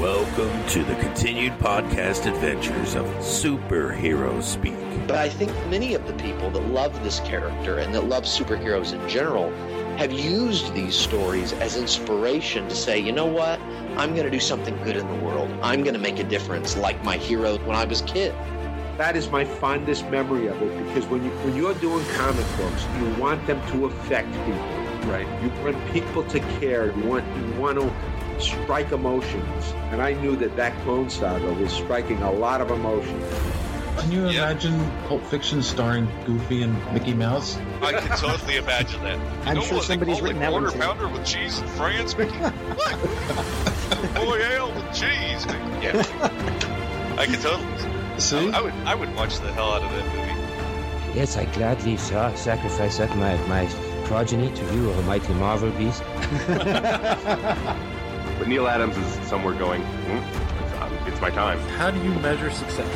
Welcome to the continued podcast adventures of Superhero Speak. But I think many of the people that love this character and that love superheroes in general have used these stories as inspiration to say, you know what? I'm going to do something good in the world. I'm going to make a difference like my hero when I was a kid. That is my fondest memory of it because when you when you're doing comic books, you want them to affect people. Right. You want people to care. You want you want to strike emotions. And I knew that that clone saga was striking a lot of emotions. Can you imagine Pulp Fiction starring Goofy and Mickey Mouse? I can totally imagine that. I'm no one, sure they somebody's call it written that one quarter too. pounder with cheese in France. Mickey? What? Boyale with cheese. Mickey? Yeah, I can totally. See? I would. I would watch the hell out of that movie. Yes, I gladly sa- sacrifice up my, my progeny to view of a mighty Marvel beast. But Neil Adams is somewhere going, "Hmm, it's, um, it's my time. How do you measure success?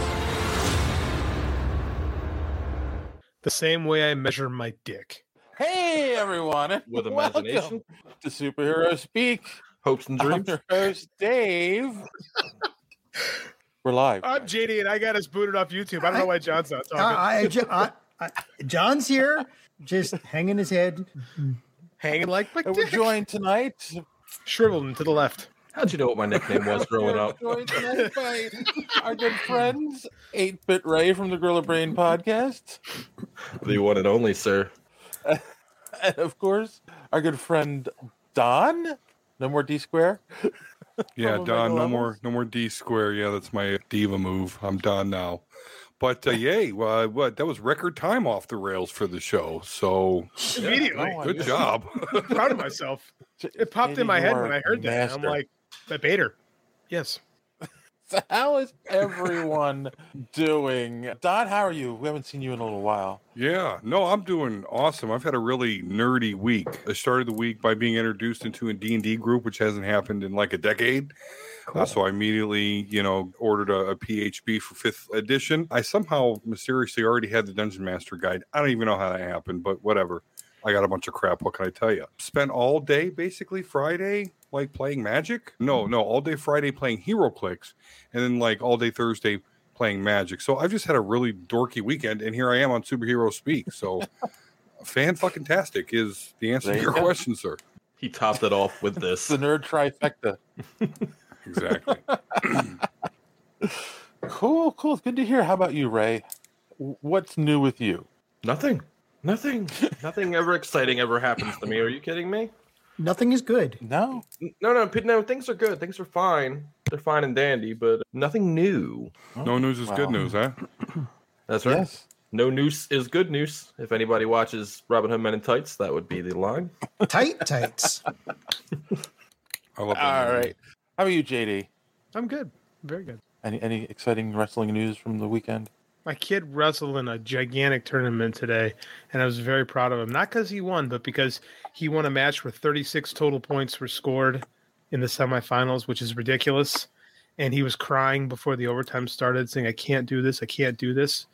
The same way I measure my dick. Hey everyone, With Welcome imagination. to Superhero Speak. Hopes and I'm dreams. your host Dave. We're live. I'm JD, and I got us booted off YouTube. I don't know why John's not talking. I, I, Jo- I, I, John's here, just hanging his head. Hanging like my And we're dick. joined tonight. Shriveled and to the left. How'd you know what my nickname was growing We're up? joined tonight by our good friends, Eight Bit Ray from the Gorilla Brain Podcast, The one and only, sir. and of course our good friend Don. No more D Square. Yeah, Probably Don, the no levels. more, no more D square. Yeah, that's my diva move. I'm Don now. But uh, yay, well, uh, what that was record time off the rails for the show. So Immediately. no, I good just- job. Proud of myself. It popped in my head when I heard that. I'm like, the Bader. Yes. So how is everyone doing? Don, how are you? We haven't seen you in a little while. Yeah, no, I'm doing awesome. I've had a really nerdy week. I started the week by being introduced into a D&D group, which hasn't happened in like a decade. Uh, so I immediately, you know, ordered a, a PHB for fifth edition. I somehow mysteriously already had the Dungeon Master guide. I don't even know how that happened, but whatever. I got a bunch of crap. What can I tell you? Spent all day basically Friday like playing Magic. No, no, all day Friday playing Hero Clicks, and then like all day Thursday playing Magic. So I've just had a really dorky weekend, and here I am on Superhero Speak. So, fan fucking tastic is the answer There to you your go. question, sir. He topped it off with this. It's the nerd trifecta. Exactly. Cool, cool. It's good to hear. How about you, Ray? W- What's new with you? Nothing. Nothing. Nothing ever exciting ever happens to me. Are you kidding me? Nothing is good. No. N- No, no, Pete, no. Things are good. Things are fine. They're fine and dandy, but nothing new. no news is good Wow. news, huh? That's right. Yes. No noose is good news. If anybody watches Robin Hood Men in Tights, that would be the line. Tight tights. I love that. All movie. right. How about you, JD? I'm good. Very good. Any any exciting wrestling news from the weekend? My kid wrestled in a gigantic tournament today, and I was very proud of him. Not because he won, but because he won a match where 36 total points were scored in the semifinals, which is ridiculous. And he was crying before the overtime started, saying, I can't do this. I can't do this.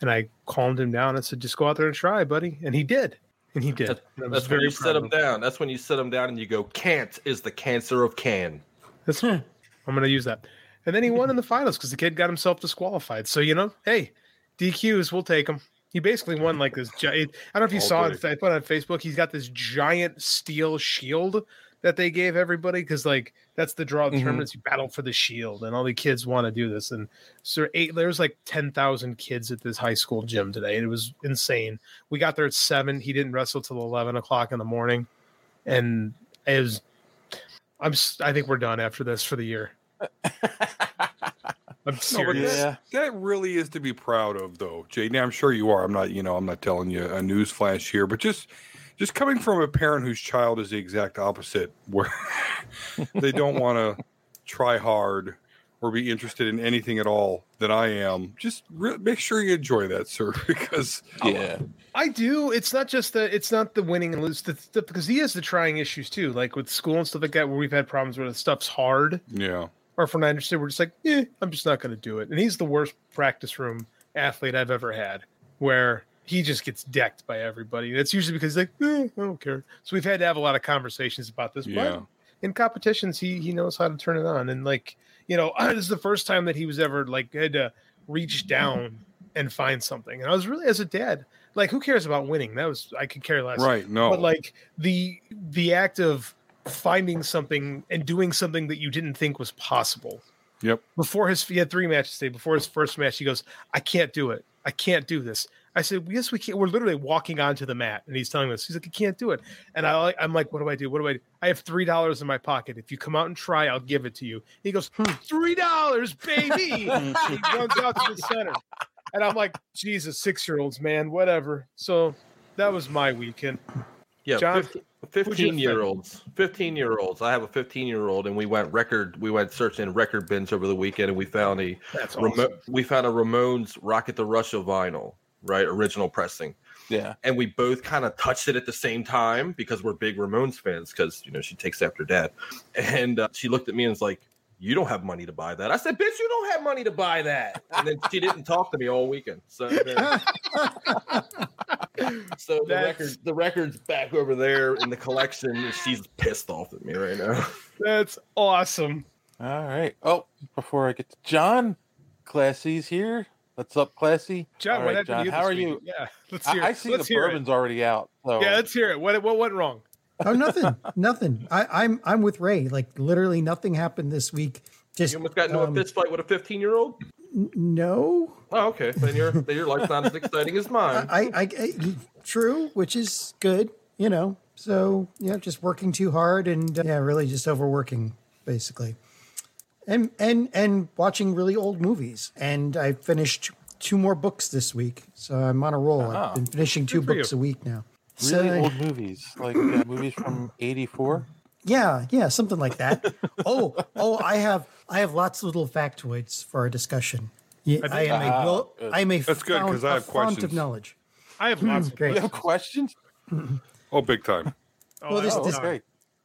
And I calmed him down. I said, Just go out there and try, buddy. And he did. And he did. And I was That's when very you set proud of them him. down. That's when you set them down and you go, can't is the cancer of can. That's I'm going to use that. And then he won in the finals because the kid got himself disqualified. So you know, hey, DQs, we'll take him. He basically won like this. Gi- I don't know if you All saw day. it. I put it on Facebook. He's got this giant steel shield that they gave everybody because like that's the draw of the Mhm. tournaments. You battle for the shield, and all the kids want to do this. And so eight, there was like ten thousand kids at this high school gym today, and it was insane. We got there at seven. He didn't wrestle till eleven o'clock in the morning, and it was. I'm. s- I think we're done after this for the year. I'm serious. that- That really is to be proud of, though, Jaden. I'm sure you are. I'm not, you know, I'm not telling you a news flash here, but just, just coming from a parent whose child is the exact opposite, where they don't want to try hard or be interested in anything at all that I am. Just re- make sure you enjoy that, sir, because yeah. I do. It's not just the it's not the winning and lose the, the, because he has the trying issues too, like with school and stuff like that, where we've had problems where the stuff's hard. yeah, Or from what I understand, we're just like, eh, I'm just not going to do it. And he's the worst practice room athlete I've ever had, where he just gets decked by everybody. And it's usually because he's like, eh, I don't care. So we've had to have a lot of conversations about this. yeah. But in competitions he he knows how to turn it on. And like you know, this is the first time that he was ever like had to reach down and find something. And I was really as a dad, like who cares about winning? That was I could care less. Right, no. But like the the act of finding something and doing something that you didn't think was possible. Yep. Before his he had three matches today. Before his first match, he goes, I can't do it. I can't do this. I said, Yes, we can't. We're literally walking onto the mat. And he's telling us, he's like, I can't do it. And I like, I'm like, what do I do? What do I do? I have three dollars in my pocket. If you come out and try, I'll give it to you. He goes, "Hmm, three dollars, baby. he runs out to the center. And I'm like, Jesus, six year olds, man, whatever. So that was my weekend. Yeah, John, 15, what'd you 15 year think? olds. 15 year olds. I have a 15 year old, and we went record, we went searching record bins over the weekend, and we found a, That's Ramo- awesome. we found a Ramones Rocket the Russia vinyl, right? Original pressing. Yeah. And we both kind of touched it at the same time because we're big Ramones fans, because, you know, she takes after dad. And uh, she looked at me and was like, you don't have money to buy that. I said, bitch, you don't have money to buy that. And then she didn't talk to me all weekend. So, so the That's- record, the record's back over there in the collection. and She's pissed off at me right now. That's awesome. All right. Oh, before I get to John, Classy's here. What's up, Classy? John, what All happened right, to you John, how this are weekend? you? Yeah, let's I- hear I, it. see Let's the hear it. bourbon's already out. So Yeah, let's hear it. What what went wrong? Oh, nothing, nothing. I, I'm I'm with Ray. Like literally nothing happened this week. Just You almost got into um, a fist fight with a 15 year old. n- no. Oh, okay. Then your then your life's not as exciting as mine. I, I, I- true, which is good, you know. So yeah, just working too hard and uh, yeah, really just overworking basically, and and and watching really old movies. And I finished two more books this week, so I'm on a roll. Ah. I've been finishing two Good for books you. a week now. really So- old movies, like uh, movies from '84. yeah, yeah, something like that. oh, oh, I have I have lots of little factoids for our discussion. Yeah, I, am a well, I am a That's good fount- because I a have fount questions. of knowledge. Hmm, I have lots of Great. You have questions? Oh, big time. well, this, oh, this okay.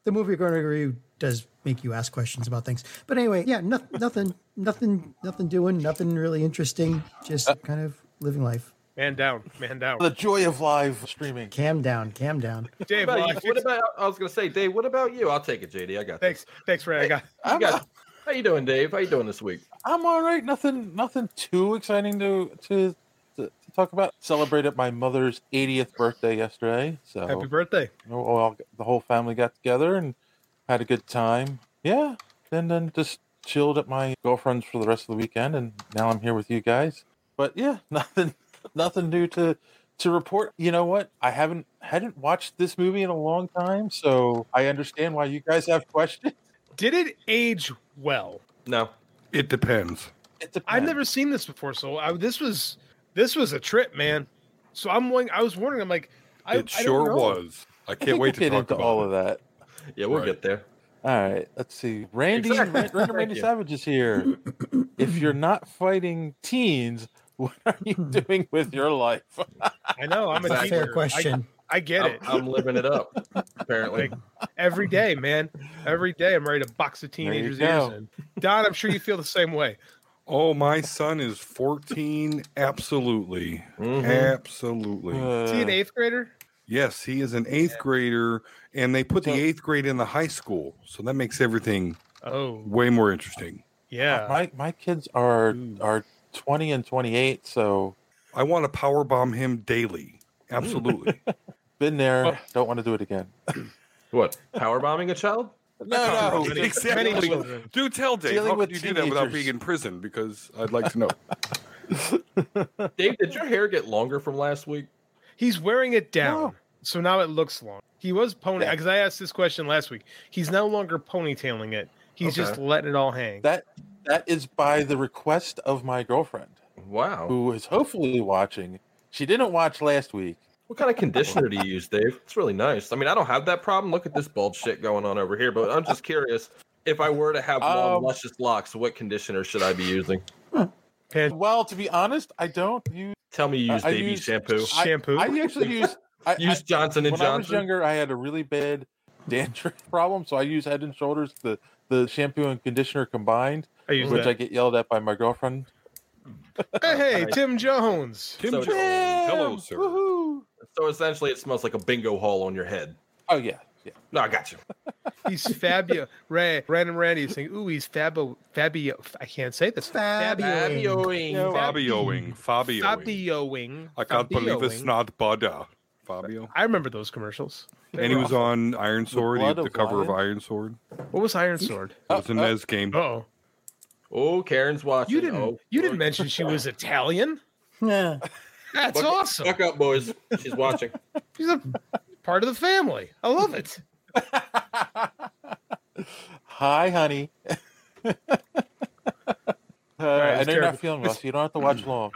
the movie you're going to review does make you ask questions about things. But anyway, yeah, no, nothing, nothing, nothing doing, nothing really interesting. Just kind of living life. Man down, man down. The joy of live streaming. Cam down, cam down. Dave, what about, well, I you? What about- I was gonna say, Dave? What about you? I'll take it, JD. I got Thanks, thanks, Ray. I got. this. You got- how you doing, Dave? How you doing this week? I'm all right. Nothing, nothing too exciting to to, to, to talk about. Celebrated my mother's 80th birthday yesterday, so Oh, Happy birthday. you know, all, the whole family got together and had a good time. Yeah, and then just chilled at my girlfriend's for the rest of the weekend, and now I'm here with you guys. But yeah, nothing, nothing new to to report. You know what? I haven't hadn't watched this movie in a long time, so I understand why you guys have questions. Did it age well? No, it depends. It I've depends. never seen this before, so I, this was this was a trip, man. So I'm wondering. I was wondering. I'm like, I, it I don't sure know. was. I I can't think wait we'll to get talk into about all it. of that. Yeah, we'll Right. get there. All right, let's see. Randy, Exactly. Ra- Randy, Randy Thank you. Savage is here. If you're not fighting teens, what are you doing with your life? I know. I'm That's a a fair teacher. I- question. I, get I'm, it. I'm living it up. Apparently, Like, every day, man. Every day, I'm ready to box a you teenager's ears go. in. Don, I'm sure you feel the same way. Oh, my son is 14. Absolutely. Mm-hmm. Mhm. Absolutely. Uh, Is he an eighth grader? Yes, he is an eighth grader, and they put So- the eighth grade in the high school. So that makes everything Oh, way more interesting. yeah. my my kids are are 20 and 28, so I want to power bomb him daily. Mm. Absolutely. been there. Well- Don't want to do it again. what? Power bombing a child? No, Many- no. exactly. many children. do tell Dave, Dealing how with could you do that without teenagers. being in prison? Because I'd like to know. Dave, did your hair get longer from last week? He's wearing it down, No. so now it looks long. He was pony Yeah. because I asked this question last week. He's no longer ponytailing it. He's Okay. just letting it all hang. That that is by the request of my girlfriend, Wow. who is hopefully watching. She didn't watch last week. What kind of conditioner do you use, Dave? It's really nice. I mean, I don't have that problem. Look at this bald shit going on over here. But I'm just curious. If I were to have long, Um, luscious locks, what conditioner should I be using? and Well, to be honest, I don't use Tell me you I- use I baby use- shampoo. I- shampoo. I actually use I, I- Use Johnson and when I was Johnson. younger, I had a really bad dandruff problem, so I use Head and Shoulders, the the shampoo and conditioner combined, I use which I that. get yelled at by my girlfriend. hey, Tim Jones. Tim So- Jones. Hello, Damn, sir. woohoo. So essentially, it smells like a bingo hall on your head. Oh yeah, Yeah. No, I got you. He's Fabio. Ray, Random Randy is saying, ooh, he's Fabio. Fabio. I can't say this. Fabioing. Fabioing. Fabioing. Fabioing. I can't believe it's not Bada. Fabio. I remember those commercials. They And he were was awesome. on Iron Sword, he blood had the of cover of lion? Iron Sword. What was Iron Sword? It was a Nez game. Oh. Oh, Karen's watching. Oh. You didn't. You didn't mention she was Italian. Yeah. That's Buck- awesome. Buck up, boys. She's watching. She's a part of the family. I love it. Hi, honey. uh, I it's Oh. know you're terrible. not feeling well, so you don't have to watch long.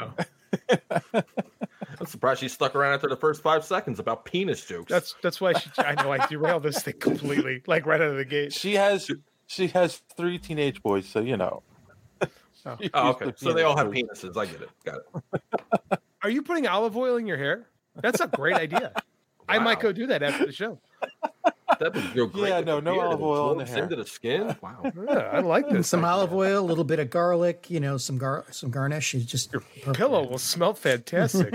I'm surprised she stuck around after the first five seconds about penis jokes. That's that's why she, I know I derailed this thing completely, like right out of the gate. She has she has three teenage boys, so you know. Oh. Oh, okay. So they all have penises. I get it. Got it. Are you putting olive oil in your hair? That's a great idea. I might go do that after the show. That would go great. Yeah, with no, the no beard. olive It oil in the absorbs hair. Into the skin. Wow. I like And this. some olive oil, a little bit of garlic, you know, some gar some garnish. It's just perfect. Pillow will smell fantastic.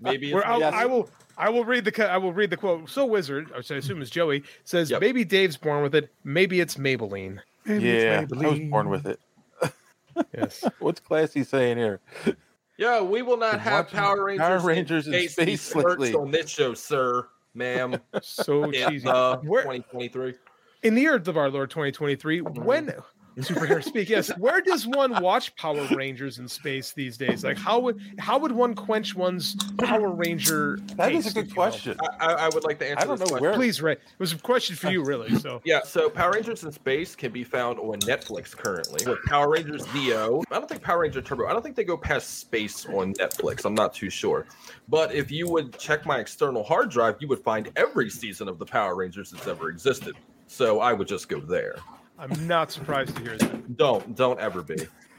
Maybe Where it's I'll, yes. I will, I will read the, co- I will read the quote. So wizard, which I assume is Joey, says maybe Dave's born with it. Maybe it's Maybelline. yeah, I was born with it. yes. What's classy saying here? Yeah, we will not have watching Power Rangers, Power Rangers in space space being merged lately. on this show, sir, ma'am. So In, cheesy. uh, Where- 2023. in the year of our Lord 2023, Mm-hmm. when superhero speak, yes, where does one watch Power Rangers in space these days? Like, how would how would one quench one's Power Ranger? That is taste, a if good you will? question. I, I- I would like to answer. this question. Please, Ray. It was a question for you, really. So Yeah, so Power Rangers in Space can be found on Netflix currently. With Power Rangers Neo. I don't think Power Ranger Turbo. I don't think they go past space on Netflix. I'm not too sure. But if you would check my external hard drive, you would find every season of the Power Rangers that's ever existed. So I would just go there. I'm not surprised to hear that. Don't don't ever be.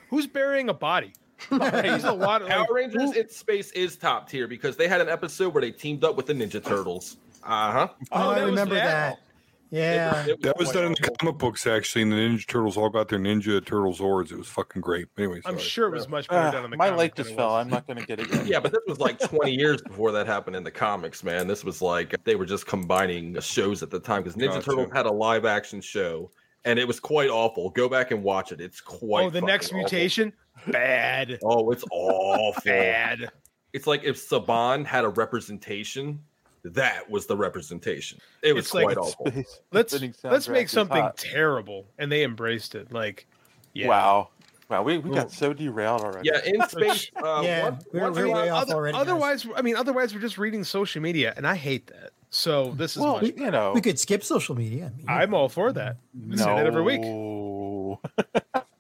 Who's burying a body? There's a lot of Power Rangers in Space is top tier because they had an episode where they teamed up with the Ninja Turtles. Uh huh. Oh, I remember that. Yeah. That was done in the comic books actually, and the Ninja Turtles all got their Ninja Turtle Zords. It was fucking great. Anyway, I'm sorry. sure it was much better done in the Ah, my comic light than just it fell. I'm not going to get it. Yet. Yeah, but this was like 20 years before that happened in the comics, man. This was like they were just combining shows at the time because Ninja Gotcha. Turtles had a live action show and it was quite awful. Go back and watch it. It's quite Oh, the next fucking awful. mutation, bad, Oh, it's awful. bad. it's like if Saban had a representation, that was the representation. It was It's like quite it's- awful. Let's Spinning let's soundtrack make is something hot. terrible, and they embraced it. Like, yeah. Wow, wow, we, we got so derailed already. Yeah, in space. Uh, Yeah, one- we're- one we're thing I- way off Other- already. guys. otherwise, I mean, otherwise we're just reading social media, and I hate that. So this is Well, much- you know, we could skip social media. I mean, I'm all for that. I say that every week. no.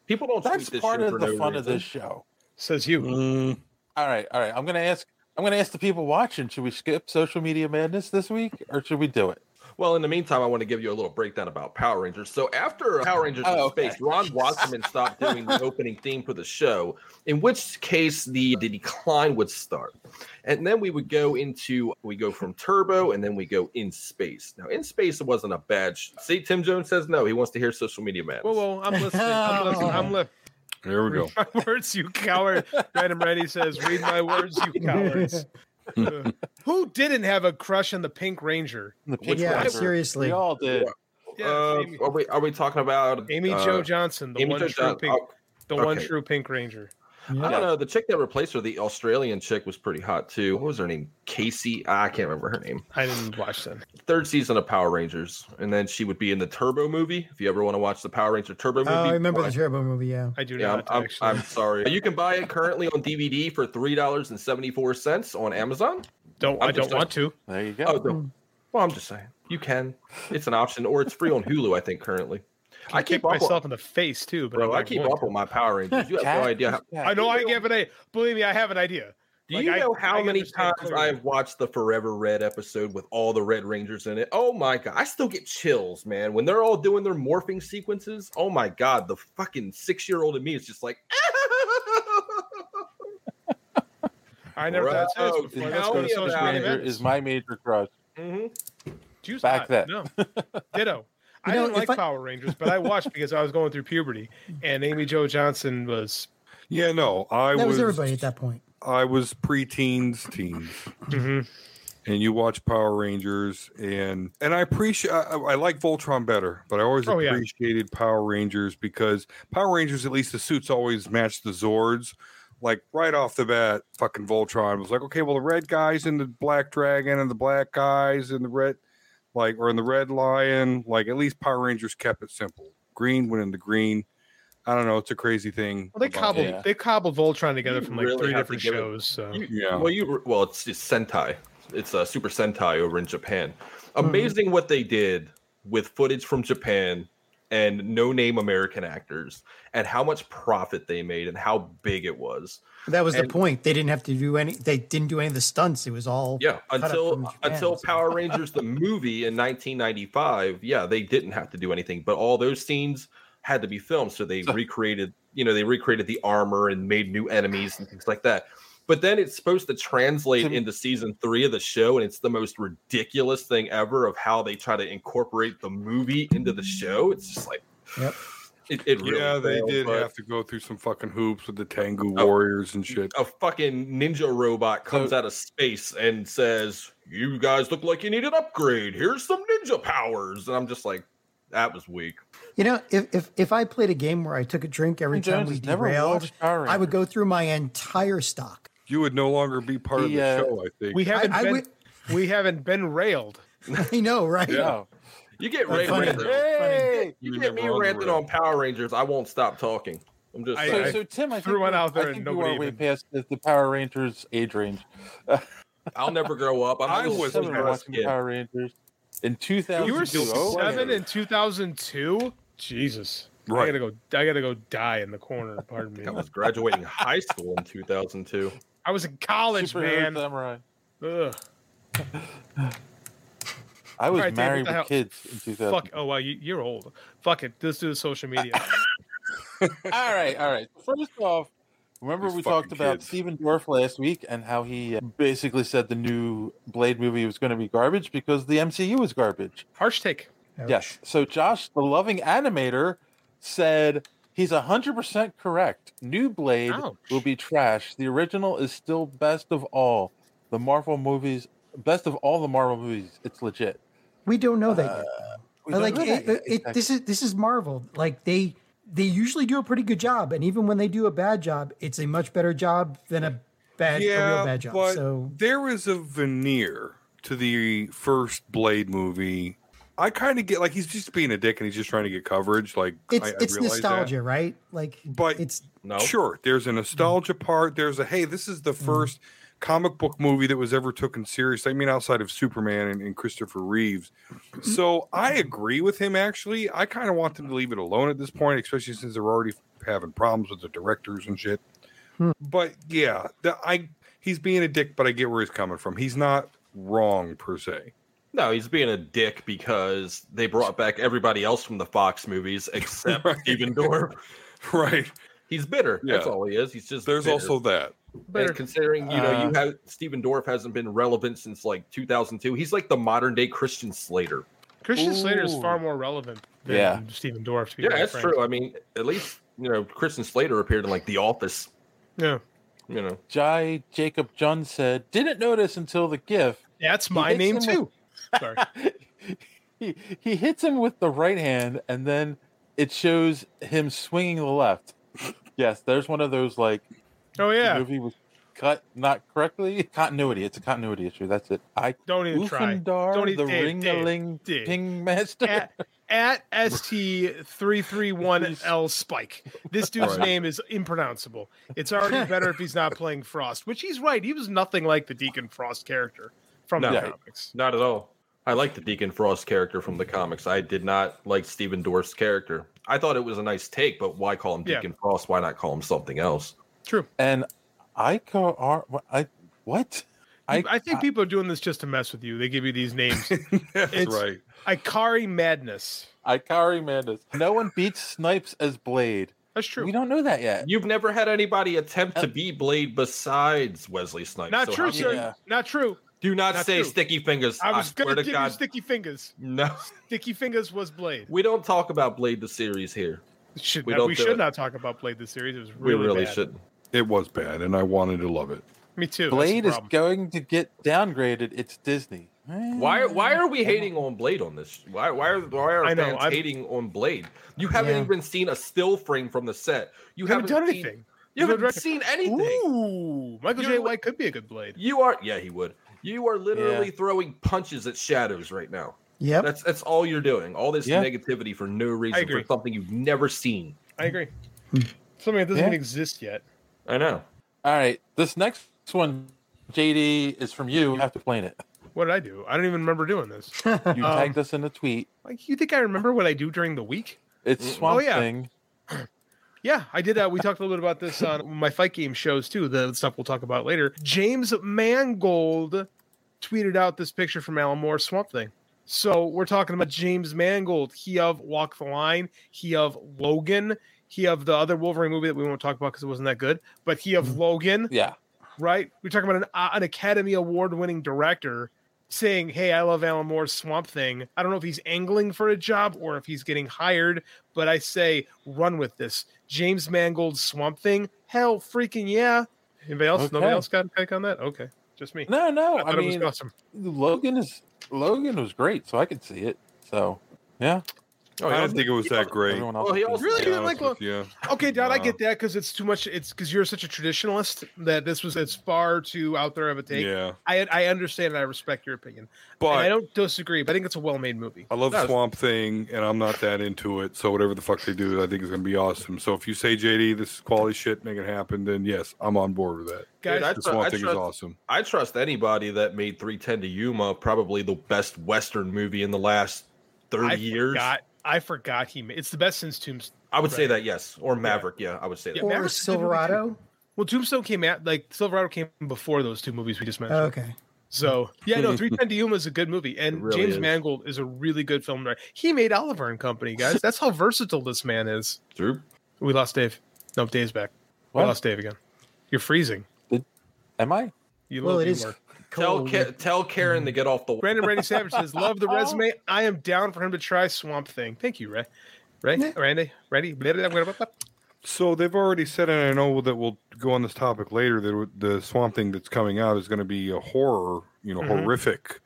People don't tweet That's this part shit of for the no fun of reason. this show. Says you. All right, all right. I'm going to ask. I'm going to ask the people watching. Should we skip social media madness this week, or should we do it? Well, in the meantime, I want to give you a little breakdown about Power Rangers. So after Power Rangers Oh, in okay. Space, Ron Wasserman stopped doing the opening theme for the show, in which case the, the decline would start. And then we would go into we go from Turbo and then we go in space. Now in space it wasn't a bad sh- See, Tim Jones says no, he wants to hear social media man. Whoa, whoa! I'm listening. I'm listening. I'm li- There we go. Read my words, you coward. Random Randy says, "Read my words, you cowards." Uh, who didn't have a crush on the Pink Ranger? The Which Pink yeah, Panther. seriously. we all did. Yeah, Uh, Amy, are we are we talking about Amy uh, Jo Johnson, the Amy one Jo true Johnson? Oh, Pink, the one okay. true Pink Ranger. I don't know. uh, The chick that replaced her, the Australian chick, was pretty hot too. What was her name? Casey? I can't remember her name. I didn't watch them. third season of Power Rangers, and then she would be in the Turbo movie. If you ever want to watch the Power Ranger Turbo Oh, movie, I remember the buy- Turbo movie. Yeah. I do Yeah, I'm, not I'm, actually. I'm sorry. You can buy it currently on DVD for three dollars and seventy four cents on Amazon. don't. I'm I don't just- want to. There you go. Oh, no. well, I'm just saying you can. It's an option, or it's free on Hulu. I think currently. I I kick keep up, on, myself in the face too. But I'm bro. I like, keep "What?" up on my Power Rangers. You have no Cat, idea. How, cat. I know I have an idea. Believe me, I have an idea. do Like, you I- know how I many understand times clearly. I've watched the Forever Red episode with all the Red Rangers in it? Oh my god, I still get chills, man. When they're all doing their morphing sequences, oh my god, the fucking six-year-old in me is just like, I never Bro, thought of this before. tell Let's go to me social about media. it. Ranger events. is my major crush. Mhm. Juice back not. then. No. Ditto. I You know, didn't if like I- Power Rangers, but I watched because I was going through puberty, and Amy Jo Johnson was. Yeah, no, I that was, was, everybody at that point. Mm-hmm. I was pre-teens, teens. and you watch Power Rangers, and and I appreciate I, I like Voltron better, but I always Oh, yeah. appreciated Power Rangers because Power Rangers at least the suits always matched the Zords. Like right off the bat, fucking Voltron was like, okay, well the red guys and the black dragon and the black guys and the red, like or in the red lion, like at least Power Rangers kept it simple. Green went in the green. I don't know, it's a crazy thing. Well, they about- cobbled they cobbled Voltron together You from like really three have to different give it- shows. So You- Yeah. Well, you well, it's, it's Sentai. It's uh, Super Sentai over in Japan. Hmm. Amazing what they did with footage from Japan and no-name American actors, and how much profit they made, and how big it was. That was the And- point. They didn't have to do any. They didn't do any of the stunts. It was all Yeah, cut up from until Japan. until Power Rangers the movie in 1995, yeah, they didn't have to do anything, but all those scenes had to be filmed, so they recreated, you know, they recreated the armor and made new enemies and things like that. But then it's supposed to translate into season 3 of the show and it's the most ridiculous thing ever of how they try to incorporate the movie into the show. It's just like Yep. it, it really Mm. yeah, they failed, did but- Oh. have to go through some fucking hoops with the Tengu warriors and shit. a fucking ninja robot comes out of space and says, "You guys look like you need an upgrade. Here's some ninja powers." And I'm just like, "That was weak." You know, if, if if I played a game where I took a drink every Jones time we has never derailed, watched Power I would go through my entire stock. You would no longer be part of the The, uh, show, I think. we haven't I- I been, would- we haven't been railed. I know, right? Yeah. You get That's Ray funny. ranted. Hey! you You get me never on the ranted on Power Rangers. I won't stop talking. I'm just so, saying. so Tim, I think threw one you- out there I and think you nobody are way even- past the, the Power Rangers age range. I'll never grow up. I'm I always was a little watching kid. Power Rangers in 2000. You were seven in two thousand two. Jesus, Right. I gotta go. I gotta go die in the corner. Pardon me. I was graduating high school in 2002. I was in college, Superhero man. Samurai. Ugh. I was All right, Dave, what married the hell? with kids in 2000. Fuck. Oh wow, you, you're old. Fuck it. Let's do the social media. all right, all right. First off, remember These we talked fucking about kids. Steven Dorff last week and how he uh, basically said the new Blade movie was going to be garbage because the MCU was garbage. Harsh take. Yes. So Josh, the loving animator, said he's 100% correct. New Blade will be trash. The original is still best of all the Marvel movies, best of all the Marvel movies. It's legit. We don't know that. yet. Uh, But, we don't like know that it, yet, it- it- this is this is Marvel. Like they they usually do a pretty good job, and even when they do a bad job, it's a much better job than a bad a real bad job. but So there is a veneer to the first Blade movie. I kind of get like he's just being a dick and he's just trying to get coverage. Like it's I, I it's realize that. nostalgia, right? Like but it's Sure, there's a nostalgia part. There's a hey, this is the first comic book movie that was ever taken seriously. I mean, outside of Superman and, and Christopher Reeves. So I agree with him. Actually, I kind of want them to leave it alone at this point, especially since they're already having problems with the directors and shit. But yeah, the, I he's being a dick, but I get where he's coming from. He's not wrong per se. No, he's being a dick because they brought back everybody else from the Fox movies except Steven Dorff. Right. He's bitter. That's Yeah. all he is. He's just There's bitter. Uh, also that. And considering you know you have Steven Dorff hasn't been relevant since like 2002. He's like the modern day Christian Slater. Christian Slater is far more relevant than Yeah. Stephen Dorff. To be Yeah, quite that's frank. true. I mean, at least you know Christian Slater appeared in like The Office. Yeah. You know, Jai Jacob Jun said, didn't notice until the GIF. That's He my hits name him too. Sorry. With, he, he hits him with the right hand, and then it shows him swinging the left. yes, there's one of those like, oh yeah, the movie was cut not correctly. Continuity. It's a continuity issue. That's it. I Don't even try. Oofendar, Don't even the Dave, ring a ling Dave, Dave. ping master. At ST three three one L Spike. This dude's Right. name is impronounceable. It's already better if he's not playing Frost, which he's right. He was nothing like the Deacon Frost character from no, the comics. not at all. I like the Deacon Frost character from the comics. I did not like Steven Dorff's character. I thought it was a nice take, but why call him Yeah. Deacon Frost? Why not call him something else? True. And I co are I what? I, think people are doing this just to mess with you. They give you these names. That's right. Ikari Madness. Ikari Madness. No one beats Snipes as Blade. That's true. We don't know that yet. You've never had anybody attempt to be Blade besides Wesley Snipes. Not so how true, can sir. you- Not true. Do not, Not say true. sticky fingers. I was swear gonna to give God. you sticky fingers. no, Sticky fingers was Blade. we don't talk about Blade the series here. Should we we, don't do should it. not talk about Blade this series. It was We really, really bad. shouldn't. It was bad, and I wanted to love it. Me too. That's Blade the is problem. going to get downgraded. It's Disney. Eh. Why why are we hating on Blade on this? Why why are why are I know, fans I'm- hating on Blade? You haven't even seen a still frame from the set. You, haven't done seen- anything. You He's a haven't director. seen anything. Ooh, Michael J. You're- White could be a good Blade. You are yeah, he would. You are literally throwing punches at shadows right now. Yeah, That's that's all you're doing. All this Yeah. negativity for no reason for agree. something you've never seen. I agree. Something that doesn't Yeah. even exist yet. I know. All right. This next one, JD, is from you. You have to explain it. What did I do? I don't even remember doing this. You Um, tagged us in a tweet. Like, you think I remember what I do during the week? It's Swamp oh, yeah. Thing. Yeah, I did. Uh, we talked a little bit about this on my fight game shows too. The stuff we'll talk about later. James Mangold tweeted out this picture from Alan Moore's Swamp Thing. So we're talking about James Mangold. He of Walk the Line. He of Logan. He of the other Wolverine movie that we won't talk about because it wasn't that good. But he of Logan. Yeah. Right. We're talking about an, uh, an Academy Award winning director saying, Hey, I love Alan Moore's Swamp Thing. I don't know if he's angling for a job or if he's getting hired, but I say, run with this. James Mangold's Swamp Thing. Hell freaking yeah. Anybody else? Okay. Nobody else got a pick on that? Okay. Just me. No, no. I I, thought it was mean, awesome. Logan is Logan was great, so I could see it. So yeah. Oh, I don't think it was that great. Everyone else Well, he was also- Really? To be You didn't honest like with you. Okay, Dad, I No. get that because it's too much. It's because you're such a traditionalist that this was it's far too out there of a take. Yeah. I I understand and I respect your opinion, but But- I don't disagree. But I think it's a well made movie. I love No, it's- Swamp Thing, and I'm not that into it. So whatever the fuck they do, I think is going to be awesome. So if you say JD, this is quality shit, make it happen, then yes, I'm on board with that. Dude, I the tru- I Swamp Thing is trust- awesome. I trust anybody that made 310 to Yuma probably the best Western movie in the last 30 I years. Forgot, I forgot he made. It's the best since Tombstone. I would say that, yes. Or Maverick, yeah, I would say that. Yeah, Maverick's a good movie, too. Well, Tombstone came out like Silverado came before those two movies we just mentioned. Okay. So yeah, no, Three Ten to Yuma is a good movie, and really James is. Mangold is a really good film director. He made Oliver and Company, guys. That's how versatile this man is. True. We lost Dave. Nope, Dave's back. What? We lost Dave again. You're freezing. Am I? You Well, look- it you is were. Tell, Ka- tell Karen to get off the Brandon Randy Savage says, "Love the resume. I am down for him to try Swamp Thing." Thank you, Ray. Ray, Randy, Randy. blah, blah, blah, blah, blah. So they've already said, and I know that we'll go on this topic later. That the Swamp Thing that's coming out is going to be a horror, you know, Mhm. horrific.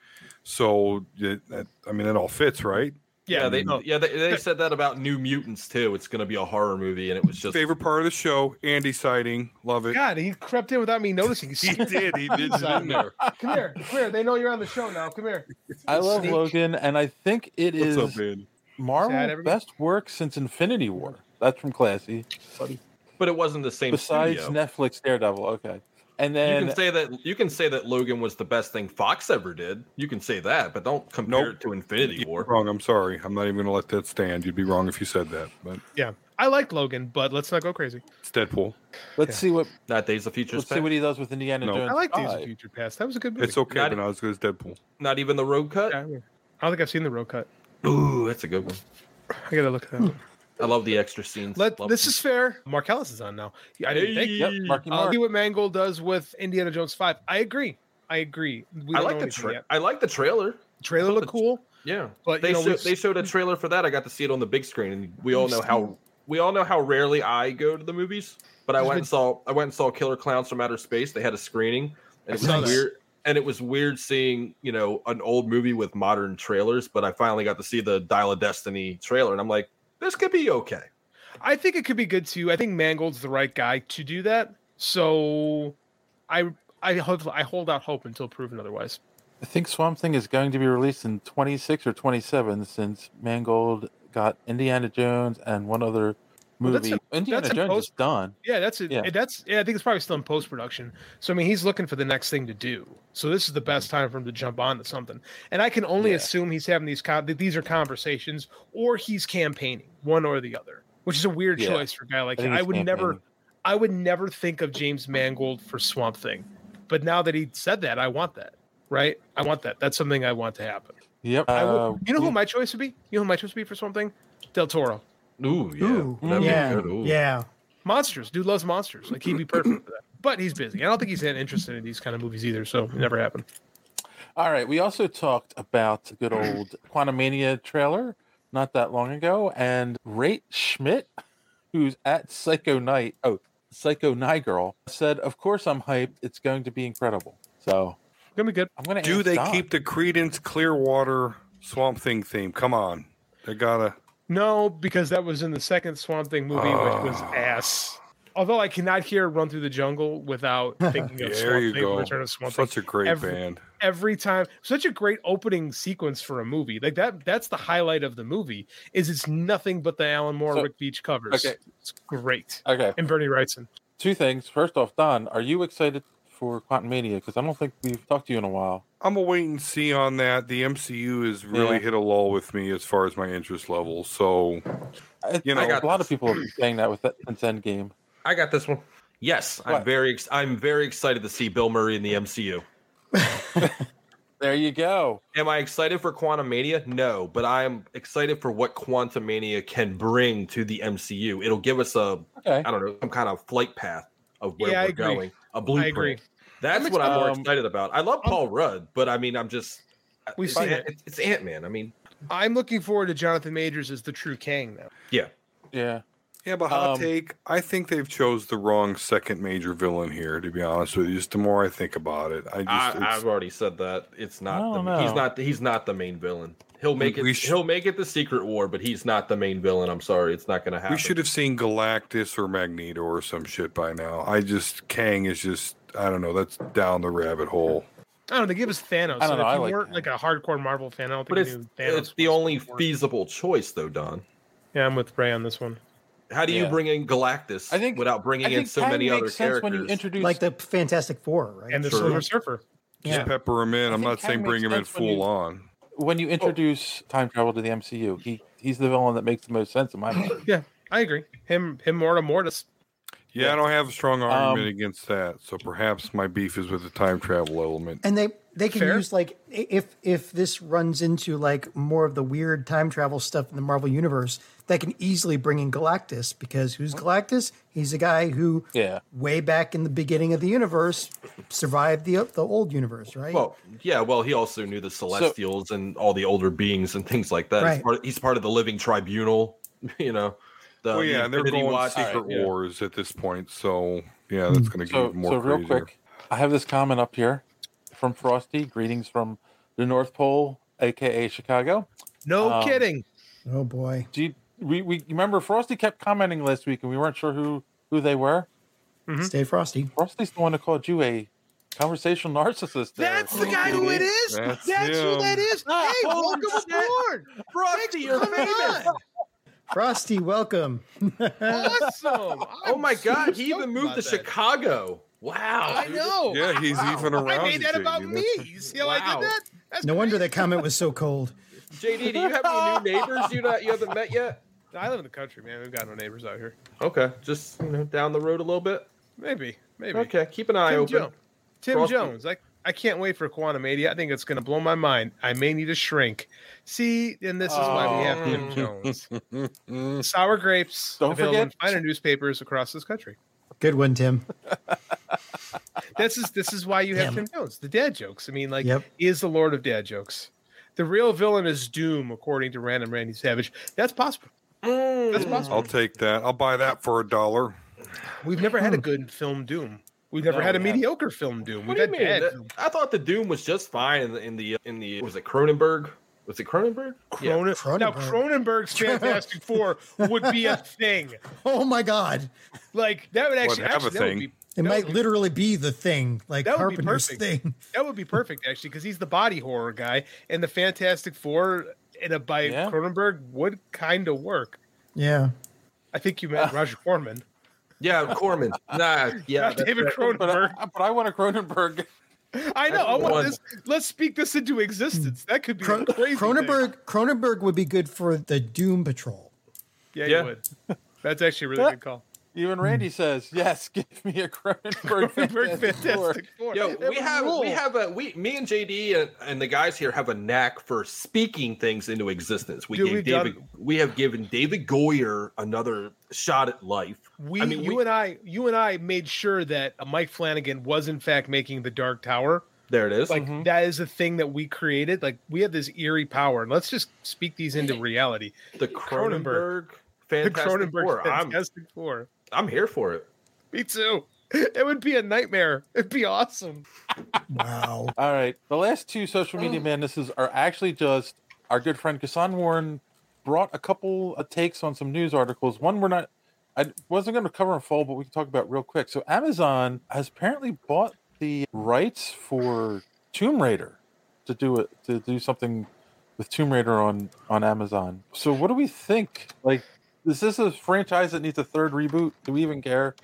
So it, that, I mean, it all fits, right? Yeah, they Oh, yeah they, they said that about New Mutants too. It's going to be a horror movie, and it was just favorite part of the show. Andy sighting, love it. God, he crept in without me noticing. He did, he did He's in there. Come here, come here. They know you're on the show now. Come here. I love Logan, and I think it is What's up, man? Sad, Marvel's everybody? best work since Infinity War. That's from Classy. But it wasn't the same. Besides studio. Netflix Daredevil, okay. And you then can say that you can say that Logan was the best thing Fox ever did. You can say that, but don't compare it to Infinity War. Wrong. I'm sorry. I'm not even going to let that stand. You'd be wrong if you said that, but Yeah, I like Logan, but let's not go crazy. it's Deadpool. let's see what Not Days of Future let's see what Past. he does with Indiana No. Jones. I like Days of five. Future Past. That was a good movie. It's okay, Not- but not as good as Deadpool. Not even the road cut. I don't think I've seen the road cut. Ooh, that's a good one. I gotta look at that. one. I love the extra scenes. Let, Love this them. is fair. Mark Ellis is on now. Yeah, I didn't think. Hey. Yep, Marky I'll Mark. see what Mangold does with Indiana Jones Five. I agree. I agree. We I like don't know the anything tra- yet. I like the trailer. Trailer looked cool. Yeah, But, they you know, show- we've- they showed a trailer for that. I got to see it on the big screen, and we all know how we all know how rarely I go to the movies. But I There's went been- and saw I went and saw Killer Clowns from Outer Space. They had a screening, and it was saw that. weird. And it was weird seeing you know an old movie with modern trailers. But I finally got to see the Dial of Destiny trailer, and I'm like, this could be okay. I think it could be good too. I think Mangold's the right guy to do that. So, I I hope I hold out hope until proven otherwise. I think Swamp Thing is going to be released in 26 or 27 since Mangold got Indiana Jones and one other Well, that's movie. a- Indiana that's a Jones is post- done. Yeah, that's it. Yeah. That's yeah. I think it's probably still in post production. So I mean, he's looking for the next thing to do. So this is the best Mm-hmm. time for him to jump onto something. And I can only assume he's having these con- that these are conversations, or he's campaigning, one or the other, which is a weird Yeah. choice for a guy like him. I think I he's would never, campaigning. I would never think of James Mangold for Swamp Thing, but now that he said that, I want that. Right, I want that. That's something I want to happen. Yep. I uh, would, you know who my choice would be? You know who my choice would be for Swamp Thing? Del Toro. Ooh, yeah, Ooh, That'd be yeah, good. Ooh. yeah. monsters. Dude loves monsters. Like he'd be perfect for that. But he's busy. I don't think he's that interested in these kind of movies either. So it never happened. All right. We also talked about the good old Quantumania trailer not that long ago, and Rate Schmidt, who's at Psycho Knight. Oh, Psycho Nigh Girl said, "Of course I'm hyped. It's going to be incredible." So gonna be good. I'm gonna. Do ask they Don. keep the Credence Clearwater Swamp Thing theme? Come on, they gotta. No, because that was in the second Swamp Thing movie, Ah. which was ass. Although I cannot hear "Run Through the Jungle" without thinking of There Swamp you Thing, go. Return of Swamp Such Thing. a great Every- band. Every time, such a great opening sequence for a movie. Like that—that's the highlight of the movie. Is it's nothing but the Alan Moore So- Rick Beach covers. okay. It's great. Okay. And Bernie Wrightson. Two things. First off, Don, are you excited for Quantum Mania? Because I don't think we've talked to you in a while. I'm a wait and see on that. The MCU has really Yeah. hit a lull with me as far as my interest level. So, you know, I got a lot of people are saying that with that since Endgame. I got this one. Yes, I'm What? very ex- I'm very excited to see Bill Murray in the MCU. there you go. Am I excited for Quantum Mania? No, but I'm excited for what Quantum Mania can bring to the MCU. It'll give us a Okay. I don't know, some kind of flight path of where Yeah, I we're agree. going. I A blueprint. agree. That's I'm what I'm more Um, excited. excited about. I love Paul Rudd, but I mean I'm just We've it's, seen it. it's, it's Ant-Man. I mean, I'm looking forward to Jonathan Majors as the true Kang, though. yeah. Yeah. Yeah, but hot take. I think they've chose the wrong second major villain here. To be honest with you, just the more I think about it, I just I, it's- I've already said that it's I not. don't The, he's know. not. He's not the main villain. He'll make it. We should- he'll make it the Secret War, but he's not the main villain. I'm sorry, it's not going to happen. we should have seen Galactus or Magneto or some shit by now. I just Kang is just I don't know. That's down the rabbit hole. I don't know. They give us Thanos. I don't and know, if I you like weren't like a hardcore Marvel fan, I don't but think it's, you knew Thanos. it's the only feasible choice, though, Don. yeah, I'm with Ray on this one. How do Yeah. you bring in Galactus? I think without bringing in so many other characters. like the Fantastic Four, right? And the Sure. Silver Surfer. Just Yeah. pepper him in. I'm think not Kang saying bring makes him in sense when full you- on. When Oh. you introduce time travel to the MCU, he he's the villain that makes the most sense in my mind. Yeah, I agree. Him, him, Morta Mortis. Yeah, I don't have a strong Um, argument against that. So perhaps my beef is with the time travel element. And they they can Fair. use like i- if if this runs into like more of the weird time travel stuff in the Marvel universe, they can easily bring in Galactus because who's Galactus? He's a guy who Yeah. way back in the beginning of the universe survived the the old universe, right? Well, yeah. Well, he also knew the Celestials and all the older beings and things like that. Right. He's, part, he's part of the Living Tribunal. You know. The, well, the yeah, they're Infinity going Watch. secret Yeah. wars at this point. So yeah, that's Hmm. going to So, get more so real crazier. quick, I have this comment up here from Frosty. Greetings from the North Pole, aka Chicago. No Um, kidding. oh boy. Do you, we we remember Frosty kept commenting last week, and we weren't sure who who they were. Mm-hmm. Stay frosty. Rusty's the one who called you a conversational narcissist. there. That's the guy who it is. That's That's, who him. that is. Ah, hey, holy welcome aboard. Frosty, you're famous. Frosty, welcome. Awesome. Oh my I'm so God! He stoked even moved about to that. Chicago. Wow. I know. Yeah, he's even around. I made that you, about JD. me. You see how I Wow. did that? That's No wonder that comment was so cold. JD, do you have any new neighbors you not you haven't met yet? I live in the country, man. We've got no neighbors out here. Okay, just you know, down the road a little bit. Maybe, maybe. Okay, keep an eye Tim, open. Jones. Tim Frosty. Jones. I, I can't wait for Quantum Media. I think it's going to blow my mind. I may need to shrink. See, and this is why we have Tim Jones. Sour grapes Don't available in forget- finer newspapers across this country. Good one, Tim. This is this is why you have Damn. Tim Jones. The dad jokes. I mean, like Yep. he is the lord of dad jokes. The real villain is Doom, according to Random Randy Savage. That's possible. That's Mm. possible. I'll take that. I'll buy that for a dollar. We've never Hmm. had a good film Doom. We've never No, had a we haven't. mediocre film Doom. What We've do you mean? had bad That- film. I thought the Doom was just fine in the in the in the was it Cronenberg? Was it Cronenberg? Yeah. Cronen- Now Cronenberg's Fantastic Four would be a thing. Oh my God! Like that would actually, have a actually that would thing. be It That might would be- literally be the thing, like That would be Carpenter's perfect. thing. that would be perfect actually because he's the body horror guy and the Fantastic Four in a by Yeah. Cronenberg would kind of work. Yeah. I think you Uh. meant Roger Corman, Yeah, Corman. Nah, yeah. not that- David But Cronenberg. I, but I want a Cronenberg. I know. I that's want one. this. Let's speak this into existence. That could be Cron- a crazy. thing. Cronenberg Cronenberg would be good for the Doom Patrol. Yeah, Yeah. you would. That's actually a really good call. Hmm. Even Randy says, "Yes, give me a Cronenberg." Cronenberg Fantastic Four." Fantastic Four. Yo, That we would have rule. we have a we me and JD and, and the guys here have a knack for speaking things into existence. We Dude, gave we've done- David we have given David Goyer another shot at life. We, I mean, you we, and I, you and I made sure that uh, Mike Flanagan was in fact making the Dark Tower. there it is. Like that is a thing that we created. Like we have this eerie power, and let's just speak these into reality. the Cronenberg, The Fantastic Cronenberg Four. I'm, Fantastic Four. I'm here for it. Me too. It would be a nightmare. It'd be awesome. Wow. All right. The last two social media madnesses are actually just our good friend Kassan Warren brought a couple of takes on some news articles. One we're not, I wasn't going to cover in full, but we can talk about real quick. So Amazon has apparently bought the rights for Tomb Raider to do it to do something with Tomb Raider on on Amazon. So what do we think? Like, is this a franchise that needs a third reboot? Do we even care?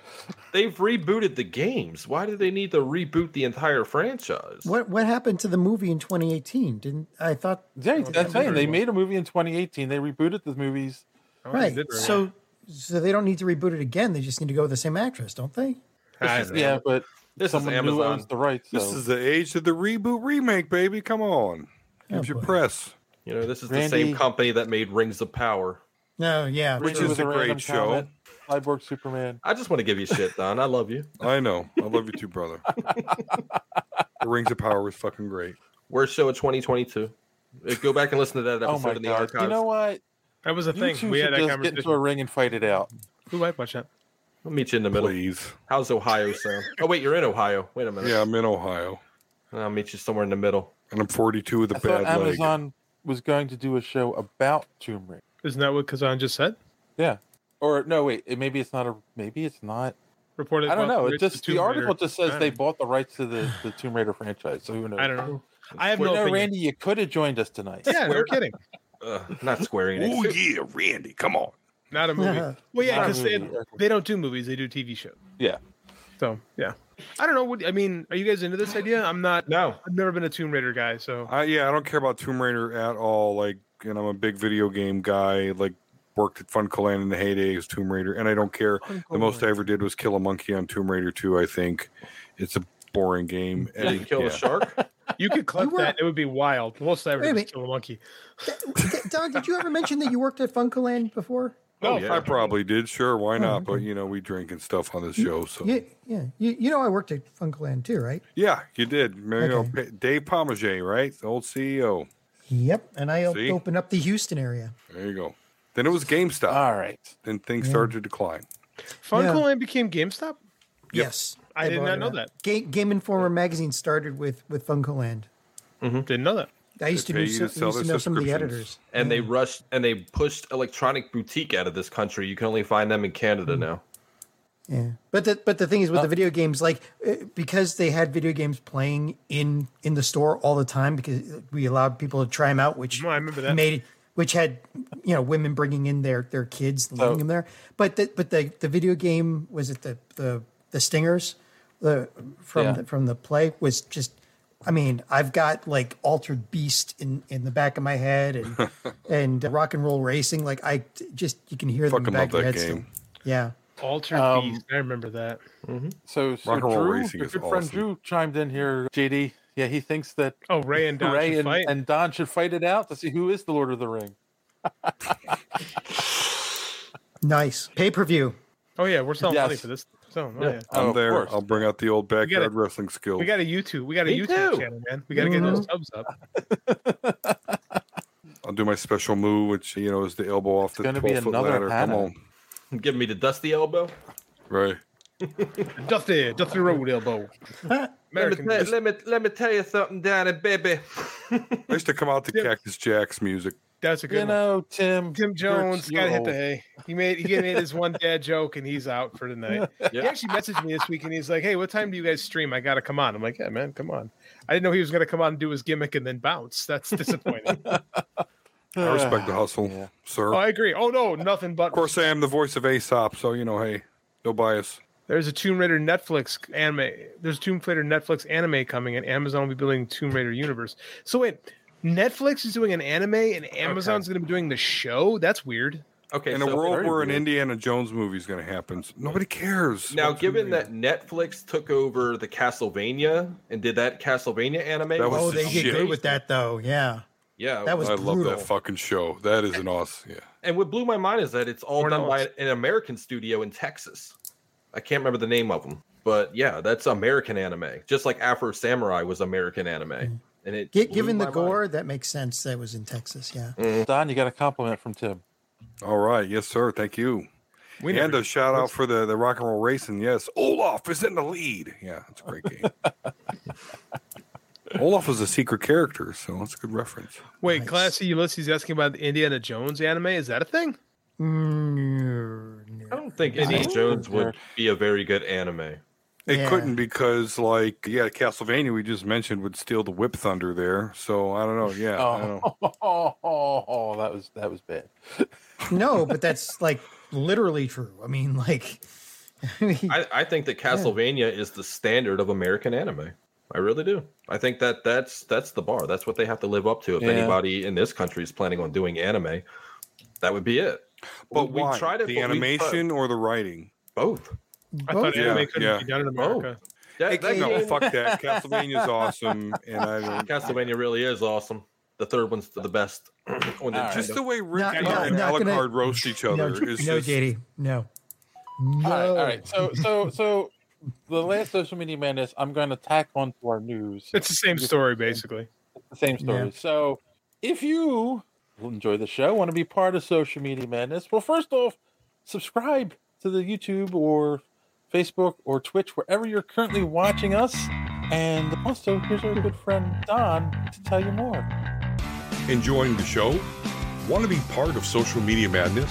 They've rebooted the games. Why do they need to reboot the entire franchise? What what happened to the movie in 2018? Didn't I thought? Oh, Yeah, that's saying they made a movie in 2018. They rebooted the movies. right. So so they don't need to reboot it again. They just need to go with the same actress, don't they? It's just- yeah, but This is someone new Amazon. owns the rights. This so- is the age of the reboot remake, baby. Come on. Gives your press. You know, this is the Randy- same company that made Rings of Power. No, yeah. Which It is was a random great show. comment. Cyborg Superman. I just want to give you shit, Don. I love you. I know. I love you too, brother. the Rings of Power was fucking great. Worst show of 2022. Uh, Go back and listen to that Oh episode my in the god! archives. You know what? That was a You thing. two We should had that just get into a conversation. ring and fight it out. Who I watch that? I'll meet you in the middle. Please. How's Ohio sound? Oh wait, you're in Ohio. Wait a minute. Yeah, I'm in Ohio. I'll meet you somewhere in the middle. And I'm 42 with a I thought bad leg. Amazon was going to do a show about Tomb Raider. Isn't that what Kazan just said? Yeah. Or no, wait. It, maybe it's not a. Maybe it's not. Reported. I don't about know. the It just the Tomb Raider. article just says I they don't- bought the rights to the, the Tomb Raider franchise. So who knows? I don't know. I have no Well, you know, opinion. Randy, you could have joined us tonight. Yeah, no kidding. Ugh, not Square Enix. Oh, yeah, Randy. Come on. Not a movie. Yeah. Well, yeah, Not a because they, movie. they don't do movies; they do TV shows. Yeah. So yeah, I don't know. What, I mean, are you guys into this idea? I'm not. No. I've never been a Tomb Raider guy, so I, yeah, I don't care about Tomb Raider at all. Like, and I'm a big video game guy. Like, worked at Funko Land in the heyday as Tomb Raider, and I don't care. the most I ever did was kill a monkey on Tomb Raider 2. I think it's a boring game. Did you And- kill yeah. a shark? you could clip were- that; it would be wild. We'll say Wait a we're just minute. kill a monkey. Don, did you ever mention that you worked at Funkoland before? Oh, yeah. I probably did. Sure, why Oh, not? okay. But you know, we drink and stuff on the show. So Yeah, yeah. You, you know I worked at Funkoland too, right? yeah, you did. You know, Okay. Pa- Dave Pomage, right? The old E CEO. Yep. And I helped See? open up the Houston area. There you go. Then it was GameStop. All right. then things started to decline. Funkoland became GameStop. Yes. I did bought not it know out. that. Game, Game Informer magazine started with with Funkoland. Mm-hmm. Didn't know that. I used to, pay do, you so, to sell used to their know some of the editors. subscriptions. And Hmm. they rushed and they pushed Electronic Boutique out of this country. You can only find them in Hmm. Canada now. Yeah, but the but the thing is with the video games, like uh, because they had video games playing in in the store all the time because we allowed people to try them out, which No, I remember that. made which had you know women bringing in their their kids and leaving Oh. them there. But the but the the video game was it the the the stingers the from Yeah. the, from the play was just. I mean, I've got like altered beast in, in the back of my head and and rock and roll racing. Like I t- just you can hear them in the Fucking back of love your that head. game. still. Yeah. Altered Um, Beast. I remember that. So, so Rock and Roll Drew, Racing your is good friend awesome. Drew chimed in here. JD, yeah, he thinks that Oh, Ray and Don Ray should and, fight. and Don should fight it out to see who is the Lord of the Ring. Nice pay per view. oh yeah, we're selling money Yes. for this. So oh, Yeah. yeah. I'm Oh, of there. course. I'll bring out the old gotta- backyard wrestling skills. We got a YouTube. We got a Me YouTube too. channel, man. We got to get those subs up. I'll do my special move, which you know is the elbow off the gonna be 12 foot another ladder. Come Hannah. on, Give me the dusty elbow. right? Duffy, Duffy Road elbow. American. let, me tell, let, me, let me tell you something, Danny, baby. I used to come out to Cactus Jack's music. That's a good you one. know, Tim. Tim uh, Jones you're got hit the old. hay. He made he made his one dad joke and he's out for tonight. He Yeah. actually messaged me this week and he's like, "Hey, what time do you guys stream? I gotta come on." I'm like, "Yeah, man, come on." I didn't know he was gonna come on and do his gimmick and then bounce. That's disappointing. I Ah, respect the hustle, Yeah. sir. oh, I agree. Oh no, nothing but. Of course, I am the voice of Aesop, so you know, hey, no bias. There's a Tomb Raider Netflix anime. There's a Tomb Raider Netflix anime coming, and Amazon will be building Tomb Raider universe. So wait, Netflix is doing an anime, and Amazon's gonna be doing the show. That's weird. Okay, In so a world very where an weird. Indiana Jones movie is going to happen, so nobody cares. now, What's given that weird? Netflix took over the Castlevania and did that Castlevania anime, That was Oh, the they did shit. good with that though. Yeah. yeah, That was I love brutal. that fucking show. That is an awesome. Yeah, And what blew my mind is that it's all Or done not. by an American studio in Texas. I can't remember the name of them, but yeah, that's American anime. Just like Afro Samurai was American anime, and it Gi- blew given my the mind. gore, that makes sense. That was in Texas. Yeah. Don, you got a compliment from Tim. all right, yes, sir. Thank you. We and a shout out for the, the rock and roll racing. Yes, Olaf is in the lead. Yeah, it's a great game. Olaf was a secret character, so that's a good reference. Wait, classy Ulysses asking about the Indiana Jones anime. Is that a thing? Mm, I don't think Indiana Jones would be a very good anime. It Yeah. couldn't because, like, yeah, Castlevania we just mentioned would steal the whip thunder there. So I don't know. Yeah, I don't know. Oh, oh, oh, oh, that was that was bad. No, but that's like literally true. I mean, like, I, I think that Castlevania is the standard of American anime. I really do. I think that that's that's the bar. That's what they have to live up to. If Yeah. anybody in this country is planning on doing anime, that would be it. But we, why? tried it. The but we- animation or the writing? Both. I thought Oh, Yeah, anime couldn't yeah. be done in Oh. America. That- Hey, that no, game- fuck that. Castlevania's awesome, and I don't- Castlevania really is awesome. The third one's the best. When All right. Just the way Rick Not- and no, not gonna- Alucard roast each no, no, JD, no, no. All right, all right. So, so, so, the last social media madness. I'm going to tack on to our news. It's the same story, basically. The same story. Yeah. So, if you enjoy the show, want to be part of social media madness, well, first off, subscribe to the YouTube or Facebook or Twitch, wherever you're currently watching us. And also, here's our good friend Don to tell you more. Enjoying the show? Want to be part of social media madness?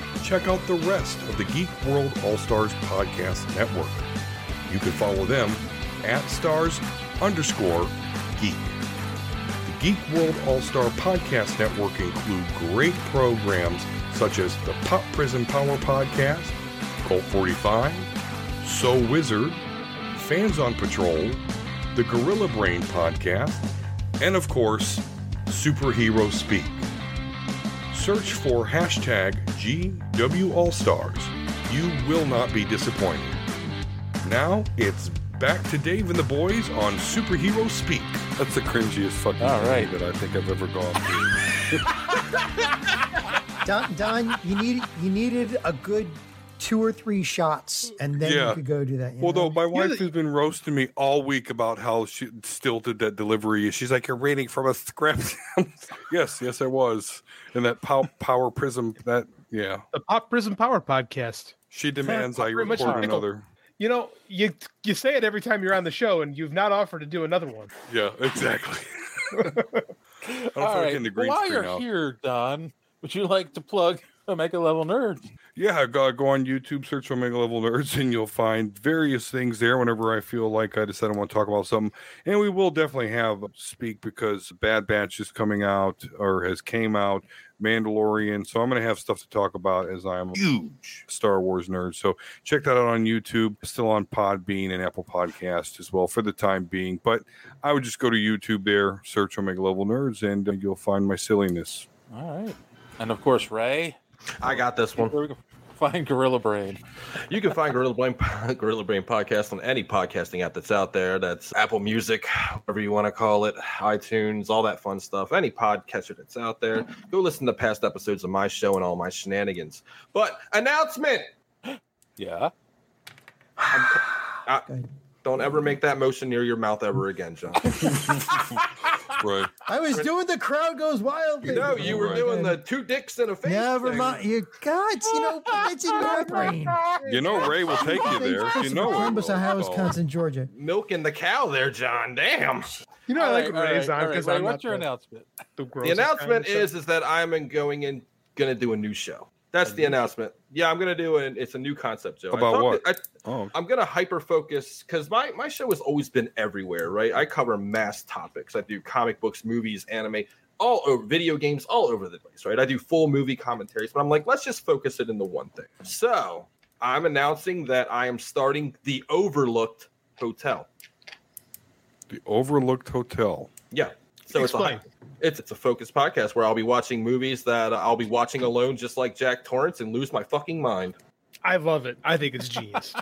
check out the rest of the Geek World All Stars Podcast Network. You can follow them at stars underscore geek. The Geek World All Star Podcast Network include great programs such as the Pop Prison Power Podcast, Cult 45, So Wizard, Fans on Patrol, the Gorilla Brain Podcast, and of course, Superhero Speak. Search for hashtag GWAllStars. You will not be disappointed. Now it's back to Dave and the boys on Superhero Speak. That's the cringiest fucking All thing right. that I think I've ever gone through. Don, Don, you need you needed a good two or three shots, and then Yeah. you could go do that. you Although know? my wife has been roasting me all week about how she stilted that delivery is. She's like, "You're reading from a script." yes, yes, I was. And that pow- power prism, that yeah, The Pop Prison Power podcast. she demands I Pretty much record identical. another. You know, you you say it every time you're on the show, and you've not offered to do another one. Yeah, exactly. I don't feel All like right. in the green While screen you're now. here, Don, would you like to plug Omega Level Nerds? Yeah, go, go on YouTube, search for Omega Level Nerds, and you'll find various things there whenever I feel like I decide I want to talk about something. And we will definitely have speak because Bad Batch is coming out or has came out, Mandalorian. So I'm going to have stuff to talk about as I'm a huge Star Wars nerd. So check that out on YouTube, still on Podbean and Apple Podcast as well for the time being. But I would just go to YouTube there, search Omega Level Nerds, and uh, you'll find my silliness. All right. And of course, Ray. I got this one. Find Gorilla Brain. You can find Gorilla Brain Gorilla Brain podcast on any podcasting app that's out there. That's Apple Music, whatever you want to call it, iTunes, all that fun stuff. Any podcatcher that's out there, go listen to past episodes of my show and all my shenanigans. But announcement. Yeah. I, don't ever make that motion near your mouth ever again, John. right. I was doing the crowd goes wild. Thing. No, Oh you were doing the two dicks in a face. Never thing. mind. You God, you know, but it's in your brain. You know, Ray will take you there. Thanks, You know, it. Oh, Columbus, Ohio, Wisconsin, Georgia. milking the cow there, John. Damn. You know, I like Ray's on because I'm not what's your the- announcement? The, the grossest announcement kind of is is that I'm in- going in going to do a new show. That's the announcement. Yeah, I'm going to do an it's a new concept, Joe. I About talked what? to- I, Oh, I'm gonna hyper focus because my my show has always been everywhere, right? I cover mass topics. I do comic books, movies, anime, all over video games, all over the place, right? I do full movie commentaries, but I'm like, let's just focus it into one thing. So I'm announcing that I am starting the Overlooked Hotel. the Overlooked Hotel. Yeah. So Explain. it's a it's it's a focused podcast where I'll be watching movies that I'll be watching alone, just like Jack Torrance, and lose my fucking mind. I love it. I think it's genius.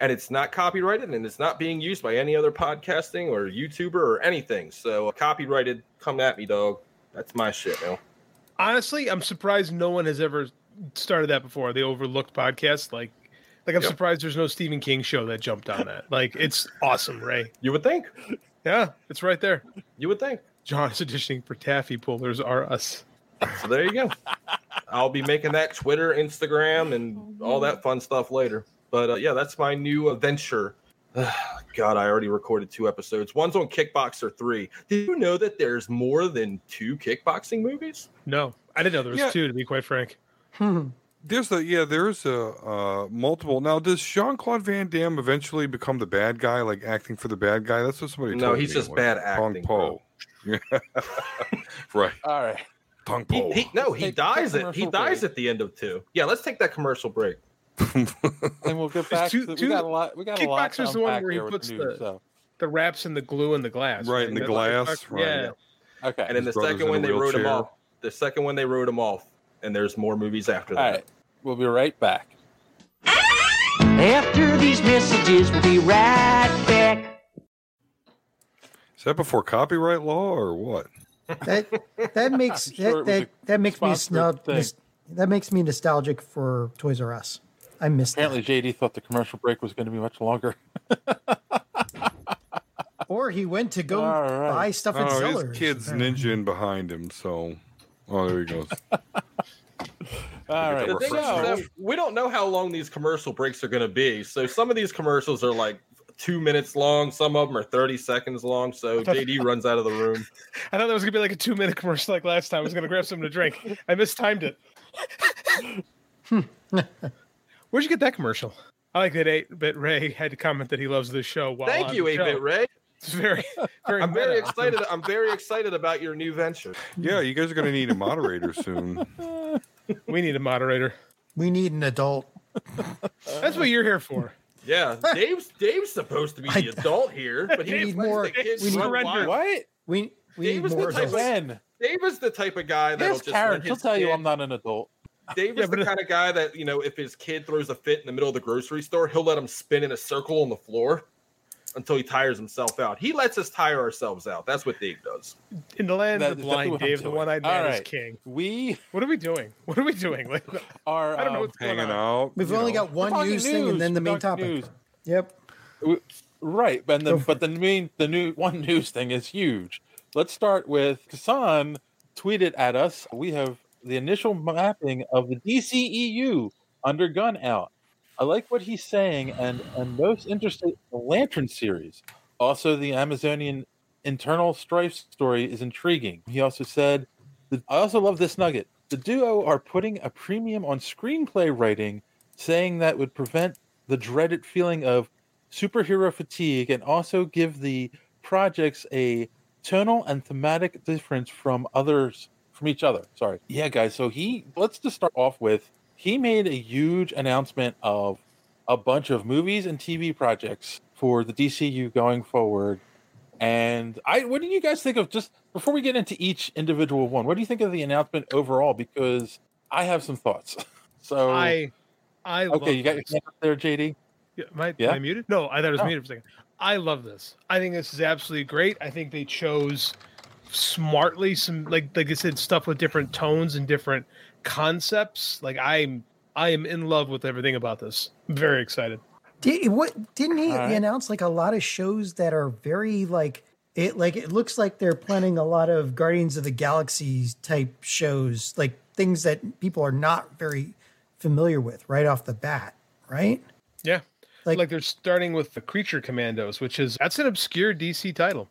and it's not copyrighted and it's not being used by any other podcasting or YouTuber or anything. So copyrighted, come at me, dog. That's my shit, man. Honestly, I'm surprised no one has ever started that before. The overlooked podcast, like, like I'm Yep. surprised there's no Stephen King show that jumped on that. Like, it's awesome, Ray. You would think. Yeah, it's right there. You would think. John's auditioning for Taffy Pullers are us. So there you go. I'll be making that Twitter, Instagram, and all that fun stuff later. But uh, yeah, that's my new adventure. God, I already recorded two episodes. One's on Kickboxer 3. Did you know that there's more than two kickboxing movies? No, I didn't know there was Yeah. two. To be quite frank, There's a yeah, there's a uh, multiple. Now, does Jean Claude Van Damme eventually become the bad guy, like acting for the bad guy? That's what somebody. No, told he's me. just Like, bad Tong acting, Uh, Po. right. All right. Tong He, Po. he- no, Let's he take that dies at he commercial dies break. at the end of two. Yeah, let's take that commercial break. And we'll get back two- to we two- got a lot we got a lot to Kickboxer's the one unpack where he here with puts the news, so. the wraps and the glue in the glass. Right, in in the glass, right. Yeah. Okay. And then the His brother's second in a one they wrote him wheelchair. off. The second one they wrote him off, and there's more movies after that. All right. We'll be right back. After these messages, we'll be right back. Is that before copyright law or what? That that makes I'm sure that, it was that, that makes me sponsored snub. thing. Mis- that makes me nostalgic for Toys R Us. I missed that. Apparently JD thought the commercial break was going to be much longer. Or he went to go All right. buy stuff at Oh, Zellers. his kid's ninja in behind him. So, oh, there he goes. All right. The thing is Refreshment. that we don't know how long these commercial breaks are going to be. So some of these commercials are like two minutes long. Some of them are thirty seconds long. So JD runs out of the room. I thought that was gonna be like a two minute commercial like last time. I was gonna grab something to drink. I mistimed it. Hmm. Where'd you get that commercial? I like that eight bit Ray had to comment that he loves this show. While Thank on you, the Eight Bit show. Ray. It's very, very. I'm very meta. excited. I'm very excited about your new venture. Yeah, you guys are going to need a moderator soon. We need a moderator. We need an adult. That's what you're here for. Yeah, Dave's Dave's supposed to be the adult here, but he We needs need more- The kids we need- run wild. What? We we Dave need is the more type adults. of Dave is the type of guy that'll Yes, just Karen, let she'll his tell you kid- I'm not an adult. Dave is the kind of guy that you know, if his kid throws a fit in the middle of the grocery store, he'll let him spin in a circle on the floor until he tires himself out. He lets us tire ourselves out. That's what Dave does. In the land That- of the that's what blind, I'm Dave, the doing. one eyed All man is right. king. We What are we doing? What are we doing? Like, are I don't know um, what's going Hanging on. out. We've you only know. got one talking news, thing and then the we're main talking topic. news. Yep. W- Right, but Go the, for but the main the new one news thing is huge. Let's start with Kasan tweeted at us. We have the initial mapping of the DCEU under gun out. I like what he's saying, and and most interested the Lantern series. Also, the Amazonian internal strife story is intriguing. He also said, the- I also love this nugget. The duo are putting a premium on screenplay writing, saying that would prevent the dreaded feeling of superhero fatigue and also give the projects a tonal and thematic difference from others from each other. Sorry. Yeah, guys. So he let's just start off with he made a huge announcement of a bunch of movies and TV projects for the DCU going forward. And I, what do you guys think of just before we get into each individual one? What do you think of the announcement overall? Because I have some thoughts. So I, I. love okay, you got your this. hand up there, JD. Yeah, Am I, Yeah? am I muted? No, I thought it was No. muted for a second. I love this. I think this is absolutely great. I think they chose smartly some like like I said stuff with different tones and different concepts. Like I'm I am in love with everything about this. I'm very excited. Did what didn't he All right. announce like a lot of shows that are very like it like it looks like they're planning a lot of Guardians of the Galaxy type shows, like things that people are not very familiar with right off the bat, right? Yeah. Like- Like, they're starting with the Creature Commandos, which is that's an obscure DC title.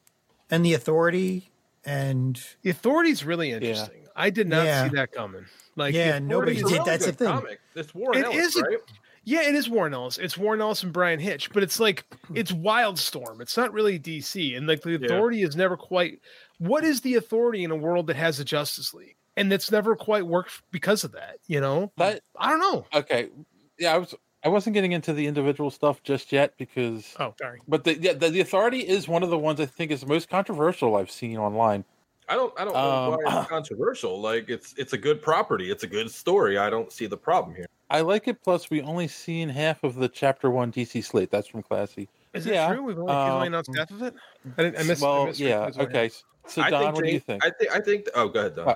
And the Authority and The Authority's really interesting. I did not Yeah. see that coming. Like The yeah, Authority nobody is did. really That's good. a thing. It's Warren It Ellis, is a- right? Yeah, it is Warren Ellis. It's Warren Ellis and Brian Hitch, but it's like it's Wildstorm. It's not really DC, and like the authority is never quite. What is the authority in a world that has a Justice League, and that's never quite worked because of that? You know, But I don't know. okay, yeah, I was I wasn't getting into the individual stuff just yet because Oh, sorry. but the yeah, the, the authority is one of the ones I think is the most controversial I've seen online. I don't I don't know Um, why it's controversial. Like it's it's a good property. It's a good story. I don't see the problem here. I like it. Plus, we only seen half of the chapter one DC slate. That's from Classy. Is it true? We've only, he's only announced half of it. I, didn't, I missed. um, Well, I missed yeah. Rickman's one. Okay. So, I Don, think what do you James- think? I think I think. Oh, go ahead, Don.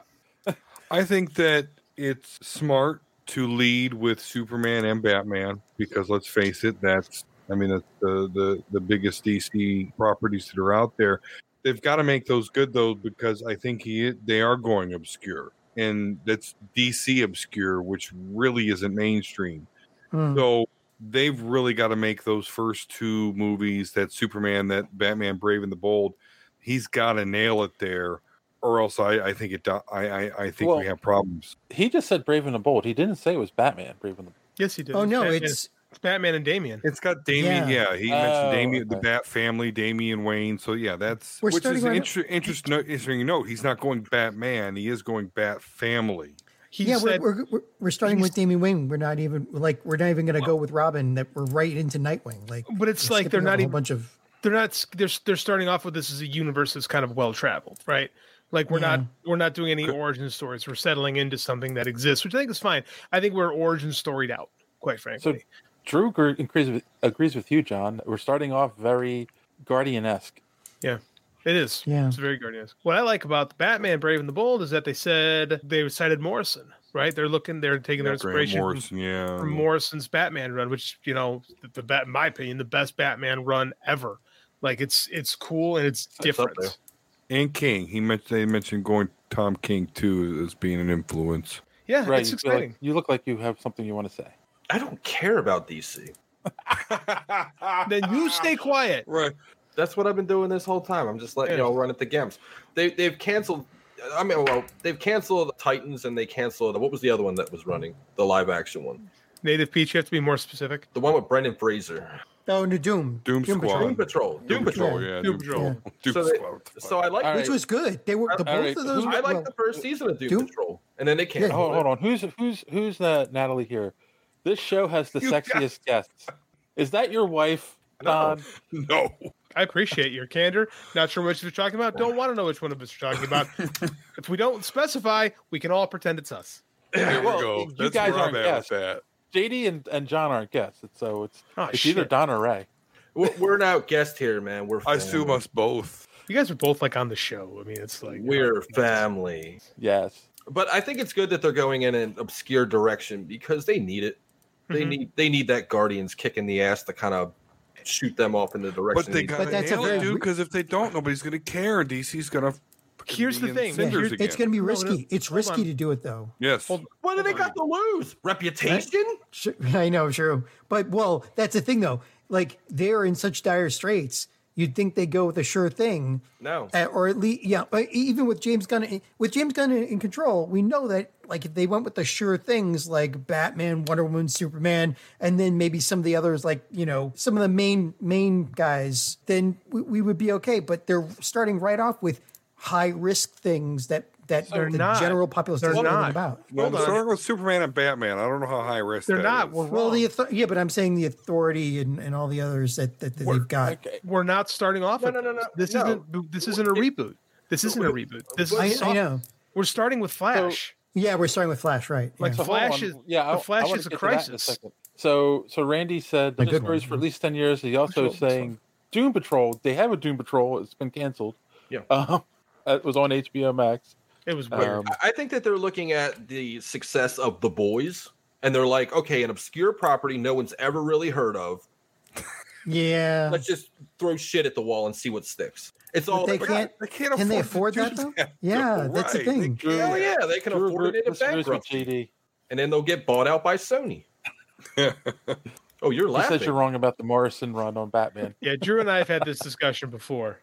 I think that it's smart to lead with Superman and Batman because let's face it, that's I mean that's the the the biggest DC properties that are out there. They've got to make those good though because I think he they are going obscure and that's DC obscure, which really isn't mainstream. Mm-hmm. Hmm. So they've really got to make those first two movies that Superman, that Batman, Brave and the Bold. He's got to nail it there, or else I, I think it. do- I I, I think Well- we have problems. He just said Brave and the Bold. He didn't say it was Batman. Brave and the Yes, he did. Oh, no, Batman- it's- it's Batman and Damien. It's got Damien, yeah, he mentioned Oh, Damien, the Bat family, Damien Wayne. So yeah, that's We're which is starting an right- inter- interest, no, interesting note. He's not going Batman. He is going Bat family. yeah, we're, we're, we're, we're starting with Damien Wayne. We're not even like we're not even going to go with Robin. That we're right into Nightwing. Like, But it's like they're skipping not over a even- whole bunch of they're not s- they're s- they're starting off with this as a universe that's kind of well traveled, right? Like we're not we're not doing any origin stories. We're settling into something that exists, which I think is fine. I think we're origin storied out, quite So frankly. Drew gr- agrees with, agrees with you, John. We're starting off very Guardian esque. Yeah, it is. Yeah. It's very Guardian. What I like about the Batman Brave and the Bold is that they said they cited Morrison, right? They're looking, they're taking their Grant inspiration from- Morrison, yeah. from Morrison's Batman run, which you know, the, the bat, in my opinion, the best Batman run ever. Like it's it's cool and it's different. and King. He mentioned they mentioned going Tom King too as being an influence. Yeah, right. it's you feel like- exciting. you look like you have something you want to say. I don't care about DC. then you stay quiet. Right. That's what I've been doing this whole time. I'm just letting y'all run at the games. They they've canceled. I mean, well, they've canceled Titans and they canceled. What was the other one that was running? The live action one. Native Peach, you have to be more specific. The one with Brendan Fraser. oh, no, Doom, Doom, Patrol. Doom Patrol. Doom, Patrol. yeah, Doom Doom Patrol. Patrol. So, they- so I like which was good. They were the, both of those. I were- like well, the first season of Doom, Patrol, and then they Hold, canceled. hold it. on. Who's who's who's the Natalie here? This show has the sexiest guests. Is that your wife? No. no. I appreciate your candor. Not sure which you're talking about. Don't want to know which one of us you're talking about. if we don't specify, we can all pretend it's us. There we go. You That's guys where I'm aren't at guests. with that. JD and, and John aren't guests. It's, so it's Oh, it's either shit. Don or Ray. We're, we're not guest here, man. We're I assume family. us both. You guys are both like on the show. I mean, it's like uh, We're family. Yes. But I think it's good that they're going in an obscure direction because they need it. They Mm-hmm. Mhm. need they need that Guardians kick in the ass to kind of shoot them off in the direction. But they got to nail it, dude. Because if they don't, nobody's going to care. and DC's going to. Here's the thing. yeah, Cinders it's again. going to be No, no, risky. it's hold risky on. to do it though. Yes. what do they got to lose? Reputation? Sure, I know, sure. But well, that's the thing though. Like they're in such dire straits. You'd think they go with a sure thing. No. Uh, or at least, yeah. But even with James Gunn, in- with James Gunn in, in control, we know that like if they went with the sure things like Batman, Wonder Woman, Superman, and then maybe some of the others, like you know, some of the main main guys, then we, we would be okay. But they're starting right off with high risk things that that They're the not. general populace They're doesn't know not. anything about. Well, Hold on. starting with Superman and Batman. I don't know how high risk They're that not. is. We're Well, wrong. the author- yeah, but I'm saying the authority and, and all the others that, that, that they've got. We're not starting off. No, with no, no, no, those. This no. isn't. This isn't a reboot. This isn't a reboot. This is. I- I soft- know. We're starting with Flash. Yeah, we're starting with Flash, right? Like yeah. So hold Flash on. is- yeah, the I- I Flash wanna is a get to that in crisis. second. so so Randy said A the good stories one. for at least ten years. He also Control, saying Doom Patrol. They have a Doom Patrol. It's been canceled. Yeah. um, it was on HBO Max. It was Weird. Um, I I think that they're looking at the success of the boys and they're like, okay, an obscure property no one's ever really heard of. Yeah. Let's just throw shit at the wall and see what sticks. It's all they can't. can they afford that though? Yeah, that's the thing. Hell yeah, they can Drew afford it in a listeners with bankruptcy. And then they'll get bought out by Sony. oh, you're He laughing. says you're wrong about the Morrison run on Batman. Yeah, Drew and I have had this discussion before.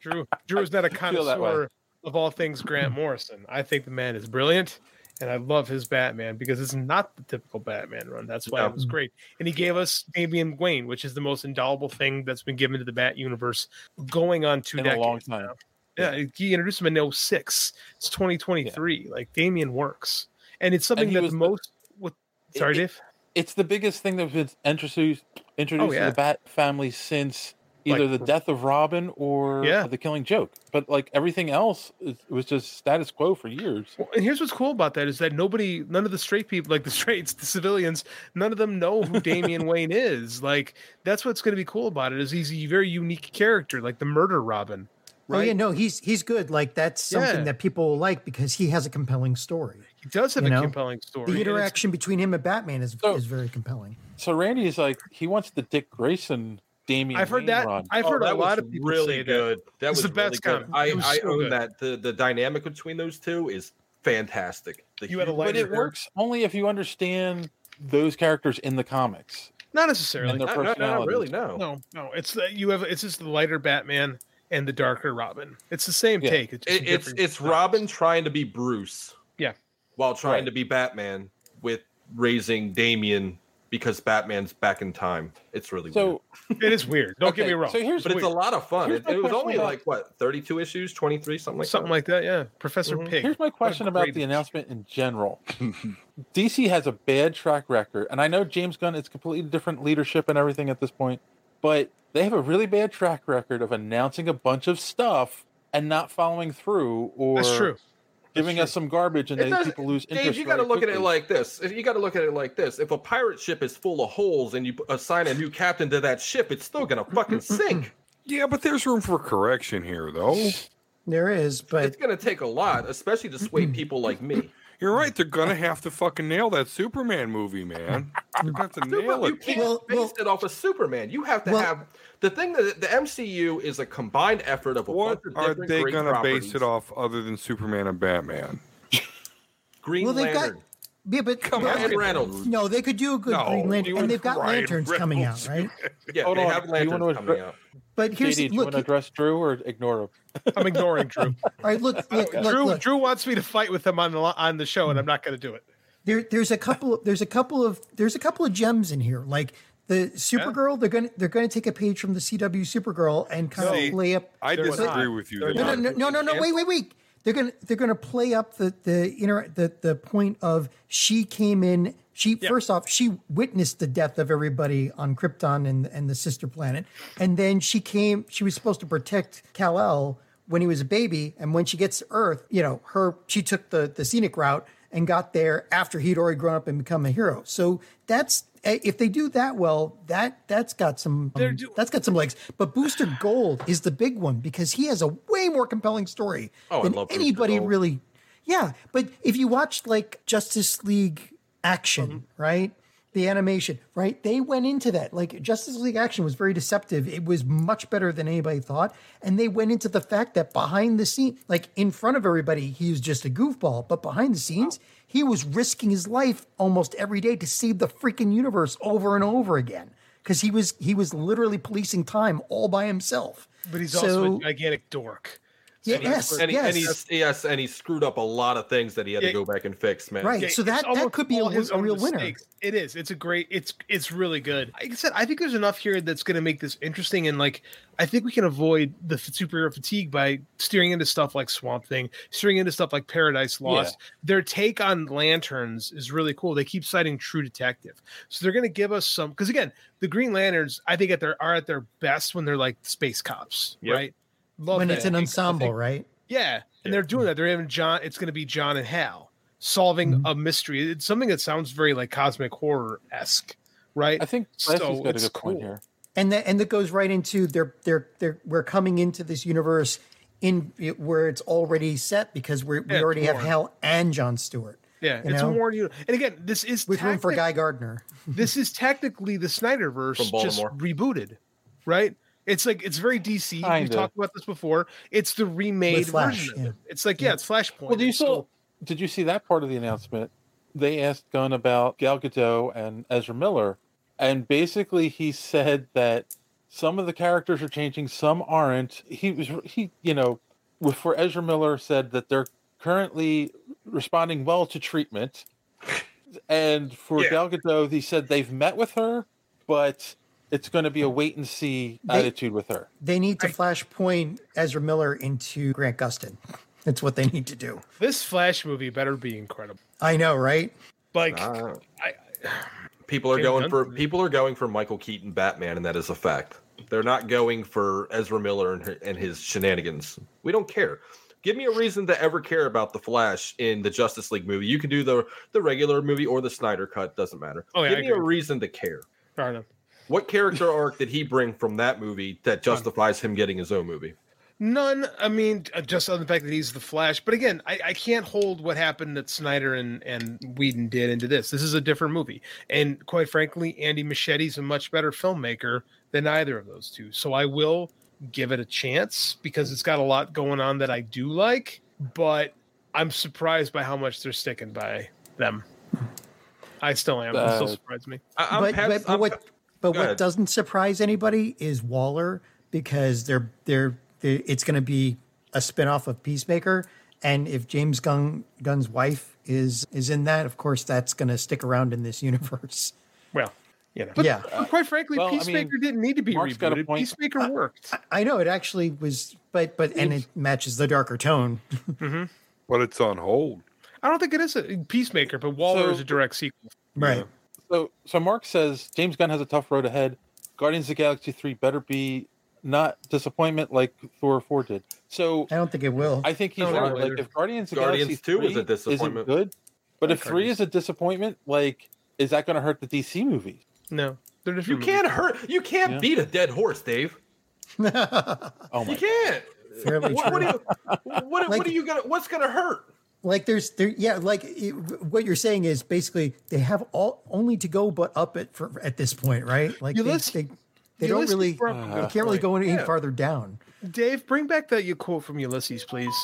Drew, Drew is not a feel that way. connoisseur of all things Grant Morrison. I think the man is brilliant, and I love his Batman because it's not the typical Batman run. That's why No. it was great. And he gave us Damian Wayne, which is the most indelible thing that's been given to the Bat universe, going on two In a decades long time. now. Yeah, he introduced him in 06. It's 2023. Like Damian works, and it's something he that was the most. With sorry, It- Dave. It's the biggest thing that's been introduced introduced Oh, yeah. to the Bat family since either the death of Robin or Yeah. the Killing Joke. But like everything else, is- it was just status quo for years. And here's what's cool about that is that nobody, none of the straight people, like the straights, the civilians, none of them know who Damian Wayne is. Like that's what's going to be cool about it is he's a very unique character, like the murder Robin. Oh yeah, no, he's he's good. Like that's something Yeah. that people will like because he has a compelling story. He does have You a know? compelling story. The and it's- interaction between him and Batman is is very compelling. So Randy is like he wants the Dick Grayson Damien. I've heard that- Run. I've heard Oh, that a lot was of people really say that. good. That It's was the best really good. comic. I, It was I so own good. that. The the dynamic between those two is fantastic. The You had a humor- but it works only if you understand those characters in the comics. Not necessarily. And their Not- not- not really, personalities. no. No, no. It's that you have. It's just the lighter Batman and the darker Robin. It's the same take. It's, just It- a it's different- it's Robin trying to be Bruce yeah. while trying Right. to be Batman with raising Damien because Batman's back in time. It's really weird. So it is weird. Don't get Okay, me wrong. so here's but it's a lot of fun. Here's It, my it was question only about- like what 32 issues, 23 something like something that. like that. Yeah, Professor Mm-hmm. Mhm. Pig. Here's my question about the announcement in general. DC has a bad track record, and I know James Gunn is completely different leadership and everything at this point, but they have a really bad track record of announcing a bunch of stuff and not following through or That's true. giving us some garbage and It then does- people lose interest. Dave, you got to very look at it quickly. like this. You got to look at it like this. If a pirate ship is full of holes and you p- assign a new captain to that ship, it's still gonna fucking sink. Yeah, but there's room for correction here, though. There is, but It's gonna take a lot, especially to sway people like me. You're right. They're gonna have to fucking nail that Superman movie, man. They're gonna have to nail you it. can't base it off of Superman. You have to have the thing that the MCU is a combined effort of a What bunch of are different they great gonna properties. base it off other than Superman and Batman? Green Well, they've got- Lantern. yeah, but Come but- on, Ryan Reynolds. No, they could do a good No, Green Lantern, you and and they've got Ryan lanterns coming out, right? Yeah, Hold they on. have Do you lanterns want to coming addre- out. But here's JD, do you look. want to address Drew or ignore him? I'm ignoring Drew. All right, look, look, look, Drew, look. Drew wants me to fight with him on the lo- on the show, and I'm not going to do it. There, there's a couple. There's a couple of there's a couple of gems in here, like the Supergirl. They're gonna they're gonna take a page from the CW Supergirl and kind See, of lay up. I They're disagree not. with you. No, no, no, no, no, no, wait, wait, wait. They're gonna they're gonna play up the the inter the the point of she came in. She first off she witnessed the death of everybody on Krypton and and the sister planet, and then she came. She was supposed to protect Kal El when he was a baby, and when she gets to Earth, you know, her she took the the scenic route and got there after he'd already grown up and become a hero. So that's Eh, if they do that well, that that's got some um, that's got some legs. But Booster Gold is the big one because he has a way more compelling story Oh, I than love Booster anybody Gold. really. Yeah, but if you watch like Justice League action, right? The animation, right? They went into that. Like Justice League action was very deceptive. It was much better than anybody thought. And they went into the fact that behind the scene, like in front of everybody, he was just a goofball. But behind the scenes, he was risking his life almost every day to save the freaking universe over and over again. Because he was he was literally policing time all by himself. But he's So- also a gigantic dork. Yeah, And he- yes, and he, yes. and he's, yes, and he screwed up a lot of things that he had Yeah. to go back and fix, man. Right, so it's that- that almost could be a all wo- his a own real winner. mistakes. It is. It's a great. It's it's really good. Like I said, I think there's enough here that's going to make this interesting, and like I think we can avoid the f- superhero fatigue by steering into stuff like Swamp Thing, steering into stuff like Paradise Lost. Their take on lanterns is really cool. They keep citing True Detective, so they're going to give us some. Because again, the Green Lanterns, I think at their are at their best when they're like space cops, Yep. right? Love when that. it's an I think- I ensemble, think- right? yeah, and they're doing that. They're having John. It's going to be John and Hal solving a mystery. It's something that sounds very like cosmic horror esque, right? I think Leslie's got a good point here. and that and that goes right into their their their we're coming into this universe in where it's already set because we're, we Yeah, already have Warren. Hell and John Stewart. Yeah, you it's know? a Warren Uni- And again, this is with room for Guy Gardner. this is technically the From Snyderverse just Baltimore. rebooted, right? It's like it's very DC. we Kinda. talked about this before. It's the remade With Flash, version. Of yeah. it. It's like yeah, it's Flashpoint. Well, do you It's still- still? Did you see that part of the announcement? They asked Gunn about Gal Gadot and Ezra Miller, and basically he said that some of the characters are changing, some aren't. He was he, you know, with- for Ezra Miller said that they're currently responding well to treatment, and for Gal Gadot, he said they've met with her, but it's going to be a wait and see They- attitude with her. They need to flashpoint Ezra Miller into Grant Gustin. That's what they need to do. this Flash movie better be incredible. I know, right? Like people are Jim going Gunn- for people are going for Michael Keaton Batman, and that is a fact. They're not going for Ezra Miller and, her, and his shenanigans. We don't care. Give me a reason to ever care about the Flash in the Justice League movie. You can do the the regular movie or the Snyder cut. Doesn't matter. Oh, yeah, Give I me a agree. reason to care. Fair enough. What character arc did he bring from that movie that justifies him getting his own movie? None. I mean, uh, just on the fact that he's the Flash. But again, I, I can't hold what happened that Snyder and and Whedon did into this. This is a different movie, and quite frankly, Andy Machete's a much better filmmaker than either of those two. So I will give it a chance because it's got a lot going on that I do like. But I'm surprised by how much they're sticking by them. I still am. it still Uh, surprised me. but, but, but what but Go what ahead. doesn't surprise anybody is Waller because they're they're, they it's going to be a spinoff of Peacemaker, and if James Gunn Gunn's wife is is in that, of course, that's going to stick around in this universe. Well, you know, But- Yeah. quite frankly, Well, I mean, Peacemaker didn't need to be Mark's got a rebooted. point. Peacemaker worked. I know it actually was, but but and it matches the darker tone. Mm-hmm. But it's on hold. I don't think it is a Peacemaker, but Waller So- is a direct sequel. Right. So so Mark says James Gunn has a tough road ahead. Guardians of the Galaxy 3 better be not disappointment like Thor 4 did. So I don't think it will. I think he's No, no, right. later. Like if Guardians of the Guardians Galaxy 2 was a 3 isn't disappointment. good, but Yeah, if 3 is a disappointment, like is that going to hurt the DC movie? No. Mm-hmm. You can't hurt. You can't Yeah. beat a dead horse, Dave. Oh my You can't. Fairly what, what, are true. you, what, what are you gonna? What's gonna hurt? Like there's there yeah like it, what you're saying is basically they have all only to go but up at for, at this point right like they, they, they don't Ulysses really brought up a they good can't really point. go any Yeah. farther down. Dave, bring back that you quote from Ulysses, please.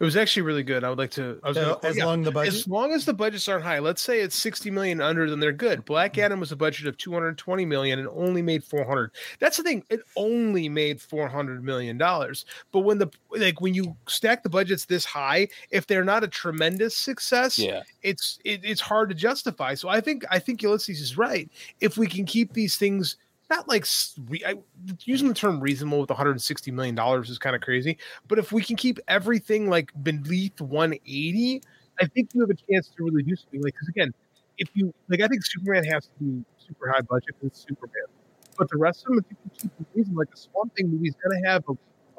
It was actually really good. I would like to. I was gonna Uh, quote- as long the budget- as long as the budgets aren't high. Let's say it's sixty million under, then they're good. Black Adam was a budget of two hundred twenty million and only made four hundred. That's the thing; it only made four hundred million dollars. But when the like when you stack the budgets this high, if they're not a tremendous success, Yeah. it's it, it's hard to justify. So I think I think Ulysses is right. If we can keep these things not like s- re- I, using the term reasonable with 160 million dollars is kind of crazy, but if we can keep everything like beneath 180, I think you have a chance to really do something. Like because again, if you like, I think Superman has to be super high budget because it's Superman, but the rest of them, if you can keep them reasonable, like the Swamp Thing movie is going to have a,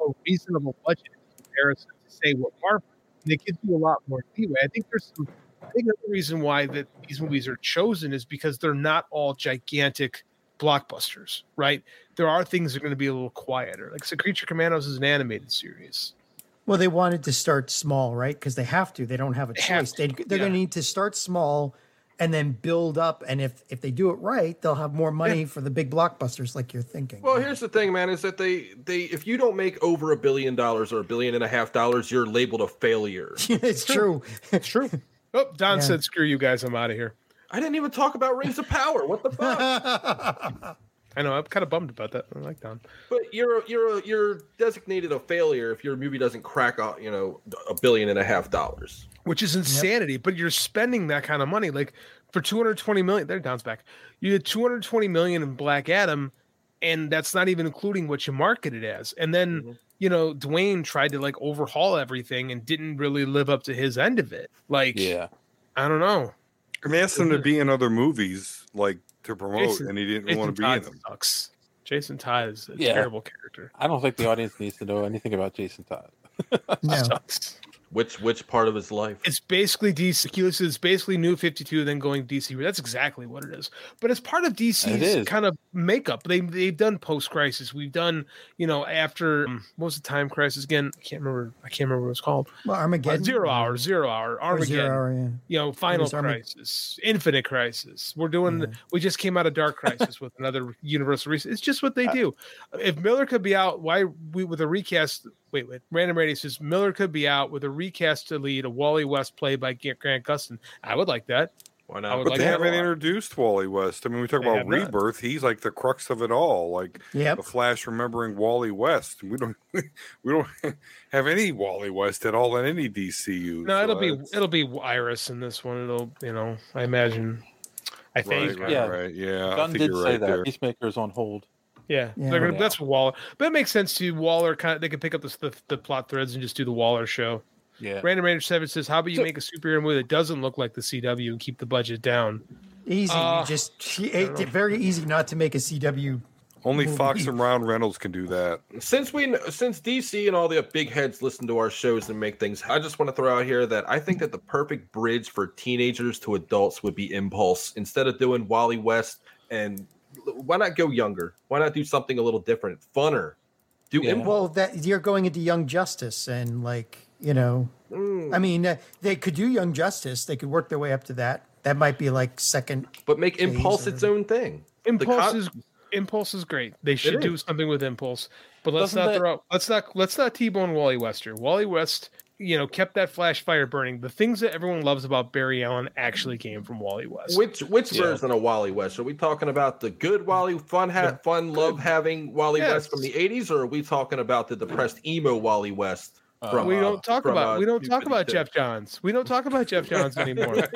a reasonable budget in comparison to say what Marvel, and it gives you a lot more leeway. I think there's some I think another reason why that these movies are chosen is because they're not all gigantic blockbusters, right? There are things that are going to be a little quieter. Like so Creature Commandos is an animated series. Well, they wanted to start small, right? Because they have to. They don't have a choice. They, they're going to need to start small and then build up. And if if they do it right, they'll have more money for the big blockbusters, like you're thinking. Well, here's the thing, man, is that they they if you don't make over a billion dollars or a billion and a half dollars, you're labeled a failure. it's true. It's true. Oh, Don Yeah. said, "Screw you guys, I'm out of here." I didn't even talk about Rings of Power. What the fuck? I know I'm kind of bummed about that. I like Don. but you're you're you're designated a failure if your movie doesn't crack out, you know, a billion and a half dollars. which is insanity. But you're spending that kind of money, like for 220 million. There, Don's back. You did 220 million in Black Adam, and that's not even including what you market it as. And then you know, Dwayne tried to like overhaul everything and didn't really live up to his end of it. Like, yeah, I don't know. And they asked him to be in other movies, like to promote, Jason- and he didn't Jason want to be Todd in them. Sucks. Jason Todd is a Yeah. terrible character. I don't think the audience needs to know anything about Jason Todd. Which which part of his life? It's basically DC. Ulysses is basically New Fifty Two, then going DC. That's exactly what it is. But it's part of It DC's is. kind of makeup. They they've done post crisis. We've done you know after Mm. um, what was the time crisis again? I can't remember. I can't remember what it's called. Well, Armageddon. Uh, zero hour, zero hour, Or Armageddon. Zero Hour, yeah. You know, Final was Armag- Crisis, Infinite Crisis. We're doing. Mm-hmm. We just came out of Dark Crisis with another Universal reset. It's just what Uh, they do. If Miller could be out, why we with a recast? Wait, wait. Random Radio says Miller could be out with a recast to lead a Wally West play by Ga- Grant Gustin. I would like that. Why I would but like they that. haven't introduced Wally West. I mean, we talk They about have not. rebirth. He's like the crux of it all. Like Yep. the Flash remembering Wally West. We don't, we don't have any Wally West at all in any DCU. No, so it'll be that's- it'll be Iris in this one. It'll you know, I imagine. I think. right, right, Yeah. right. Yeah, I Gunn think did you're say right that there. Peacemaker is on hold. Yeah, Yeah. they're gonna, Yeah. that's Waller, but it makes sense to Waller. Kind of, they can pick up the, the the plot threads and just do the Waller show. Yeah. Random Ranger Seven says, "How about you make a superhero movie that doesn't look like the CW and keep the budget down?" Easy. Uh, you just I don't it, know. very easy not to make a CW Only Well, Fox we- and Ryan Reynolds can do that. Since we, kn- since DC and all the big heads listen to our shows and make things, I just want to throw out here that I think that the perfect bridge for teenagers to adults would be Impulse. Instead of doing Wally West, and why not go younger? Why not do something a little different, funner? Do Impulse. Well, that you're going into Young Justice and like you know, Mm. I mean, uh, they could do Young Justice. They could work their way up to that. That might be like second. But make phase Impulse or- its own thing. The Impulse co- is Impulse is great. They It should do is. something with Impulse. But let's Doesn't not that- throw out, let's not let's not T-bone Wally Wester. Wally West, you know, kept that flash fire burning. The things that everyone loves about Barry Allen actually came from Wally West. Which which Yeah. version of Wally West? Are we talking about the good Wally fun hat fun love having Wally Yes. West from the eighties, or are we talking about the depressed emo Wally West? From, we uh, don't talk from, about uh, we don't talk Duke about 52? Jeff Johns. We don't talk about Jeff Johns anymore.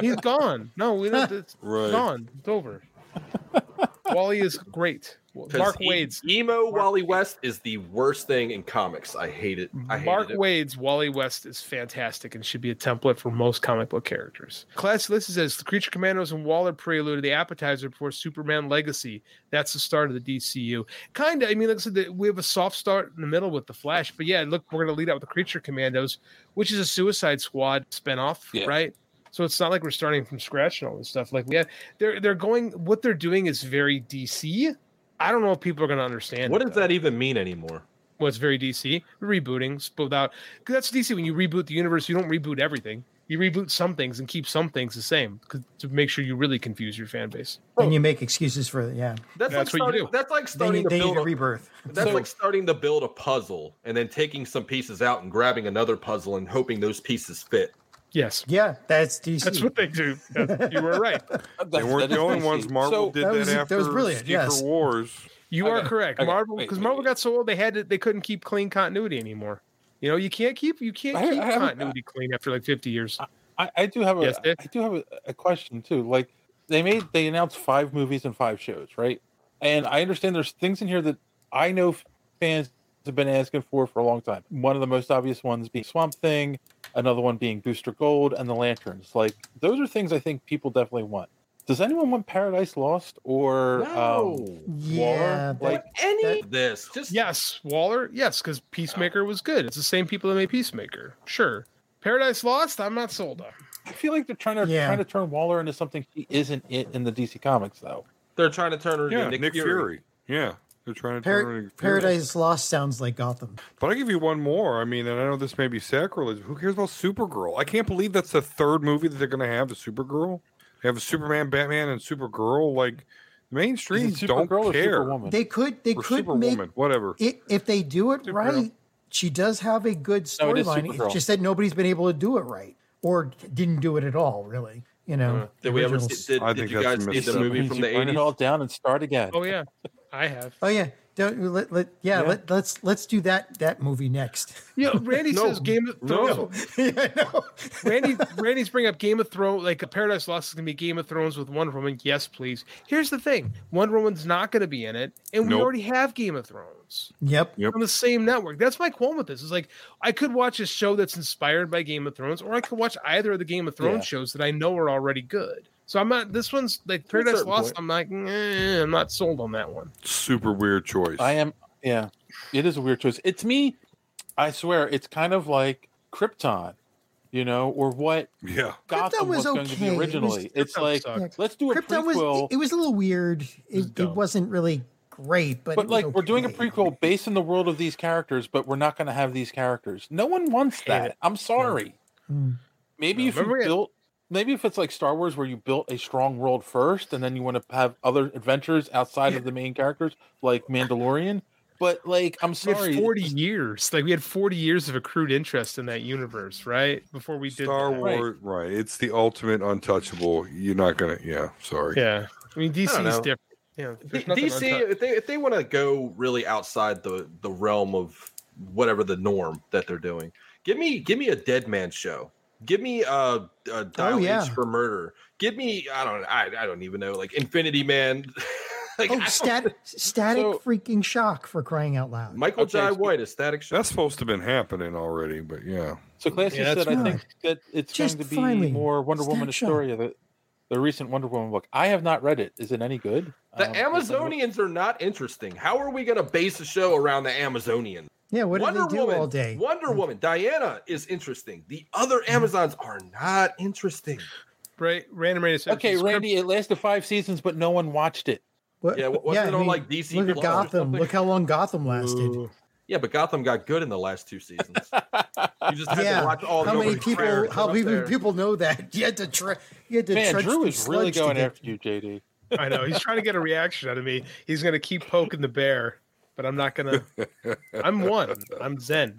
He's gone. No, we don't. It's Right. gone. It's over. Wally is great. 'Cause Mark e- Wade's emo Wally West is the worst thing in comics. I hate it. Mm-hmm. I hate Mark it. Wade's Wally West is fantastic and should be a template for most comic book characters. Class list says the Creature Commandos and Waller Prelude are the appetizer before Superman Legacy. That's the start of the DCU. Kind of, I mean, like I said, the- we have a soft start in the middle with the Flash, but yeah, look, we're going to lead out with the Creature Commandos, which is a Suicide Squad spinoff, Yeah. right? So it's not like we're starting from scratch and all this stuff. Like, yeah, they're they're going. What they're doing is very DC. I don't know if people are going to understand. What it, does that even mean anymore? well, it's very DC rebooting sp- without 'cause that's DC when you reboot the universe, you don't reboot everything. You reboot some things and keep some things the same 'cause- to make sure you really confuse your fan base. And you make excuses for it. Yeah. That's, That's like what starting, you do. That's like They starting need, they to need build a a, rebirth. That's like starting to build a puzzle and then taking some pieces out and grabbing another puzzle and hoping those pieces fit. Yes. Yeah, that's DC. That's what they do. Yeah, you were right. They weren't the only ones. Marvel did that, after Secret Wars. You are correct. okay, Marvel wait, because Marvel got so old they had to, they couldn't keep clean continuity anymore. You know, you can't keep you can't I- keep I haven't- continuity clean after like 50 years. I, I do have a I Yes, Dave? do have a, a question too. Like they made they announced five movies and five shows, right? And I understand there's things in here that I know fans have been asking for for a long time. One of the most obvious ones being Swamp Thing, another one being Booster Gold and the Lanterns. Like those are things I think people definitely want. Does anyone want Paradise Lost or um, War? Like any this just yes Waller yes because Peacemaker was good. It's the same people that made Peacemaker. Sure, Paradise Lost. I'm not sold on. I feel like they're trying to trying to turn Waller into something she isn't in, in the DC Comics though. They're trying to turn her Yeah, Nick, Fury. Yeah, they're trying to turn her Par- into Fury. Paradise Lost sounds like Gotham. But I'll give you one more. I mean, and I know this may be sacrilege. Who cares about Supergirl? I can't believe that's the third movie that they're going to have the Supergirl. They have Superman, Batman, and Supergirl. Like, mainstream don't care. They could. They Or could Superwoman, make whatever. it if they do it right. She does have a good No, it is storyline. Supergirl. it's just that nobody's been able to do it right or didn't do it at all. Really, you know. Uh, did we ever original see- did- I did think you that's guys a see the missed movie Did from you the burn 80s? it all down and start again. Oh yeah, I have. Oh yeah, don't let, let yeah, Yeah. Let, let's let's do that that movie next. Yeah, Randy No, says Game of no. Thrones. Randy, Randy's bringing up Game of Thrones. Like Paradise Lost is gonna be Game of Thrones with Wonder Woman. Yes, please. Here's the thing: Wonder Woman's not gonna be in it, and we Nope. already have Game of Thrones Yep. on the same network. That's my qualm with this. Is like I could watch a show that's inspired by Game of Thrones, or I could watch either of the Game of Thrones Yeah. shows that I know are already good. So I'm not. This one's like Paradise certain Lost. point. I'm like, eh, I'm not sold on that one. Super weird choice. I am. Yeah, it is a weird choice. It's me. I swear, it's kind of like Krypton, you know, or what? Yeah, Gotham was, was going to okay. It be was- originally. it's Krypton like sucked. let's do a Krypton was prequel. it, it was a little weird. It, it wasn't really great, but, but it was like we're okay. doing a prequel based in the world of these characters, but we're not going to have these characters. No one wants that. I'm sorry. Hmm. Maybe if you built, maybe if it's like Star Wars, where you built a strong world first, and then you want to have other adventures outside of the main characters, like Mandalorian. But like, I'm We sorry, had 40 years. Like we had 40 years of accrued interest in that universe, right? Before we did Star that. Wars, right. It's the ultimate untouchable. You're not going to, yeah, sorry. Yeah. I mean, DC don't is know. different. Yeah. D- there's nothing DC, untou- if they if they want to go really outside the the realm of whatever the norm that they're doing, give me give me a Dead Man show. Give me uh, a Dial Oh, yeah. H for Murder. Give me I don't I, I don't even know like Infinity Man. like I oh don't- stat, static freaking shock for crying out loud. Michael Jai White is static. That's supposed to have been happening already, but yeah. So Clancy Yeah, that's said, I fine. think that it's Just going to be finally, more Wonder Woman snapshot. Astoria, the, the recent Wonder Woman book. I have not read it. Is it any good? The Amazonians are not interesting. How are we going to base a show around the Amazonian? Yeah, what Wonder do they do Woman, all day? Mm. Wonder Woman, Diana is interesting. The other Amazons are not interesting. Right, random radio. Okay, Randy, it lasted five seasons, but no one watched it. What? Yeah, what- wasn't it on, like, DC Look at Plus or Gotham. something? Look how long Gotham lasted. Yeah, but Gotham got good in the last two seasons. You just had to watch all how the many over people? prayers How up many there. people know that? You had to. Tra- you had to. Man, trench Drew through is really sludge to going get- after you, JD. I know he's trying to get a reaction out of me. He's going to keep poking the bear, but I'm not going to. I'm one. I'm Zen.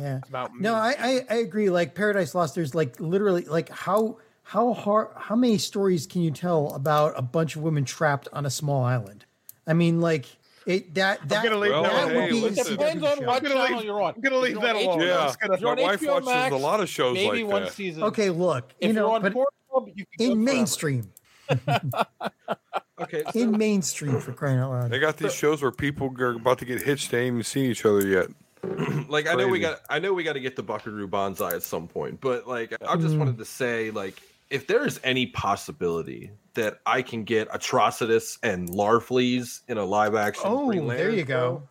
Yeah. About No, I, I I agree. Like Paradise Lost, there's like literally like how how hard how many stories can you tell about a bunch of women trapped on a small island? I mean, like it that that, gonna leave that, that would alone. be a It CW depends on show. what I'm gonna channel leave- you're on. I'm gonna leave If you're that on alone. HBO Yeah, If you're my on wife HBO watches Max, a lot of shows maybe like one that. season. Okay, look, If you you're know, on but Pornhub, you can go in forever. mainstream, Okay, in mainstream for crying out loud. They got these shows where people are about to get hitched. They ain't even seen each other yet. like I know we Crazy. got I know we got to get the Buckaroo Banzai at some point, but like I just Mm. wanted to say like if there is any possibility that I can get Atrocitus and Larfleas in a live action, Oh, Green there Lantern you go.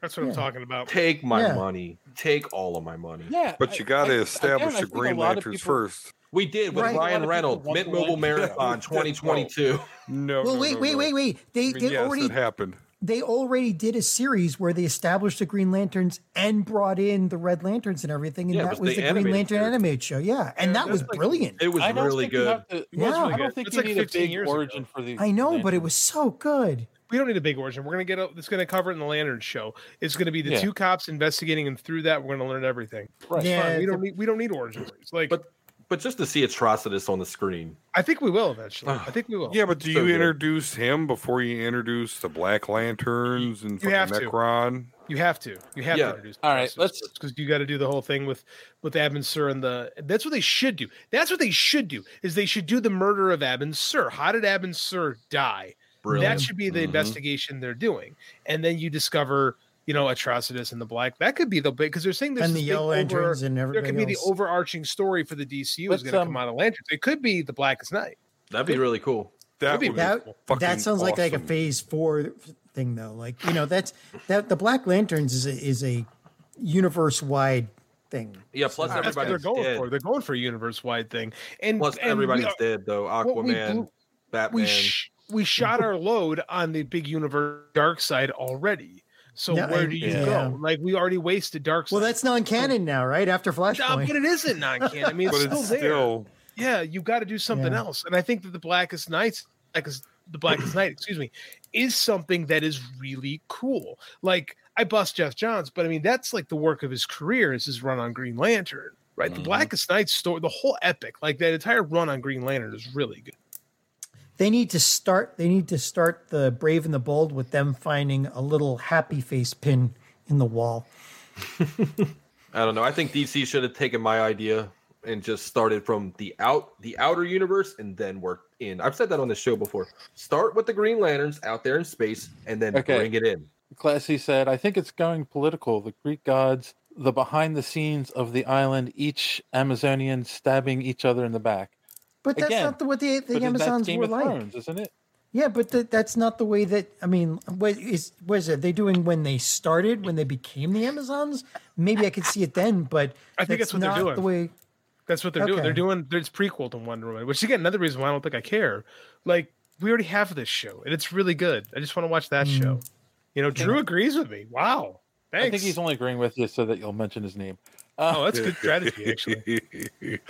That's what I'm Yeah. talking about. Take my Yeah. money. Take all of my money. Yeah, But you got to establish I the think a Green lot of Lanterns people- first. We did with Right. A lot of Ryan people Reynolds, want Mint the Mobile Lantern. Marathon 2022. No. Well, no, wait, no, wait, no. wait, wait. They I mean, they yes, already it happened. they already did a series where they established the Green Lanterns and brought in the Red Lanterns and everything, and Yeah, it that was was the the, Green animated Lantern series. animated show. Yeah, and that was brilliant. It was I don't really think you good. have to- Yeah. really I good. don't think That's you like need a 15 big years ago. origin for the. I know, but it was so good. we don't need a big origin. We're gonna get a, it's gonna cover it in the Lantern Show. It's gonna be the Yeah. two cops investigating, and through that, we're gonna learn everything. Right. It's fine. Yeah, we don't need we don't need origin stories. Like, But but just to see Atrocitus on the screen. I think we will eventually. I think we will. Yeah, but do So you good. introduce him before you introduce the Black Lanterns and You have fucking to. Necron? You have to. You have Yeah. to introduce. All right, let's- because you got to do the whole thing with with Abin Sur and the. That's what they should do. That's what they should do. Is they should do the murder of Abin Sur. How did Abin Sur die? Brilliant. That should be the Mhm. investigation they're doing, and then you discover. You know, Atrocitus and the Black. That could be the big because they're saying there's And the this big Yellow over- Lanterns and There could be everybody the else. overarching story for the DCU is Let's, going to come um, out of Lanterns. It could be the Blackest Night. That'd be really cool. That That'd be would be That fucking that sounds like like a awesome. Phase Four thing, though. Like you know, that's that the Black Lanterns is a, is a universe wide thing. Yeah, plus That's what they're everybody's going dead. for. They're going for a universe wide thing. And Plus and we everybody's are- dead though. what we Aquaman, blew- Batman. we sh- we shot our load on the big universe dark side already. So Yeah, where and- do you yeah. go? Like we already wasted dark side. Well, that's non canon now, right? After Uh, but Flashpoint, it isn't non canon. I mean, But it's it's still there. still Yeah, you got to do something Yeah. else. And I think that the Blackest Nights, because the Blackest Night, excuse me, is something that is really cool. Like I bust Jeff Johns, but I mean that's like the work of his career is his run on Green Lantern, right? Mm-hmm. The Mhm. Blackest Night story, the whole epic, like that entire run on Green Lantern is really good. they need to start. They need to start the Brave and the Bold with them finding a little happy face pin in the wall. I don't know. I think DC should have taken my idea and just started from the out the outer universe and then worked in. I've said that on the show before. Start with the Green Lanterns out there in space and then Okay. bring it in. Classy said, I think it's going political. The Greek gods, the behind the scenes of the island, each Amazonian stabbing each other in the back. But that's Again, not the, what the, the But then Amazons that's Game were of like. Thrones, isn't it? Yeah, but th- that's not the way that I mean. What is was it? They doing when they started, when they became the Amazons? Maybe I could see it then, but I think that's what they're not doing. The way That's what they're doing. They're Okay. doing there's prequel to Wonder Woman, which again another reason why I don't think I care. Like we already have this show and it's really good. I just want to watch that show. You know, Drew agrees with me. Wow. Thanks. I think he's only agreeing with you so that you'll mention his name. Oh, that's good strategy, actually.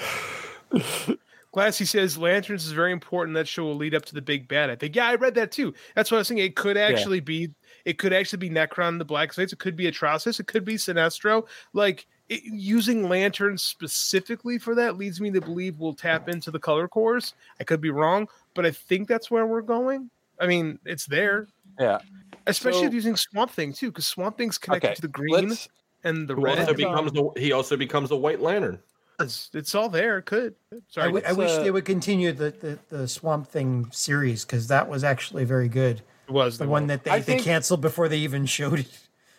Glassy says Lanterns is very important. That show will lead up to the big bad. I think. Yeah, I read that too. That's what I was thinking. It could actually be. It could actually be Necron, the Black Slates. It could be Atrocitus. It could be Sinestro. Like it, using lanterns specifically for that leads me to believe we'll tap into the color cores. I could be wrong, but I think that's where we're going. I mean, it's there, Yeah. especially So- if using Swamp Thing too, because Swamp Thing's connected Okay. to the green let's- and the Who red. also becomes the, he also becomes a White Lantern. It's, it's all there. It could. I, Sorry. w- I it's, wish uh, they would continue the the, the Swamp Thing series because that was actually very good. it was The one that they, I they think- canceled before they even showed it.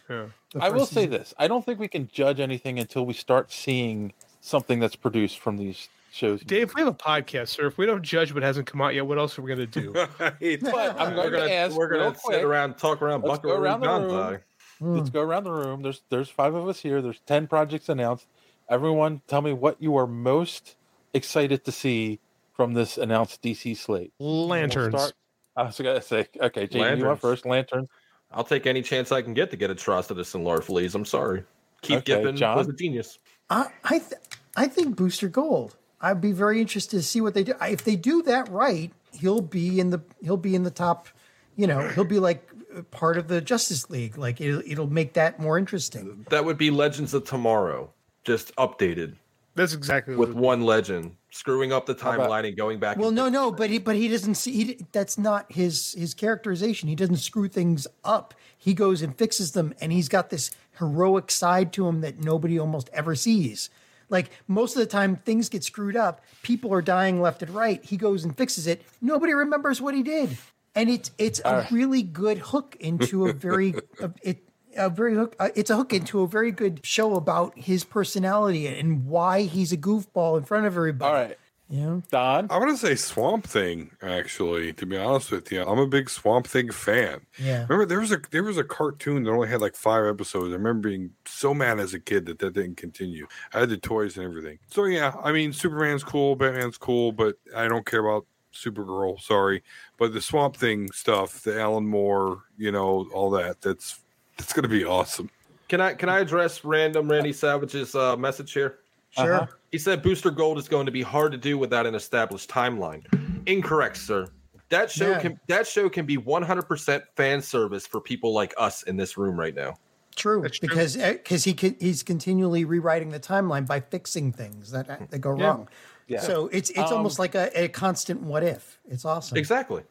Yeah. The I will first say season. this I don't think we can judge anything until we start seeing something that's produced from these shows. Dave, we have a podcast, sir. If we don't judge what hasn't come out yet, what else are we going to do? But I'm we're going gonna to ask. we're real gonna quick, sit around talk around Let's go Buckaroo around the Banzai. room. Let's go around the room. There's there's five of us here. There's ten projects announced. Everyone, tell me what you are most excited to see from this announced DC slate. We'll Lanterns. start- I was gonna say, okay, Jamie, you want Lanterns. first? Lanterns. I'll take any chance I can get to get a Atrocitus and Laura Fleas. I'm sorry. Keith Okay, Giffen John? was a genius. I I, th- I think Booster Gold. I'd be very interested to see what they do. I- If they do that right, he'll be in the he'll be in the top. You know, he'll be like uh, part of the Justice League. Like it'll, it'll make that more interesting. That would be Legends of Tomorrow, just updated That's exactly with one legend, screwing up the timeline and going back. Well, no, no, but he but he doesn't see. He, d- that's not his his characterization. He doesn't screw things up. He goes and fixes them, and he's got this heroic side to him that nobody almost ever sees. Like most of the time, things get screwed up. People are dying left and right. He goes and fixes it. Nobody remembers what he did, and it's it's a Ah. really good hook into a very a, it a very hook. Uh, it's a hook into a very good show about his personality and why he's a goofball in front of everybody. All right, yeah, Don. I want to say Swamp Thing. Actually, to be honest with you, I'm a big Swamp Thing fan. Yeah. Remember, there was a there was a cartoon that only had like five episodes. I remember being so mad as a kid that that didn't continue. I had the toys and everything. So yeah, I mean, Superman's cool, Batman's cool, but I don't care about Supergirl. Sorry, but the Swamp Thing stuff, the Alan Moore, you know, all that. That's that's gonna be awesome. Can I can I address random Randy Savage's uh, message here? Sure. Uh-huh. He said Booster Gold is going to be hard to do without an established timeline. Incorrect, sir. That show Man. can that show can be 100% fan service for people like us in this room right now. True, because because he can, he's continually rewriting the timeline by fixing things that that go Yeah. wrong. Yeah. So it's it's almost like a, a constant what if. It's awesome. Exactly.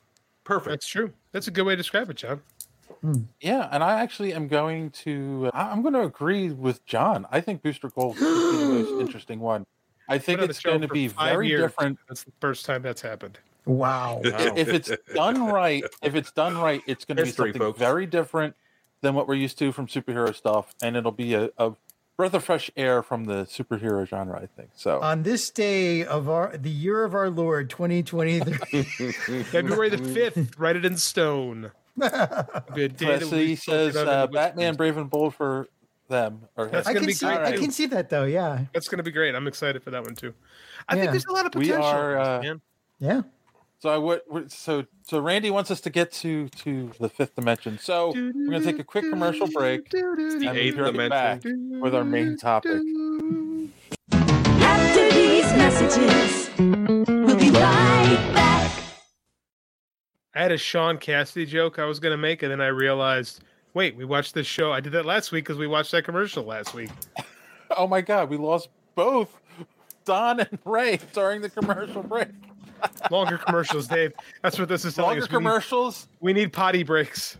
Perfect. That's true. That's a good way to describe it, John. Yeah, and I actually am going to. uh, I- I'm going to agree with John. I think Booster Gold is the most interesting one. I think Been on the it's show going to for be five very years. different. That's the first time that's happened. Wow. If it's done right, if it's done right, it's going to be History, something very different than what we're used to from superhero stuff, and it'll be a, a breath of fresh air from the superhero genre. I think so. Uh, On this day of our the year of our Lord 2023. February the 5th, write it in stone. Good day. Let's that see, we he spoke says about it. uh, Batman Brave and Bold for them. Or That's I gonna can be see great, I too. can see that though. Yeah. That's going to be great. I'm excited for that one too. I Yeah. think there's a lot of We potential. are, uh, man. Yeah. So I would. we're- So so Randy wants us to get to to the fifth dimension. So we're gonna take a quick commercial break. It's the and eighth be right dimension. back with our main topic. After these messages, we'll be right back. I had a Sean Cassidy joke I was going to make, and then I realized, wait, we watched this show. I did that last week because we watched that commercial last week. Oh my God, we lost both Don and Ray during the commercial break. Longer commercials, Dave. That's what this is telling Longer us. We need- commercials. We need potty breaks.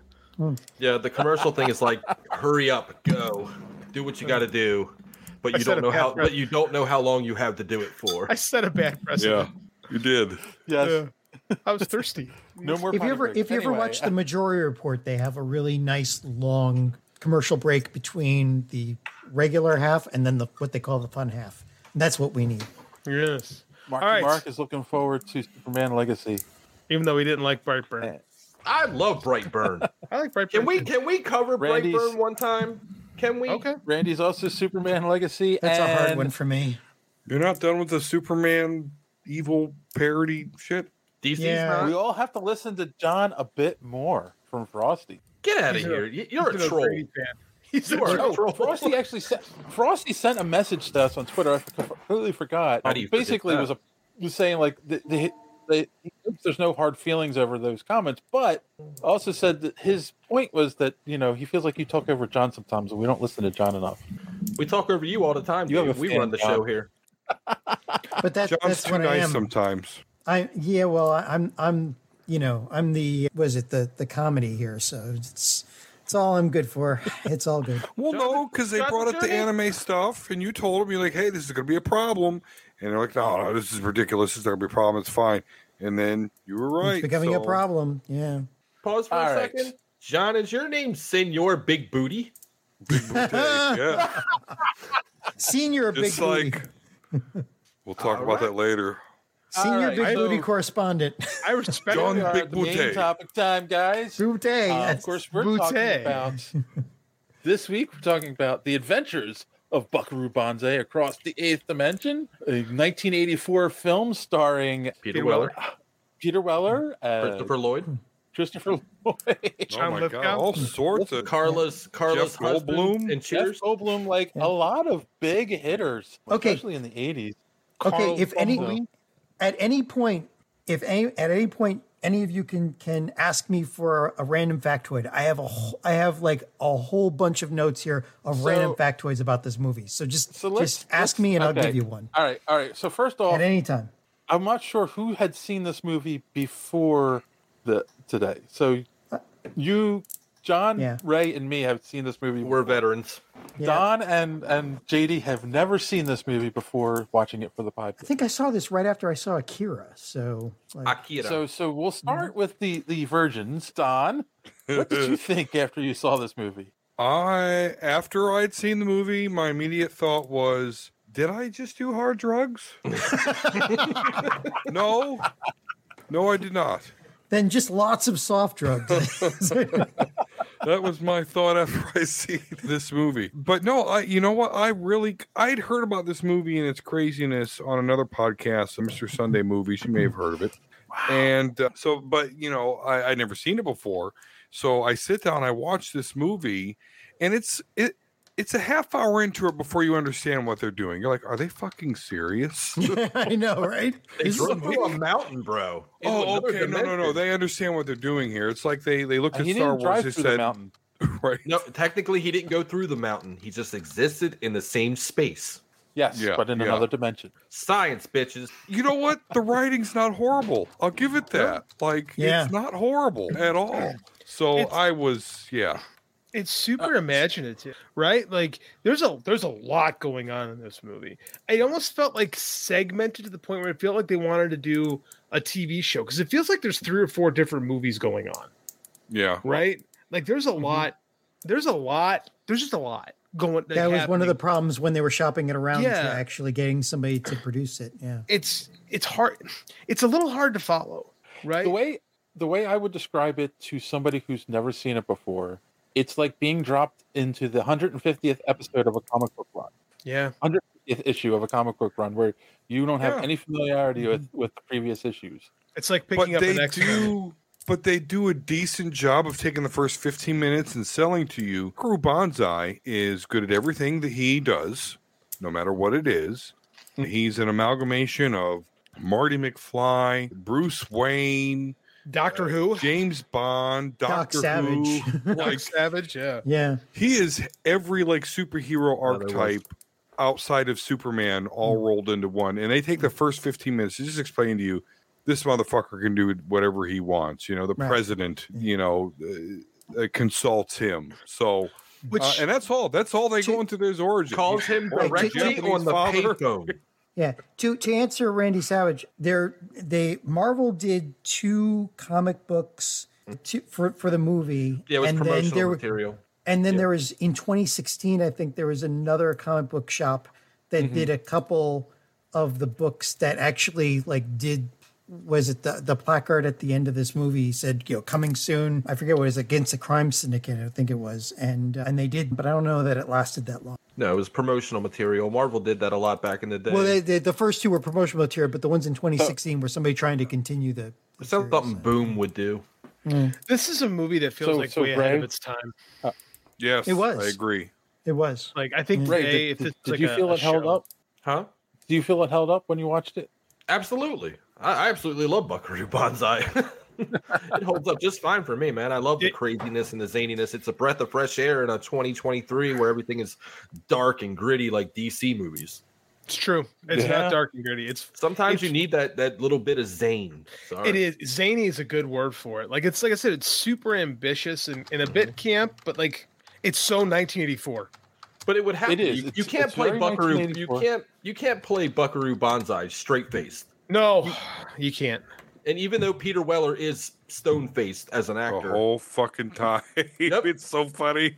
Yeah, the commercial thing is like hurry up, go. Do what you got to do. But I you said don't a know bad how breath. but you don't know how long you have to do it for. I set a bad precedent. you did. Yes. Yeah. I was thirsty. No more. If you potty ever breaks. if you ever Anyway, watch the Majority Report, they have a really nice long commercial break between the regular half and then the what they call the fun half. And that's what we need. Yes. Mark, All right. Mark is looking forward to Superman Legacy. Even though we didn't like Brightburn. I love Brightburn. I like Brightburn. Can we can we cover Randy's- Brightburn one time? Can we? Okay. Randy's also Superman Legacy. That's a hard and- one for me. You're not done with the Superman evil parody shit. DC's Yeah. not. We all have to listen to John a bit more from Frosty. Get out of He's a- here. You- You're a He's an troll. O'Grady fan. He's a You are- troll. Oh, Frosty actually sent Frosty sent a message to us on Twitter. I completely forgot. How do you forget Basically, that? was a, was saying like the, the, the, he hopes there's no hard feelings over those comments, but also said that his point was that you know he feels like you talk over John sometimes, and we don't listen to John enough. We talk over you all the time. You have dude. a we fan, run the John. show here. But that, John's that's too what I nice am. sometimes. I yeah, well, I- I'm I'm you know I'm the was it the the comedy here, so it's it's all I'm good for. It's all good. Well, no, because they Jonathan brought up the Journey? anime stuff, and you told them you're like, "Hey, this is going to be a problem," and they're like, "No, no, this is ridiculous. This is not going to be a problem. It's fine." And then you were right. it's becoming a so- problem. Yeah. Pause for All a right. second. John, is your name Senor Big Booty? Big boot day, yeah, Senior big just booty. like We'll talk All right. about that later. Oh Senior right, big so- booty correspondent. I respect John We are Big at the main Booty. topic time, guys. Booty. Uh, of yes. course, we're talking about this week. We're talking about the adventures of Buckaroo Banzai across the eighth dimension, a 1984 film starring Peter Weller. Peter Weller, uh, Christopher Lloyd. Christopher Lloyd, Oh my God! All sorts of Carlos, Carlos Jeff husband Goldblum? and Cheers. Jeff Goldblum, like a lot of big hitters, Okay. especially in the 80s. okay, if any Bumble. at any point, if any at any point any of you can can ask me for a random factoid. I have a wh- I have like a whole bunch of notes here of random So- factoids about this movie. So just So let's- just ask me and I'll okay. give you one All right, all right. So first off, at any time. I'm not sure who had seen this movie before the today. So you, John, Yeah. Ray, and me have seen this movie. We're veterans. Yeah. Don and and JD have never seen this movie before watching it for the I podcast. think I saw this right after I saw Akira. So like, Akira. So so we'll Mm-hmm. start with the the virgins. Don, what did you think after you saw this movie? I after I'd seen the movie, my immediate thought was, did I just do hard drugs? no. No, I did not. then just lots of soft drugs. That was my thought after I see this movie. But no, I you know what? I really I'd heard about this movie and its craziness on another podcast, the Mr. Sunday Movies. You may have heard of it. And uh, so, but you know, I I never seen it before. So I sit down, I watch this movie, and it's it. It's a half hour into it before you understand what they're doing. You're like, are they fucking serious? I know, right? They This is- drove through a mountain, bro. Into oh, another okay. No, no, no. dimension. They understand what they're doing here. It's like they they looked And he at Star didn't Wars. drive They through the said, mountain. right? No, technically, he didn't go through the mountain. He just existed in the same space. Yes, Yeah, but in yeah. another dimension. Science, bitches. you know what? The writing's not horrible. I'll give it that. Like, Yeah. it's not horrible at all. So It's- I was, yeah. It's super Uh, imaginative, right? Like there's a there's a lot going on in this movie. It almost felt like segmented to the point where it felt like they wanted to do a TV show because it feels like there's three or four different movies going on, Yeah. right? Like there's a Mm-hmm. lot, there's a lot, there's just a lot going. that was one of happening. the problems when they were shopping it around Yeah. to actually getting somebody to produce it. Yeah. It's it's hard. It's a little hard to follow, right? The way the way I would describe it to somebody who's never seen it before, it's like being dropped into the 150th episode of a comic book run, yeah. 150th issue of a comic book run, where you don't have Yeah. any familiarity with Mm-hmm. with the previous issues. It's like But picking up they an X. do. But they do a decent job of taking the first 15 minutes and selling to you. Guru Banzai is good at everything that he does, no matter what it is. Hmm. He's an amalgamation of Marty McFly, Bruce Wayne, Doctor Who, James Bond, Doc Doctor Savage. Who, Doc Savage, yeah. Yeah. He is every like superhero there was. archetype outside of Superman all rolled into one. And they take the first 15 minutes to just explain to you this motherfucker can do whatever he wants. You know, the Right. president, you know, uh, uh, consults him. So, Which uh, and that's all. That's all they go into their origin. Calls He's him born a Right, directly Japanese on the father. payphone. Yeah. To to answer Randy Savage, there they Marvel did two comic books to, for for the movie. Yeah, it was and then promotional there were- material. And then there was in 2016, I think there was another comic book shop that Mm-hmm. did a couple of the books that actually like did was it the, the placard at the end of this movie said you know coming soon i forget what it was against a crime syndicate i think it was and uh, and they did but i don't know that it lasted that long No, it was promotional material. Marvel did that a lot back in the day. well they, they, the first two were promotional material but the ones in Oh. 2016 were somebody trying to continue the it's not something Boom would do. This is a movie that feels So- like so way ahead of Brad- its time. Yes, It was. I agree. it was Like I think Ray, today, did, if this did was you like a- feel a it held show- up? Huh? Do you feel it held up when you watched it? Absolutely. I, I absolutely love Buckaroo Banzai. it holds up just fine for me, man. I love the craziness and the zaniness. It's a breath of fresh air in a 2023 where everything is dark and gritty like DC movies. It's true. It's Yeah. not dark and gritty. It's Sometimes It's- you need that that little bit of zane. Sorry. it is zany is a good word for it. Like it's like I said, it's super ambitious and, and a Mm-hmm. bit camp, but like it's so 1984. But it would have to It be. is. You, It's- you can't it's play very Buckaroo. You 1984. can't you can't play Buckaroo Banzai straight faced. No, you can't. And even though Peter Weller is stone faced as an The actor, whole fucking time. Yep. it's so funny.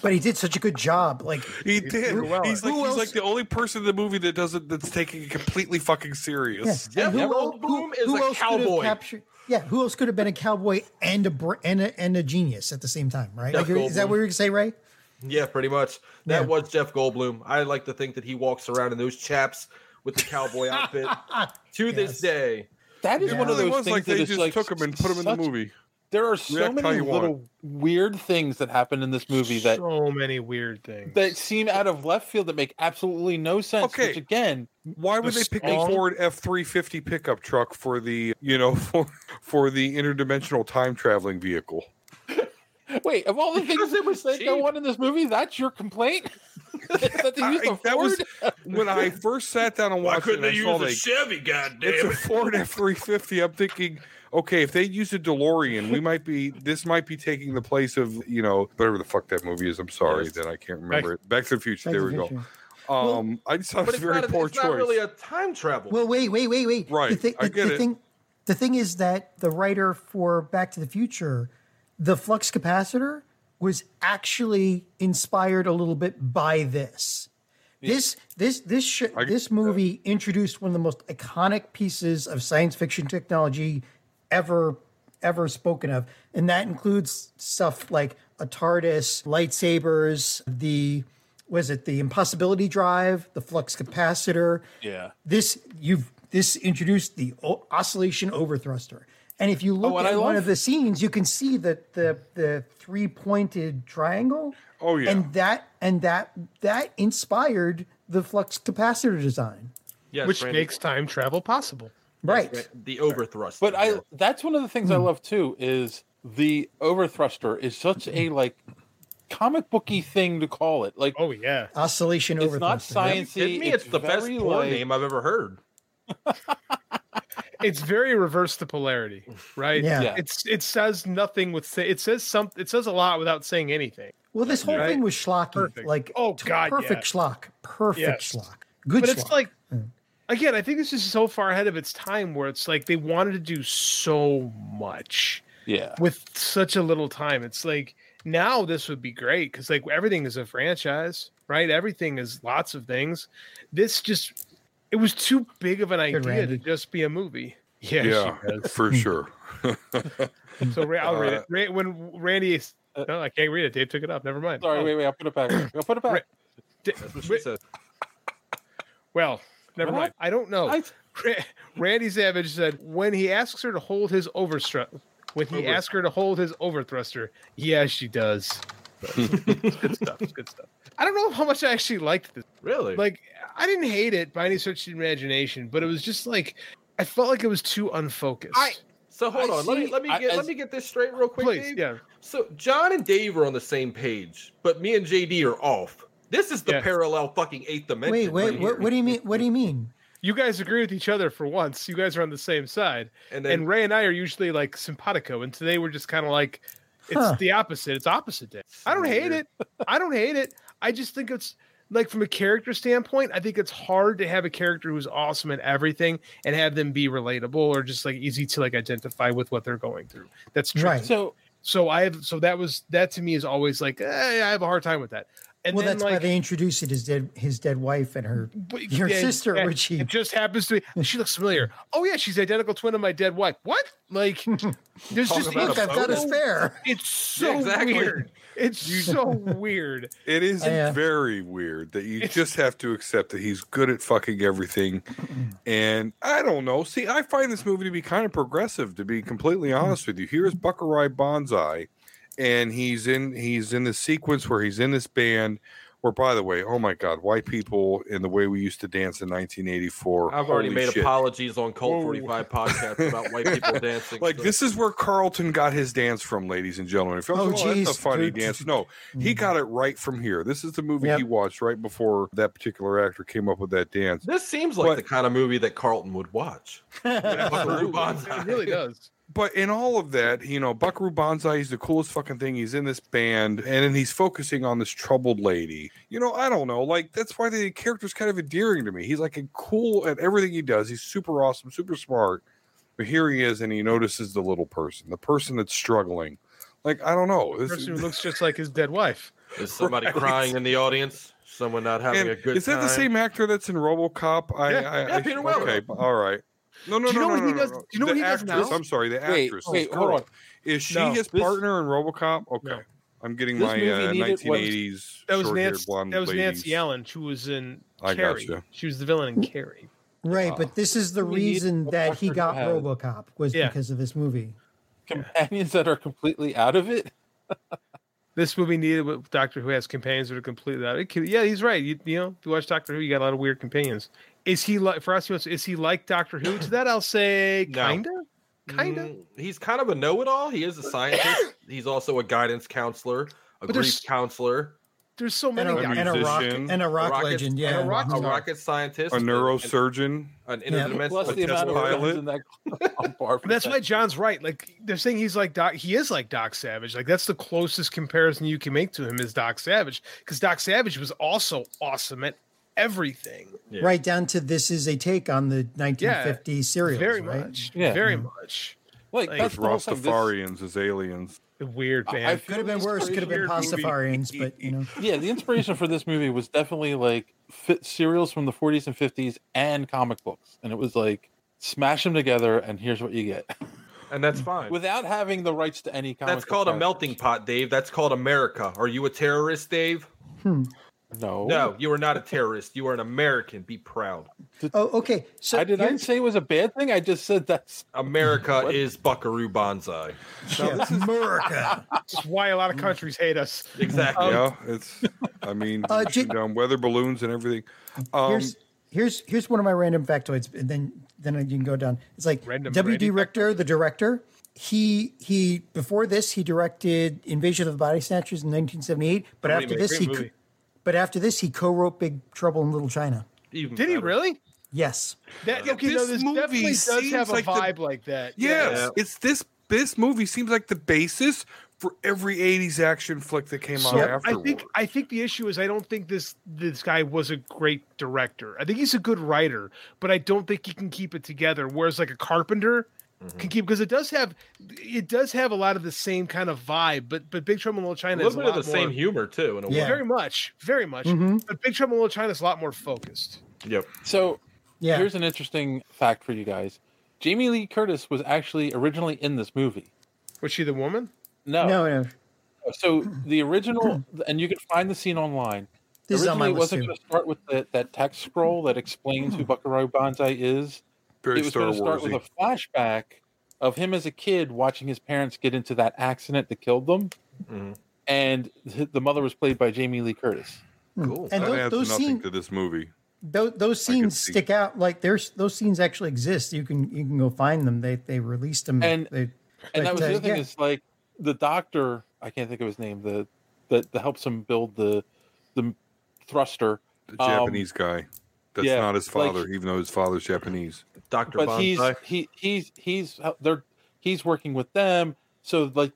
But he did such a good job. Like He did. Who- he's like, who he's else- like the only person in the movie that doesn't that's taking it completely fucking serious. Yeah. And who, el- who, who else could have captured? Yeah, who else could have been a cowboy and a br- and a, and a genius at the same time? Right? Yeah, Like, is that Goldblum. what you're gonna say, Ray? Yeah, pretty much. That was Jeff Goldblum. I like to think that he walks around in those chaps with the cowboy outfit to this day. That is Yeah. one of It those was things like that they is just like took 'em and put 'em in the such- movie. There are so React how many you want. little weird things that happen in this movie that so many weird things that seem out of left field that make absolutely no sense. Okay. which again, Why would they pick a Ford F three fifty pickup truck for the you know for for the interdimensional time traveling vehicle? Wait, of all the things that was that go on in this movie, that's your complaint? that they used a that was Ford? when I first sat down and Why watched. couldn't they it, I use saw a Chevy, goddamn It's a Ford F three fifty. I'm thinking, okay, if they use a DeLorean, we might be this might be taking the place of you know whatever the fuck that movie is. I'm sorry that I can't remember it. Back to the Future. Back there to we the go. Um, I just But thought it was it's very not, a, poor it's choice. not really a time travel. Well, wait, wait, wait, wait. Right, The thi- I the- get the it. Thing, the thing is that the writer for Back to the Future, the flux capacitor was actually inspired a little bit by this. This this this sh- this movie introduced one of the most iconic pieces of science fiction technology ever ever spoken of, and that includes stuff like a TARDIS, lightsabers, the was it the impossibility drive, the flux capacitor, yeah. this you've this introduced the o- oscillation overthruster and if you look Oh, and at I one love- of the scenes you can see that the the three pointed triangle oh yeah and that and that that inspired the flux capacitor design Yes, which Randy. makes time travel possible. right the overthrust. But I that's one of the things I love too is the overthruster is such a like comic booky thing to call it. Like oh yeah. oscillation It's not overthruster, right? sciencey. me, it's, the best very, porn like- name I've ever heard. It's very reverse the polarity, right? Yeah. Yeah. It's it says nothing with sa- it says some it says a lot without saying anything. well this whole Right. thing was schlocky like oh God, yeah. perfect schlock perfect Yes. schlock good but schlock it's like Hmm. again, I think this is so far ahead of its time where it's like they wanted to do so much Yeah. with such a little time. It's like now this would be great because like everything is a franchise, right? Everything is lots of things. This just it was too big of an idea to Randy. just be a movie. Yeah, she yeah, does. for sure. So Ra- I'll read Uh, it. Ra- when Randy, is- no, I can't read it. Dave took it up. Never mind. Oh, Sorry, Oh. wait, wait, I'll put it back. I'll put it back. That's what she said. Well, never What? mind. I don't know. Ra- Randy Savage said when he asks her to hold his overstrut, when he Over- asks her to hold his overthruster, yeah, she does. it's good stuff. It's good stuff. I don't know how much I actually liked this. Really? Like, I didn't hate it by any stretch of the imagination, but it was just like I felt like it was too unfocused. I- So hold I on. let me see- let me I- get I- let me get this straight real quick. Please, Dave. yeah. So John and Dave are on the same page, but me and JD are off. This is the parallel fucking eighth dimension. wait right wait here. what, what do you mean what do you mean you guys agree with each other for once. You guys are on the same side. And And, then- Ray and I are usually like simpatico, and today we're just kind of like it's Huh. the opposite. It's opposite day. I don't hate it. I don't hate it. I just think it's like from a character standpoint, I think it's hard to have a character who's awesome at everything and have them be relatable or just like easy to like identify with what they're going through. That's true. Right. So so I have so that was that to me is always like eh, I have a hard time with that. And well then, that's like, why they introduced it as dead his dead wife and her but- her yeah, sister yeah, Richie It just happens to be. She looks familiar. Oh yeah, she's the identical twin of my dead wife. What? Like, there's just Talk about it's a Look, I've got a so- spare. It's so Yeah, exactly. weird. It's so weird. It is Yeah. very weird that you just have to accept that he's good at fucking everything. And I don't know. See, I find this movie to be kind of progressive, to be completely honest with you. Here's Buckaroo Banzai, and he's in he's in the sequence where he's in this band. Where, by the way, oh my God, white people and the way we used to dance in 1984. I've already Holy made shit. apologies on Cold Whoa. 45 podcast about white people dancing. Like so- this is where Carlton got his dance from, ladies and gentlemen. If you Oh, oh, that's a geez. funny Dude. Mm-hmm. dance. No, he got it right from here. This is the movie Yep. he watched right before that particular actor came up with that dance. This seems like the kind of movie that Carlton would watch. Buckaroo Banzai. It really does. But in all of that, you know, Buckaroo Banzai is the coolest fucking thing. He's in this band, and then he's focusing on this troubled lady. You know, I don't know. Like that's why the character's kind of endearing to me. He's like a cool at everything he does. He's super awesome, super smart. But here he is, and he notices the little person, the person that's struggling. Like I don't know. This- Person who looks just like his dead wife. Is somebody Right. crying in the audience? Someone not having And a good is that the time? same actor that's in RoboCop? I, Yeah, I, yeah, I- Peter Okay, Weller. all right. No, no, Do you no, know no, what he no, does- no, no. do you know the what he does actress, now? I'm sorry, the Wait, actress. wait, this hold girl. on. Is she No, his this- partner in RoboCop? Okay, I'm getting This my movie uh, needed was- 1980s That was short-haired Nancy. blonde That was lady. Nancy Allen. She was in I Carrie. gotcha. She was the villain in Carrie. Right, Ah. but this is the We need reason a that he doctor got who had- RoboCop was Yeah. because of this movie. Companions that are completely out of it. This movie needed with Doctor Who has companions that are completely out. It could, yeah, he's right. You, you know, if you watch Doctor Who, you got a lot of weird companions. Is he like for us? he wants- Is he like Doctor Who? To that, I'll say No. kinda. Kinda. Mm, he's kind of a know-it-all. He is a scientist. he's also a guidance counselor, a grief But there's- counselor, There's so many. And a, Doctor and a rock musician. and a rock rocket- legend, and yeah. a rock, a Mhm. rocket scientist, a an- neurosurgeon. an Yeah. interdimensional Plus the amount of pilot. villains in that on par for That's that. why John's right. Like they're saying he's like Doc. He is like Doc Savage. Like that's the closest comparison you can make to him is Doc Savage because Doc Savage was also awesome at everything. Right down to this is a take on the 1950 serials, Very right? much. Yeah. Very Mhm. much. Like, that's It's the whole thing. This- Rastafarians as aliens. Weird man. I Could have been feel worse. Could have been inspiration- Pastafarians, but you know. yeah, the inspiration for this movie was definitely like fit serials from the 40s and 50s and comic books, and it was like smash them together, and here's what you get and that's fine. without having the rights to any comic. that's called a melting pot, Dave. That's called America. Are you a terrorist, Dave? Hmm. melt. No, No, you are not a terrorist. You are an American. Be proud. Oh, okay. So I did not say it was a bad thing. I just said that's America is Buckaroo Banzai. Yeah, America. That's why a lot of countries hate us. Exactly. yeah, it's. I mean, Uh, J- down weather balloons and everything. Um, here's here's here's one of my random factoids, and then then you can go down. It's like Random W. D. Brady Richter, the director. He he. Before this, he directed Invasion of the Body Snatchers in 1978, but Great after movie, this, great he movie. co- but after this, he co-wrote Big Trouble in Little China. Even Did he better. really? Yes, That okay? no, this this movie definitely does seems have a like the- vibe like that. Yes, Yeah. it's this. This movie seems like the basis for every '80s action flick that came So out afterward. I think I think the issue is I don't think this this guy was a great director. I think he's a good writer, but I don't think he can keep it together. Whereas like a carpenter Mm-hmm. can keep because it does have it does have a lot of the same kind of vibe. But but Big Trouble in Little A China is little a bit of lot the more, same humor too, in a Yeah. way. very much, very much. Mhm. But Big Trouble in Little China is a lot more focused. Yep. so. yeah. Here's an interesting fact for you guys: Jamie Lee Curtis was actually originally in this movie. Was she the woman? uh, no, no. So the original, and you can find the scene online. This is on my originally, list it wasn't too. going to start with the, that text scroll that explains who Buckaroo Banzai is. Very it was Star going to start with Wars. a flashback of him as a kid watching his parents get into that accident that killed them, Mm-hmm. Mhm. and th- the mother was played by Jamie Lee Curtis. Hmm. Cool. And that those- adds those nothing scene- to this movie. Those, those I can scenes see. stick out. Like there's those scenes actually exist. You can you can go find them. They they released them. And- they, And that was the yeah. other thing is like the doctor. I can't think of his name. The that that helps him build the the thruster. The Um, Japanese guy. That's yeah, not his like- father, even though his father's Japanese. Doctor but he's Banzai. he he's he's uh, they're he's working with them so like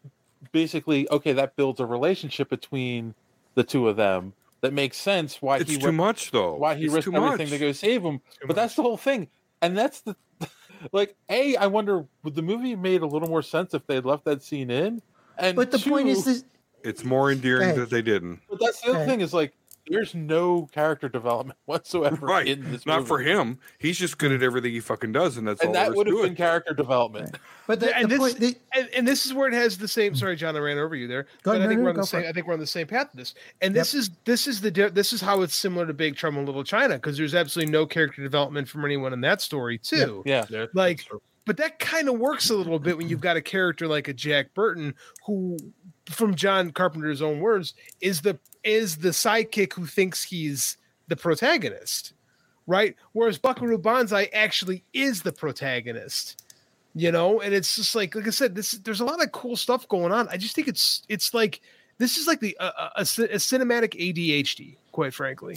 basically okay that builds a relationship between the two of them that makes sense why It's he too went- much, though. why he It's risked too everything much. to go save him but that's the whole thing and that's the like a i wonder would the movie have made a little more sense if they had left that scene in and But the point is two, this. It's more endearing Hey. that they didn't. but that's the other Okay. thing is like there's no character development whatsoever Right. in this Not movie. for him. He's just good at everything he fucking does, and that's all and that there would is have to been it. character development But the, Yeah, and the this- point. The, and, and this is where it has the same. Sorry, John, I ran over you there. but Go ahead, I think no, no, we're on go the for same. it. I think we're on the same path. With this and this is this is the di- this is how it's similar to Big Trouble in Little China because there's absolutely no character development from anyone in that story too. yeah Yeah, Like, that's true. but that kind of works a little bit when you've got a character like a Jack Burton who, from John Carpenter's own words, is the is the sidekick who thinks he's the protagonist, right? Whereas Buckaroo Banzai actually is the protagonist you know and it's just like like i said this there's a lot of cool stuff going on i just think it's it's like this is like the uh, uh, a, ci- a cinematic adhd quite frankly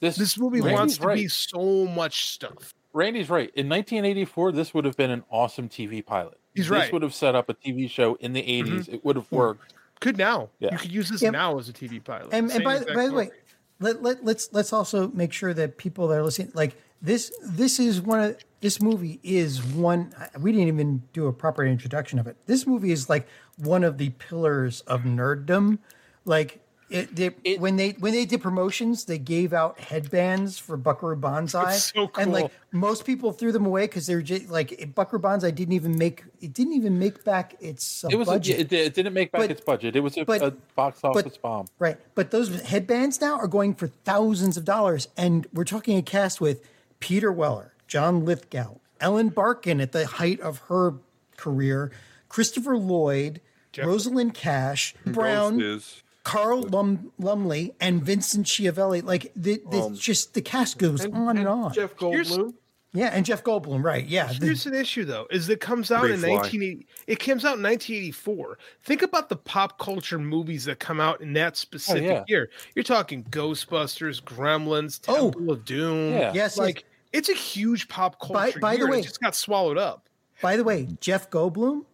this this movie Randy's wants to right. be so much stuff Randy's right. In 1984, this would have been an awesome TV pilot. He's this right. Mm-hmm. Hmm. would have set up a TV show in the 80s. It would have worked. could now Yeah. you could use this Yeah. now as a tv pilot and, and Same by, exact by the way, story. let, let, let's let's also make sure that people that are listening, like this, this is one of this movie is one. We didn't even do a proper introduction of it. This movie is like one of the pillars of nerddom. Like It, they, when they when they did promotions, they gave out headbands for Buckaroo Banzai, It's so and like cool. most people threw them away because they were just like it, Buckaroo Banzai didn't even make it didn't even make back its uh, it was a, budget. it, it didn't make back But- its budget. It was a, but- a box office bomb. Right. But those headbands now are going for thousands of dollars. And we're talking a cast with Peter Weller, John Lithgow, Ellen Barkin at the height of her career, Christopher Lloyd, Rosalind Cash, Brown, Is Carl Lum- Lumley, and Vincent Schiavelli. Like, the, the, just the cast goes on Um, and, on. Jeff Goldblum. Yeah. And Jeff Goldblum, right. Yeah. the- Here's an issue though: is that it comes out in Pretty fly. 1980. It comes out in 1984. Think about the pop culture movies that come out in that specific yeah. year. You're talking Ghostbusters, Gremlins, Temple of Doom. Yeah. Yes, like yes. it's a huge pop culture. by the year, and way- it just got swallowed up. By the way, Jeff Goldblum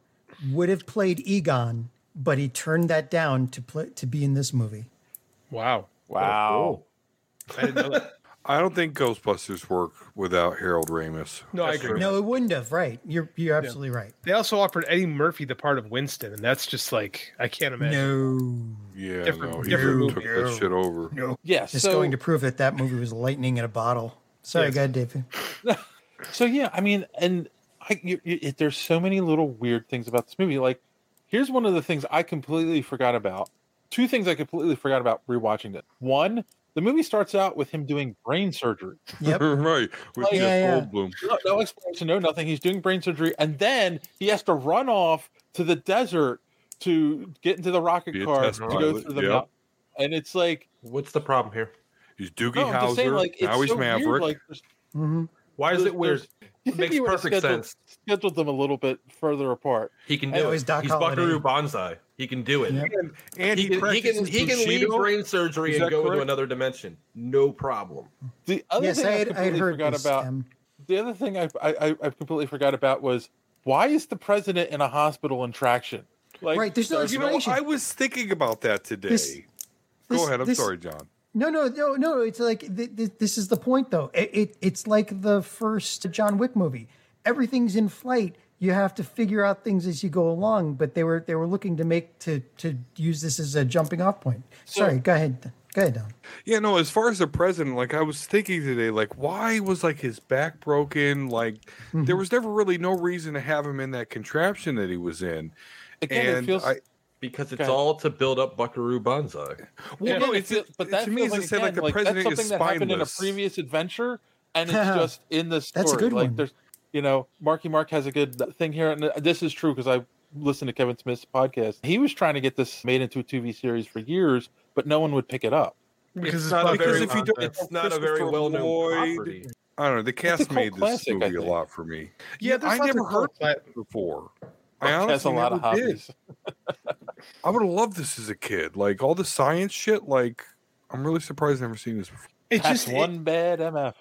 would have played Egon, but he turned that down to play, to be in this movie. Wow. Wow. I didn't know that. I don't think Ghostbusters work without Harold Ramis. No, I agree. No, it wouldn't have. Right. You're you're absolutely right. They also offered Eddie Murphy the part of Winston, and that's just like I can't imagine. No. Yeah, Different- no, he different really movie. took that shit over. No. Yes. Just so- going to prove that that movie was lightning in a bottle. Sorry, Yes. go ahead, David. So yeah, I mean, and I, you, you, it- there's so many little weird things about this movie. Like, here's one of the things I completely forgot about. Two things I completely forgot about rewatching it. One, the movie starts out with him doing brain surgery. Yep. right. oh, With Like, Jeff yeah, Goldblum. No, no explanation, no nothing. He's doing brain surgery, and then he has to run off to the desert to get into the rocket Be a car test to go pilot, through the yep. mountain. And it's like, what's the problem here? He's Doogie No, I'm Howser. just saying, like, it's now he's so weird, Maverick. like, there's- Mm-hmm. Why is Those- it weird? there's- It makes you would've perfect scheduled- sense. Scheduled them a little bit further apart. He can And- do it. He's Buckaroo Banzai. He can do it. And, he, can, he can practices he can leave Bushido? brain surgery Is and that go into correct? another dimension. No problem. The other Yes, thing I I, had- I had completely heard forgot this, about. um, The other thing I, I I- I completely forgot about was why is the president in a hospital in traction? Like, Right, there's no you know, explanation. I was thinking about that today. This- Go this- ahead. I'm this- sorry, John. No, no, no, no. It's like th- th- this is the point, though. It, it it's like the first John Wick movie. Everything's in flight. You have to figure out things as you go along. But they were they were looking to make to to use this as a jumping off point. Sorry, go ahead, go ahead, Don. Yeah, no, as far as the president, like I was thinking today, like why was like his back broken? Like Mm-hmm. there was never really no reason to have him in that contraption that he was in. Again, it and feels- I, Because Go it's ahead. all to build up Buckaroo Banzai. well, Again, no, it it's feel- but that to me, feels as I like, said, again, like the like, president that's is something that happened in a spineless. previous adventure, and it's just in the story. That's a good like one. there's, you know, Marky Mark has a good thing here, and uh, this is true because I listened to Kevin Smith's podcast. He was trying to get this made into a TV series for years, but no one would pick it up. Because it's not a because very, if you don't, it's not a very Christopher well known Lloyd- property. I don't know. The a cast cult made this classic, I movie a think. lot for me. Yeah, Yeah, there's I lots never of heard cult cla- of it before. I Mark honestly has a lot of never did. hobbies. I would have loved this as a kid. Like all the science shit. Like I'm really surprised I've never seen this before. It That's just one bad MF.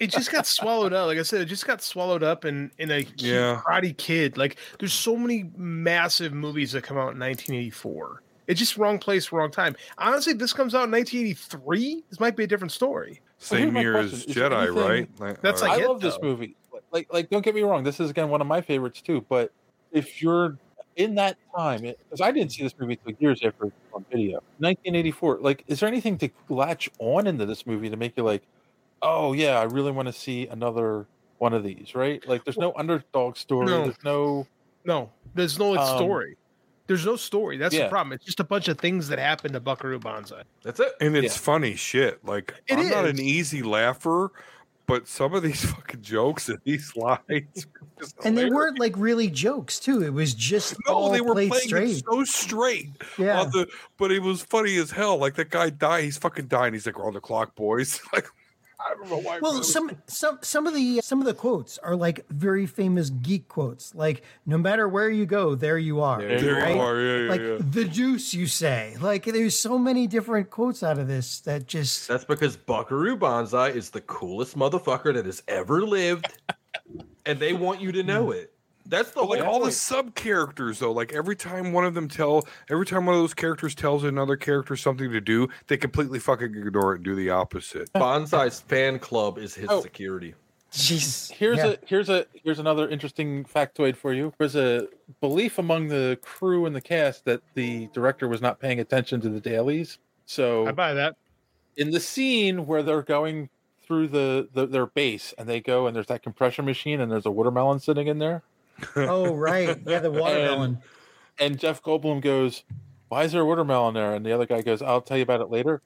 it just got swallowed up. Like I said, it just got swallowed up in in a ki- Yeah. Karate Kid. Like there's so many massive movies that come out in 1984. It's just wrong place, wrong time. Honestly, if this comes out in 1983. This might be a different story. Well, here's Same my year question. as Is there Jedi, anything- right? Like, That's all like right. I it, love this though. movie. Like, like, don't get me wrong. This is again one of my favorites too. But if you're in that time, because I didn't see this movie until years after it was on video, 1984. Like, is there anything to latch on into this movie to make you like, oh yeah, I really want to see another one of these, right? Like, there's no underdog story. No. There's no No, there's no like, Um, story. There's no story. That's yeah. the problem. It's just a bunch of things that happened to Buckaroo Banzai. That's it. and it's Yeah. funny shit. Like It I'm not an is. easy laugher, but some of these fucking jokes and these lines, are just And they hilarious. weren't like really jokes too. It was just No, all they were played playing straight. it so straight. Yeah. On the, but it was funny as hell. Like that guy died. He's fucking dying. He's like, "We're on the clock, boys." Like, I don't know why. Well, some some some of the some of the quotes are like very famous geek quotes, like "No matter where you go, there you are." there you right? are. Yeah, yeah, like yeah. the juice, you say. Like there's so many different quotes out of this that just That's because Buckaroo Banzai is the coolest motherfucker that has ever lived, and they want you to know it. That's the But like whole all the point. sub characters though, like every time one of them tell, every time one of those characters tells another character something to do, they completely fucking ignore it and do the opposite. Banzai's fan club is his Oh. security. jeez. here's yeah. a here's a here's another interesting factoid for you. There's a belief among the crew and the cast that the director was not paying attention to the dailies So I buy that. In the scene where they're going through the, the their base and they go and there's that compression machine and there's a watermelon sitting in there. Oh, right. Yeah, the watermelon. And, and Jeff Goldblum goes, "Why is there a watermelon there?" And the other guy goes, "I'll tell you about it later."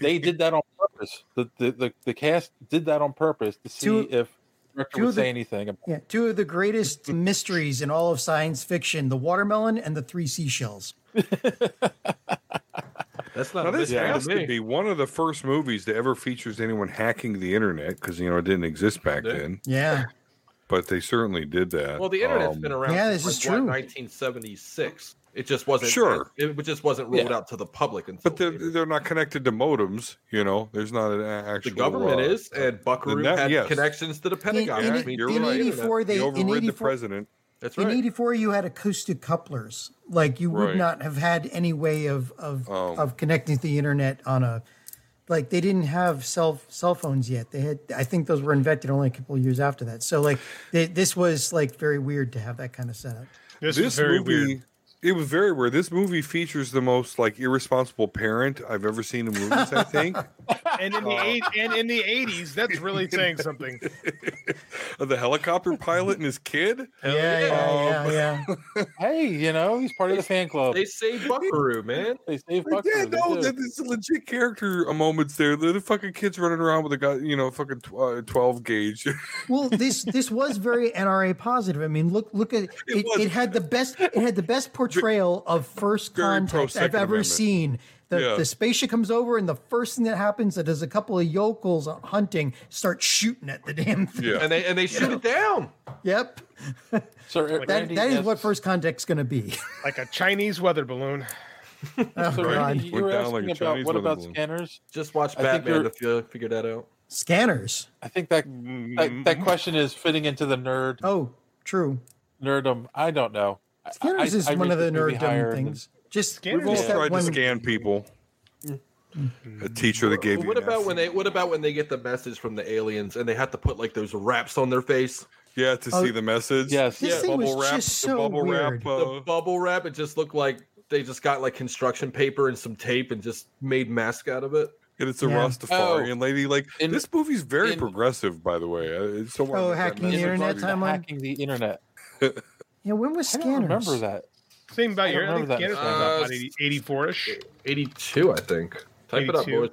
They did that on purpose. The the the, the cast did that on purpose to see Two- if the director two would of the- say anything. about Yeah, two of the greatest mysteries in all of science fiction: the watermelon and the three seashells. That's Now, this has to be one of the first movies that ever features anyone hacking the internet because you know it didn't exist back then. Yeah. But they certainly did that. Well, the internet's Um, been around. yeah, since this is like, true. what, 1976. It just wasn't Sure. It just wasn't rolled Yeah. out to the public, and But they're, they're not connected to modems. You know, there's not an a- actual. the government uh, is. And Buckaroo the net- had yes. connections to the Pentagon. in- which means You're the right. internet- 84, they- you in overrid the 84 president. That's In '84, you had acoustic couplers. Like you would Right. not have had any way of of Um, of connecting to the internet on a like they didn't have cell cell phones yet. They had, I think, those were invented only a couple of years after that. So like they, this was like very weird to have that kind of setup. This, is very weird. It was very weird. This movie features the most like irresponsible parent I've ever seen in movies. I think Uh, And in the eight, and in the eighties, that's really saying something. the helicopter pilot and his kid. yeah, yeah, yeah, yeah. hey, you know, he's part of the fan club. They saved Buckaroo, man. They save Like, Buckaroo. yeah, they no, do. that is legit character uh, moments there. The, the fucking kids running around with a guy, you know, fucking tw- uh, twelve gauge. Well, this this was very NRA positive. I mean, look look at it. It, was. had the best it had the best portrayal of first Very contact I've pro-Second ever Amendment. seen. The Yeah. the spaceship comes over, and the first thing that happens that is a couple of yokels hunting start shooting at the damn thing. Yeah. And they and they shoot it down. Yep, So uh, that, Randy that is asks- what first contact's going to be. Like a Chinese weather balloon. Oh, So God. Randy, you Went were down asking like a about Chinese what weather about balloon. scanners? Just watch I think Batman you're- to feel, figure that out. Scanners. I think that Mm-hmm. that, that question is fitting into the nerd Oh, true. nerdom. I don't know. I- Scanners I- is I one rate of the this movie higher nerddom than- things. Just Scanners We've all just that tried one- to scan people. A teacher that gave you. What an about F. when they what about when they get the message from the aliens and they have to put like those wraps on their face? Yeah, to Oh, see the message. Yes. This yeah, thing bubble was wrap- just the so bubble wrap, weird. Oh, uh, the bubble wrap, it just looked like they just got like construction paper and some tape and just made mask out of it. And it's a Yeah. Rastafarian lady. Like In- this movie's very in- progressive, by the way. Uh, It's so Oh, hacking the in internet regards to timeline? Hacking the internet. yeah, when was I scanners? don't remember that. Same about I your I think remember that Scanners song. was about Uh, 84 ish. 82, I think. Type it up, 82. boys.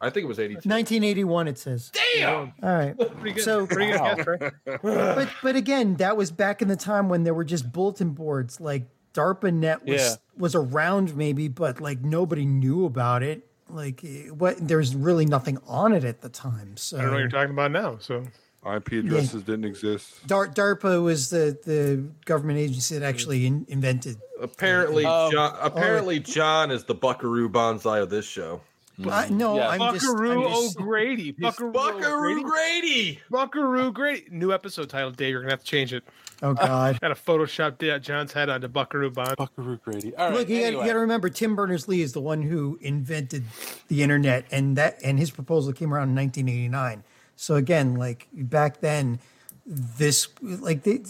I think it was 82. 1981. It says. Damn! All right. Pretty good. So- pretty good Wow. guess, right? but but again, that was back in the time when there were just bulletin boards. Like DARPANET was Yeah. was around maybe, but like nobody knew about it. Like eh, what? There's really nothing on it at the time. So I don't know what you're talking about now. So IP addresses didn't exist. Dar- DARPA was the the government agency that actually in- invented. Apparently, Um, John, apparently John is the Buckaroo Bonsai of this show. I, no, Yeah. I'm just, I'm Buckaroo just- O'Grady. Buckaroo, Buckaroo Grady. Buckaroo Grady. New episode title, Dave. You're gonna have to change it. oh god. Got to Photoshop Da- John's head onto Buckaroo Bond. Buckaroo Grady. All right. Look, you, anyway. gotta, you gotta remember Tim Berners Lee is the one who invented the internet, and that and his proposal came around in 1989. So again, like back then, this like they,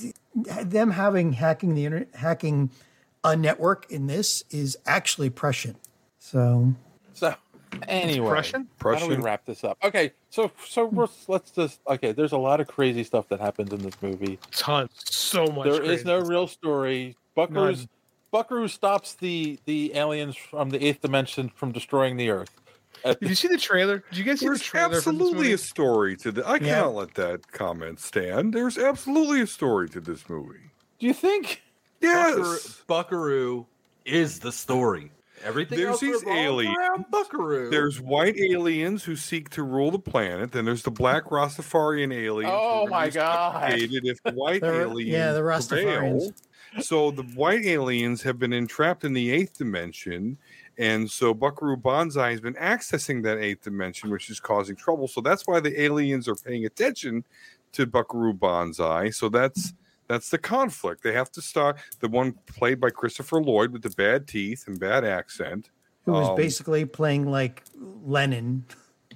them having hacking the internet, hacking a network in this is actually prescient. So So anyway, Prussian? How do we Prussian. wrap this up? Okay, so so we're, let's just okay. There's a lot of crazy stuff that happens in this movie. Tons, so much. There is crazy. no real story. Buckaroo's Buckaroo stops the the aliens from the eighth dimension from destroying the Earth. At Did the- you see the trailer? Did you guys see the There's trailer? from this absolutely movie? a story to the. I Yeah. cannot let that comment stand. There's absolutely a story to this movie. do you think? Buckaroo, Yes, Buckaroo is the story. Everything There's else these revolves aliens. around Buckaroo. there's white aliens who seek to rule the planet. Then there's the black Rastafarian aliens. who Oh are my god! created if the white The- aliens yeah, the Rastafarians. prevail. So the white aliens have been entrapped in the eighth dimension, and so Buckaroo Banzai has been accessing that eighth dimension, which is causing trouble. So that's why the aliens are paying attention to Buckaroo Banzai. So that's that's the conflict. They have to stop the one played by Christopher Lloyd with the bad teeth and bad accent. who was Um, basically playing like Lenin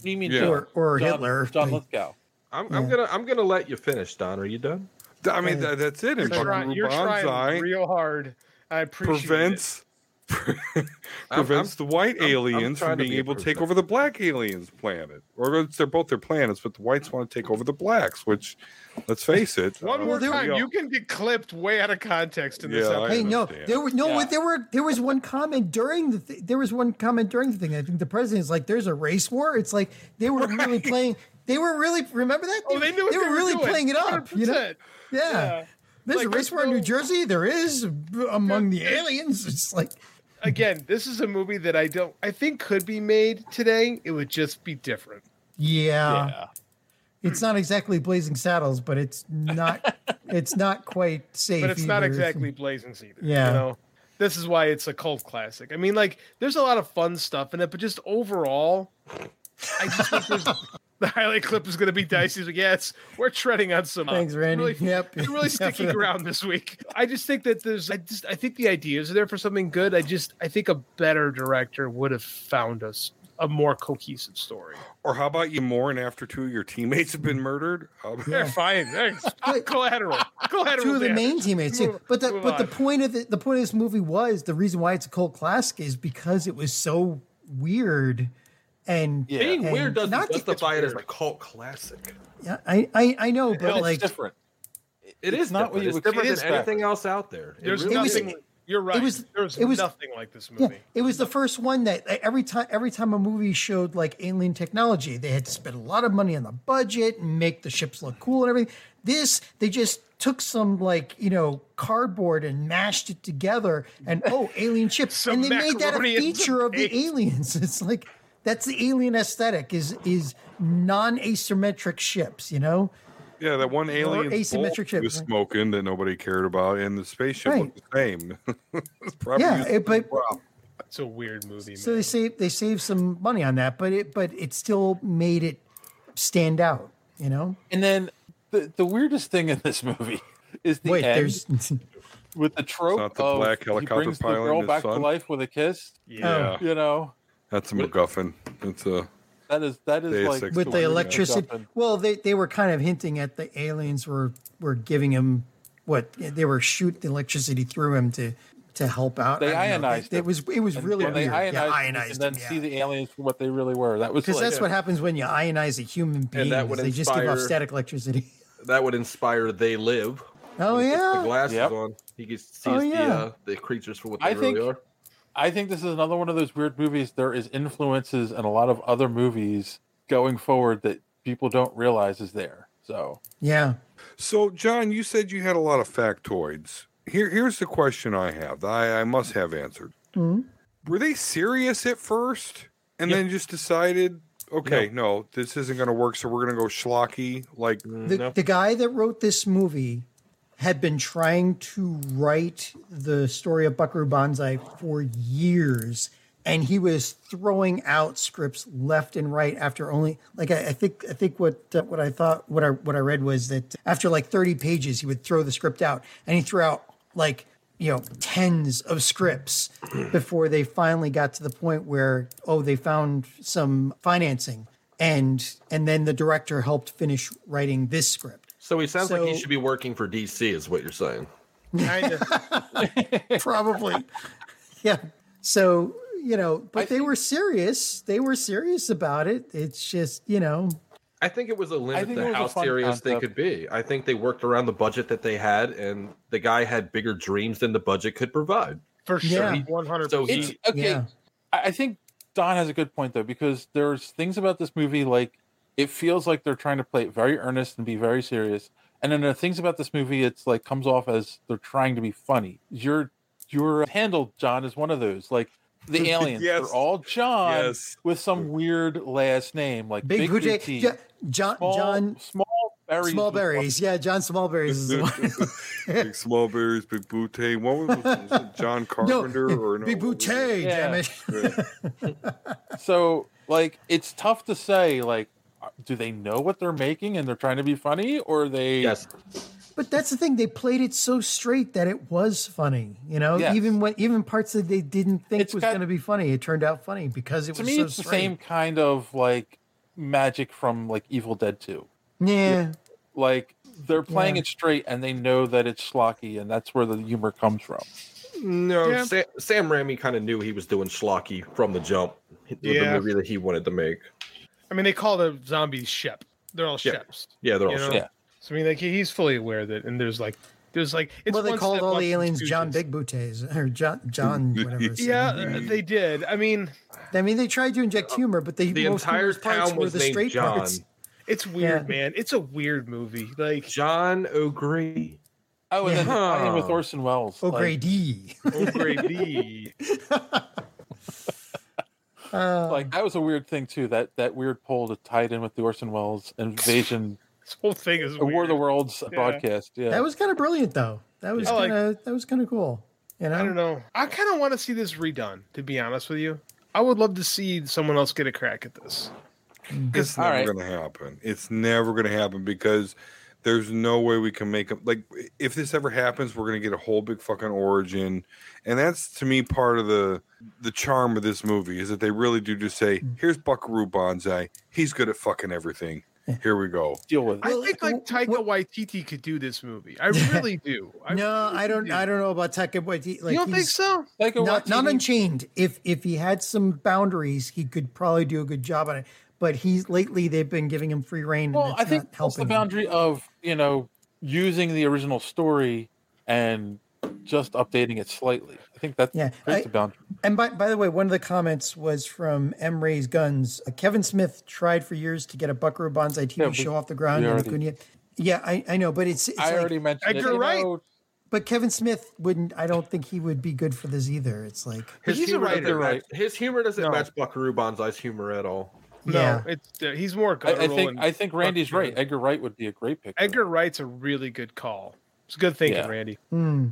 You mean Yeah. or or John, Hitler? John like- Lithgow. I'm, I'm gonna I'm gonna let you finish, Don. Are you done? I mean, Yeah. that, that's it. And You're, try- Buckaroo you're trying Banzai real hard. I appreciate prevents prevents the white I'm- I'm aliens trying from to being be a able to take person. over the black aliens' planet. Or it's- they're both their planets, but the whites want to take over the blacks, which, let's face it. One uh, more we time, all- you can get clipped way out of context in this Yeah, I episode. Hey, No, Damn. there was no. Yeah. There were there was one comment during the th- there was one comment during the thing. I think the president's like, "There's a race war." It's like they were really playing. They were really remember that? Oh, they knew what they were were really doing, playing it up. You know? Yeah. 100%. Yeah. There's Like, a race there's war in New Jersey. There is b- among the aliens. It's like Again, this is a movie that I don't. I think could be made today. It would just be different. yeah. It's not exactly Blazing Saddles, but it's not. it's not quite safe. but it's not either. exactly Blazing either. Yeah. You know, this is why it's a cult classic. I mean, like, there's a lot of fun stuff in it, but just overall, I just think this, the highlight clip is going to be dicey. But yes, we're treading on some uh, Thanks, Randy. really, Yep. really sticky Definitely. ground this week. I just think that there's, I just, I think the ideas are there for something good. I just, I think a better director would have found us a more cohesive story. Or how about you mourn after two of your teammates have been murdered? Uh, How about- They're fine. Thanks. collateral. Collateral. two of the damage. main teammates too. Move- But the move but the on. point of the, the point of this movie was the reason why it's a cult classic is because it was so weird and Being and weird doesn't not to- justify it as a cult classic. yeah, I, I I know, but It's like different. It is not different. what you It's would- different it than is anything else out there. It There's really nothing. is. you're right. it was- There's it was- nothing like this movie. yeah, it was the first one that like, every time every time a movie showed like alien technology, they had to spend a lot of money on the budget and make the ships look cool and everything. This they just took some like you know cardboard and mashed it together and oh alien ships and they made that a macaroni and feature of the aliens. It's like that's the alien aesthetic is is non asymmetric ships, you know. Yeah, that one alien asymmetric bolt ship, was right. smoking that nobody cared about, and the spaceship Right. looked the same. It's probably Yeah, used it- for the but- prop. It's a weird movie. So they save they saved some money on that, but it but it still made it stand out, you know. And then the, the weirdest thing in this movie is the Wait, end there's with the trope not the of black he helicopter brings the pilot and girl his back son? to life with a kiss. Yeah. um, you know That's a MacGuffin. uh, That's a that is that is Deus like Ex with the Machina. electricity. Well, they, they were kind of hinting at the aliens were were giving him what they were shooting electricity through him to to help out. They I don't know. ionized. It, was it was And really when weird. they ionized, yeah, them, ionized and then see the aliens for what they really were. That was because like- that's what happens when you ionize a human being. that is would they just give off inspire- static electricity. That would inspire They Live. Oh The yeah, glasses Yep. on. He gets, sees Oh, the, yeah. uh, the creatures for what they I really think are. I think this is another one of those weird movies. There is influences in a lot of other movies going forward that people don't realize is there. So yeah. So, John, you said you had a lot of factoids. Here, here's the question I have that I, I must have answered. Mhm. Were they serious at first, and then just decided, okay, no, this isn't going to work, so we're going to go schlocky? Like, Mm-hmm. Mm. the, the guy that wrote this movie had been trying to write the story of Buckaroo Banzai for years, and he was throwing out scripts left and right after only like I, I think I think what uh, what I thought what I what I read was that after like thirty pages he would throw the script out, and he threw out like you know tens of scripts before they finally got to the point where oh they found some financing and and then the director helped finish writing this script So he sounds like So- he should be working for DC, is what you're saying. probably yeah so you know but they were serious they were serious about it it's just you know I think it was a I limit think it to was a how fun serious they concept. could be. I think they worked around the budget that they had, and the guy had bigger dreams than the budget could provide. For sure. Yeah. 100%. So he, it's okay. Yeah. I I think Don has a good point though, because there's things about this movie like it feels like they're trying to play it very earnest and be very serious. And then there are things about this movie it's like comes off as they're trying to be funny. Your your handle, John, is one of those. Like the aliens. Yes. They're all John Yes. with some weird last name, like big, Big, Big Big T, yeah, john small, john small berries. small with one- berries yeah john smallberries is the one big small berries, big bootay. One was, was it John Carpenter or no? big bootay Yeah. damn it So like it's tough to say like uh, do they know what they're making and they're trying to be funny or are they yes, But that's the thing; they played it so straight that it was funny. You know, Yes. even when even parts that they didn't think It's was got- going to be funny, it turned out funny because it to was me so it's the straight. same kind of like magic from like evil dead 2 Yeah, like they're playing Yeah. it straight and they know that it's schlocky and that's where the humor comes from No, Yeah. Sa- Sam Raimi kind of knew he was doing schlocky from the jump. with Yeah. The movie that he wanted to make. I mean, they call the zombies Shep. They're all Yeah. Sheps. Yeah, they're all you know? Shep. Yeah. So I mean, like he- he's fully aware that, and there's like, there's like, it's well, they one called step all up the from aliens Stooges. John Big Booties or John John whatever. his Yeah, name is. they did. I mean, I mean, they tried to inject humor, but they Uh, The most entire humorous parts town were was the named straight John. parts. It's weird, man. It's a weird movie. Like John O'Gree. Oh, and then Yeah. the tie-in with Orson Welles. Oh, like- O'Grady. O'Grady. like that was a weird thing too. That that weird poll to tie it in with the Orson Welles invasion, This whole thing is uh, War of the weird. Worlds Yeah. broadcast. Yeah, That was kind of brilliant, though. That was I like- kind of that was kind of cool. You know, I don't know. I kind of want to see this redone. To be honest with you, I would love to see someone else get a crack at this. It's never going to happen. It's never going to happen because there's no way we can make up. Like, if this ever happens, we're going to get a whole big fucking origin, and that's to me part of the the charm of this movie is that they really do just say, Mm. "Here's Buckaroo Banzai. He's good at fucking everything. Here we go." Deal with I think like Taika Waititi could do this movie. I really do. I no, I don't. I don't know about Taika Waititi. Like, don't think he's- so? Taika Not, not Waititi- Unchained. If if he had some boundaries, he could probably do a good job on it. But he's lately they've been giving him free reign. Well, and it's I think not that's the helping. boundary of you know using the original story and just updating it slightly. I think that's Yeah, that's I- the boundary. And by, by the way, one of the comments was from M. Ray's Guns. Uh, Kevin Smith tried for years to get a Buckaroo Banzai TV Yeah, we- show off the ground. we and already- couldn't yet. Yeah, I, I know, but it's, it's I like- already mentioned it. Edgar you Wright. know, But Kevin Smith wouldn't. I don't think he would be good for this either. It's like His he's a humor writer, doesn't right? match- His humor doesn't match Buckaroo Banzai's humor at all. No, Yeah. it's uh, he's more. I, I guttural think and I think Randy's right. fucking- Edgar Wright would be a great pick. Edgar Wright's a really good call. It's good thinking, Yeah. Randy. Hmm.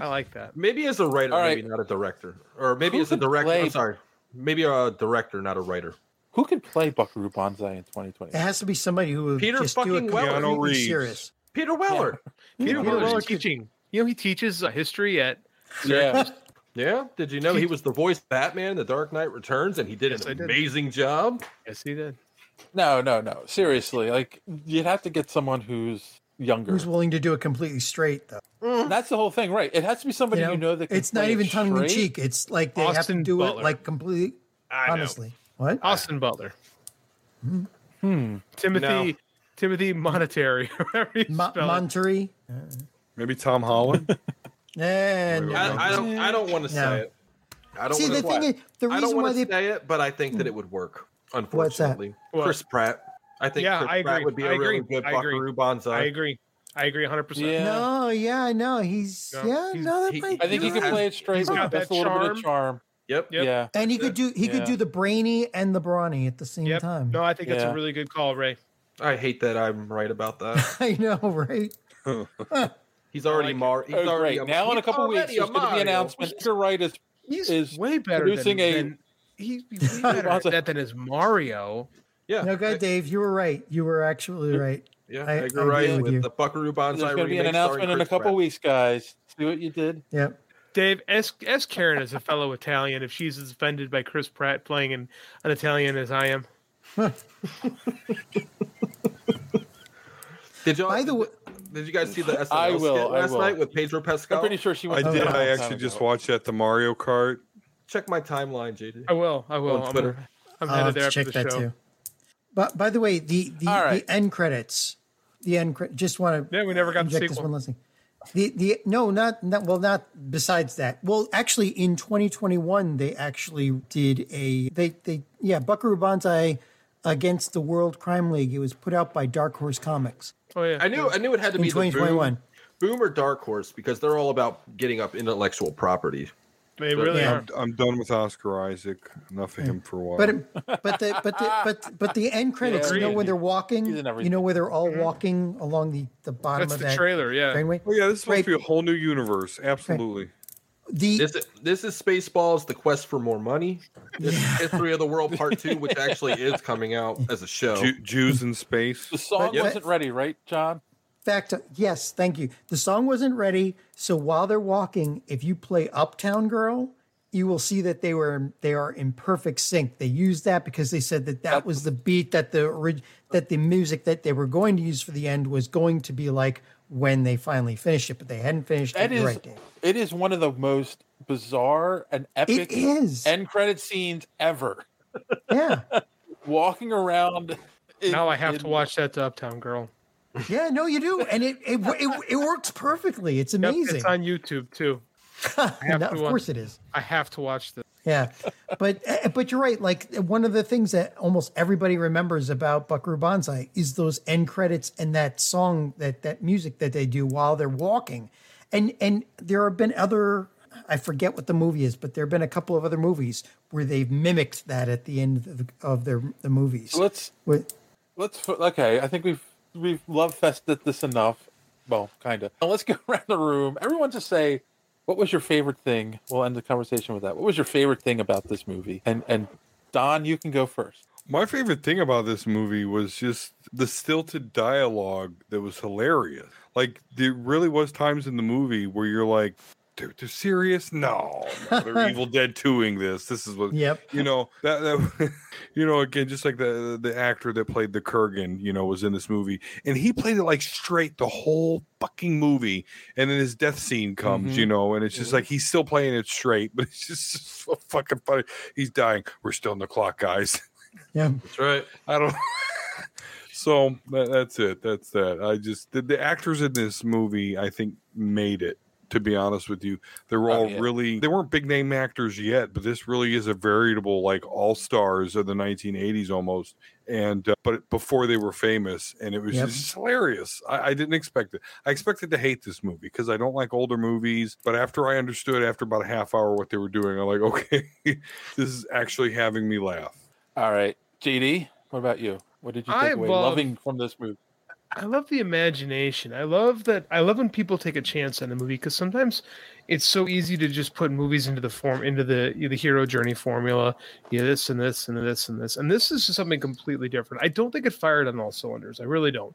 I like that. Maybe as a writer, All right. maybe not a director, or maybe Who as a could director. play- I'm sorry, maybe a director, not a writer. Who could play Buckaroo Banzai in 2020? it has to be somebody who would Peter just do fucking it Weller. completely Keanu Reeves. serious. Peter Weller. Peter Weller's Weller's teaching. You know, he teaches uh, history at. Yeah, Yeah, did you know he was the voice of Batman in The Dark Knight Returns, and he did Yes, I an did. amazing job. Yes, he did. No, no, no. Seriously, like you'd have to get someone who's younger. Who's willing to do it completely straight though? That's the whole thing, right? It has to be somebody you you know, know, that can it's not play it even tongue in straight. cheek. It's like they have to Austin do Butler. it like completely. I know. Honestly, what? Austin Butler, Hmm. Timothy, No. Timothy Monetary. however you Mo- spell it. Monterey? Maybe Tom Holland. Eh, no. I, I don't. I don't want to No. say it. I don't. See, wanna, the thing is, the I don't reason why want they to say it, but I think that it would work. Unfortunately, What? Chris Pratt. I think Yeah, Chris I Pratt agree. would be a I really agree. good I agree. Buckaroo Banzai. I agree. I agree 100%. Yeah. No, Oh, yeah, I know. He's No, yeah, he's- no, that he- might I think be he can right. play it straight. He's with got just that a little bit of charm. charm. Yep. Yep. Yeah. And he could do he could Yeah. do the brainy and the brawny at the same Yep. time. No, I think that's a Yeah. really good call, Ray. I hate that I'm right about that. I know, right? He's already Mar. He's Oh, already great. Now in a couple weeks, already a there's going to be an Mario. announcement. Edgar Wright is He's Is way better producing than, a- than- he's way better at that than his Mario. Yeah. No, God, I- Dave, you were right. You were actually right. Yeah, I, I- agree I agree right with with you. the Buckaroo Banzai. there's going to be an remake starring announcement in a Chris couple Pratt. weeks, guys. See what you did. Yep. Dave, ask, ask Karen as a fellow Italian if she's as offended by Chris Pratt playing an, an Italian as I am. Did y'all? By the way, did you guys see the SNL I will, skit I last will. night with Pedro I'm Pascal? pretty sure she I went. to did. that I a long actually time just ago. watched that the Mario Kart. Check my timeline, JD. I will. I will. On I'm- Twitter. I'm, I'll headed have there to after the check that show. too. But by the way, the the, All right. the end credits, the end cre- just want to Yeah, we never got the inject this sequel. one last thing. The the no, not not well, not besides that. Well, actually, in 2021, they actually did a they they yeah, Buckaroo Banzai against the World Crime League. It was put out by Dark Horse Comics Oh yeah. I knew. I knew it had to in be the 2021. boom, boom or Dark Horse because they're all about getting up intellectual property. They really Yeah. are. I'm done with Oscar Isaac. Enough of him for a while. Mm. But it, but the but the but but the end credits. you know Agreed. when they're walking. He's in You know everything. where they're all walking along the the Mm-hmm. bottom That's of the that trailer. Yeah. trainway. oh yeah, this is supposed to Right. be a whole new universe. Absolutely. The This this is Spaceballs: The Quest for More Money. This is History of the World Part Two, which actually is coming out as a show. Ju- Jews in space. The song But- wasn't ready, right, John? fact yes thank you the song wasn't ready so while they're walking if you play uptown girl you will see that they were they are in perfect sync they used that because they said that that was the beat that the orig- that the music that they were going to use for the end was going to be like when they finally finished it, but they hadn't finished That it is, right. Dave. it is one of the most bizarre and epic is. end credit scenes ever. Yeah. Walking around. in- now I have in- to watch that to Uptown Girl. Yeah, no, you do, and it it it, it works perfectly. It's Yep, amazing. it's on YouTube too. I have No, to of watch- course it is. I have to watch this. Yeah, but eh, but you're right. Like one of the things that almost everybody remembers about Buckaroo Banzai is those end credits and that song that that music that they do while they're walking, and and there have been other. I forget what the movie is, but there have been a couple of other movies where they've mimicked that at the end of, the, of their the movies. Let's With, let's okay. I think we've we've love fested this enough. Well, kind of. Now let's go around the room. Everyone, just say what was your favorite thing. We'll end the conversation with that. What was your favorite thing about this movie? And and Don, you can go first. My favorite thing about this movie was just the stilted dialogue that was hilarious. Like there really was times in the movie where you're like, they're, they're serious? No, no, they're Evil Dead 2ing this. This is what Yep. you know that, that you know again just like the the actor that played the Kurgan you know was in this movie and he played it like straight the whole fucking movie and then his death scene comes you know and it's just like he's still playing it straight but it's just so fucking funny he's dying we're still on the clock guys yeah that's right I don't so that, that's it that's that I just the, the actors in this movie I think made it to be honest with you they were all yeah. really they weren't big name actors yet but this really is a veritable like all stars of the 1980s almost and uh, but before they were famous and it was Yep. just hilarious I, I didn't expect it i expected to hate this movie because i don't like older movies but after i understood after about a half hour what they were doing i'm like okay this is actually having me laugh all right JD, what about you? What did you I take away love- loving from this movie? I love the imagination. I love that. I love when people take a chance on the movie because sometimes it's so easy to just put movies into the form, into the the hero journey formula. Yeah, this and this and this and this and this is just something completely different. I don't think it fired on all cylinders. I really don't.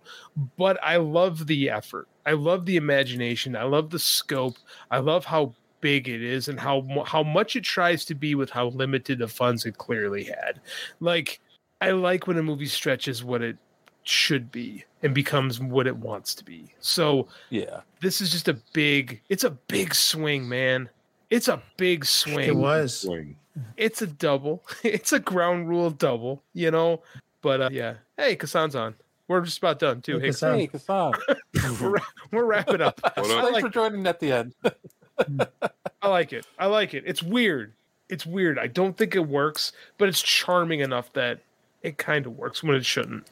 But I love the effort. I love the imagination. I love the scope. I love how big it is and how mu- how much it tries to be with how limited the funds it clearly had. Like I like when a movie stretches what it should be and becomes what it wants to be. So Yeah. this is just a big it's a big swing, man. It's a big swing. it was. It's a double. It's a ground rule double, you know. But uh, yeah. Hey, Kassan's on. We're just about done too. Hey, Hey, Kassan. Hey, Kassan. we're, we're wrapping up. I Thanks like, for joining at the end. I like it. I like it. It's weird. It's weird. I don't think it works, but it's charming enough that it kind of works when it shouldn't.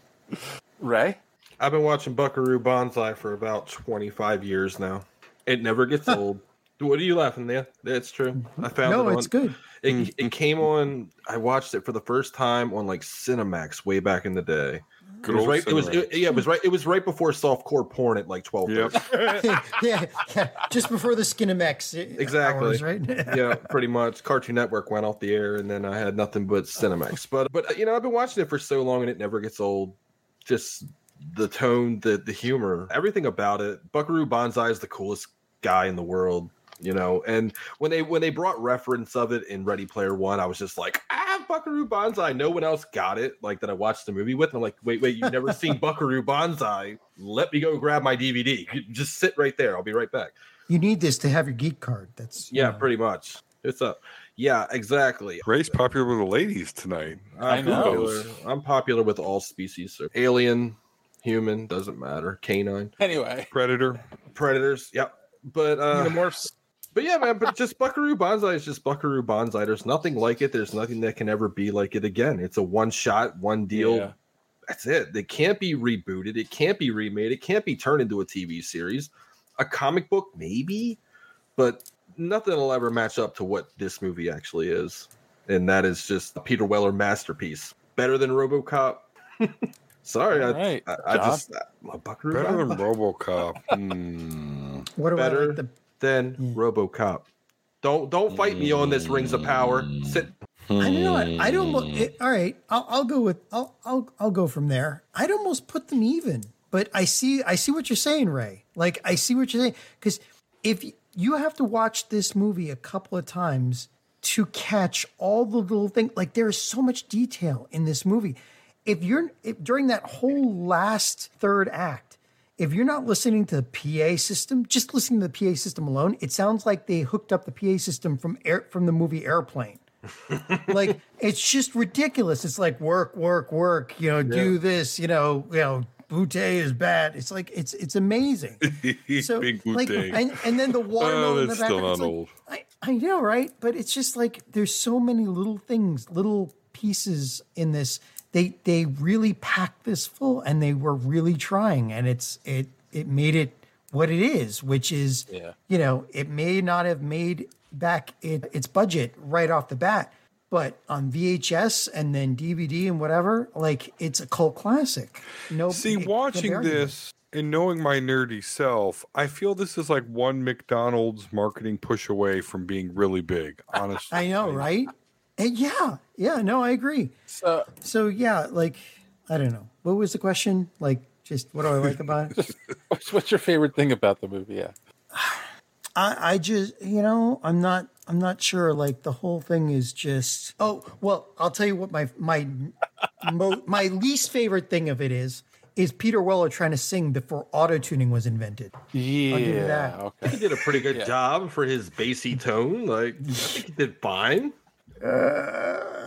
Ray? I've been watching Buckaroo Banzai for about 25 years now. It never gets old. What are you laughing at? That's true. I found No, it it's on- good. It, it came on. I watched it for the first time on like Cinemax way back in the day. Good it was old right. It was it- Cinemax. yeah. It was right. It was right before softcore porn at like 12. yeah, yeah, just before the Skinemax. eh, exactly hours, right? yeah pretty much cartoon network went off the air and then i had nothing but cinemax but but you know i've been watching it for so long and it never gets old just the tone the the humor everything about it buckaroo banzai is the coolest guy in the world you know and when they when they brought reference of it in ready player one i was just like ah buckaroo banzai no one else got it like that i watched the movie with and i'm like wait wait you've never seen buckaroo banzai let me go grab my dvd just sit right there i'll be right back You need this to have your geek card. That's yeah, pretty much. It's up. Yeah, exactly. Ray's popular with the ladies tonight. I'm Who popular. knows? I'm popular with all species. So alien, human, doesn't matter. Canine, Anyway. Predator, predators. Yep. But uh, Xenomorphs. But yeah, man. But just Buckaroo Banzai is just Buckaroo Banzai. There's nothing like it. There's nothing that can ever be like it again. It's a one shot, one deal. Yeah. That's it. They can't be rebooted. It can't be remade. It can't be turned into a TV series. A comic book, maybe, but nothing will ever match up to what this movie actually is. And that is just a Peter Weller masterpiece. Better than Robocop. Sorry, All I, right, I, I John. just I, Buckaroo Better than Banzai. RoboCop. Hmm. What do I better like the than RoboCop. Don't don't fight me on this. Rings of Power. Sit. I don't know. I- I'd almost. It, all right, I'll, I'll go with. I'll, I'll I'll go from there. I'd almost put them even, but I see. I see what you're saying, Ray. Like I see what you're saying because if y- you have to watch this movie a couple of times to catch all the little things, like there is so much detail in this movie. If you're if, during that whole last third act, If you're not listening to the PA system, just listening to the PA system alone, it sounds like they hooked up the PA system from air from the movie Airplane. like it's just ridiculous. It's like work, work, work. You know, do this. You know, you know, Butte is bad. It's like it's it's amazing. So Big like, Wu-Tang. Oh, and, and then the watermelon in the that's still background. not It's like, old. I, I know, right? But it's just like there's so many little things, little pieces in this. They they really packed this full, and they were really trying, and it's it it made it what it is, which is you know it may not have made back it, its budget right off the bat, but on VHS and then DVD and whatever, like it's a cult classic. No, See, it can't be watching argued. this and knowing my nerdy self, I feel this is like one McDonald's marketing push away from being really big. Honestly, I know, right? And yeah, yeah, no, I agree. So, so yeah, like I don't know. What was the question? Like, just what do I like about it? What's, what's your favorite thing about the movie? Yeah. I, I just, you know, I'm not, I'm not sure. Like the whole thing is just. Oh well, I'll tell you what my my mo, my least favorite thing of it is is Peter Weller trying to sing before auto tuning was invented. Yeah, give you that. okay. He did a pretty good job for his bassy tone. Like, I think he did fine.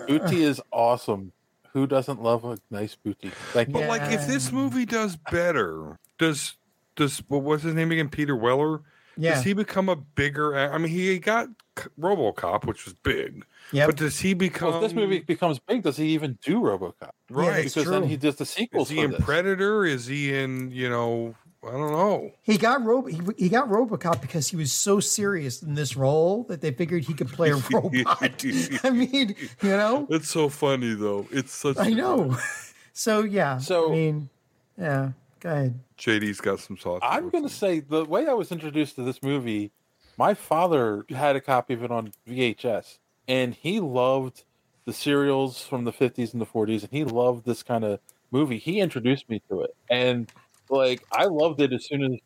Booty is awesome. Who doesn't love a nice booty? Like, But like, if this movie does better, does does what was his name again? Peter Weller. Yeah. Does he become a bigger? a- I mean, he got C- RoboCop, which was big. Yeah. But does he become? Well, if this Um, movie becomes big, does he even do RoboCop? Right. because then he does the sequels. Is he for in this. Predator? Is he in? You know, I don't know. He got Robo, he, he got RoboCop because he was so serious in this role that they figured he could play a robot. I mean, you know, it's so funny though. It's such. I know. So yeah. So I mean, yeah. Go ahead. JD's got some sauce. I'm going to say the way I was introduced to this movie, my father had a copy of it on VHS, and he loved the serials from the 50s and the 40s, and he loved this kind of movie. He introduced me to it, and like I loved it as soon as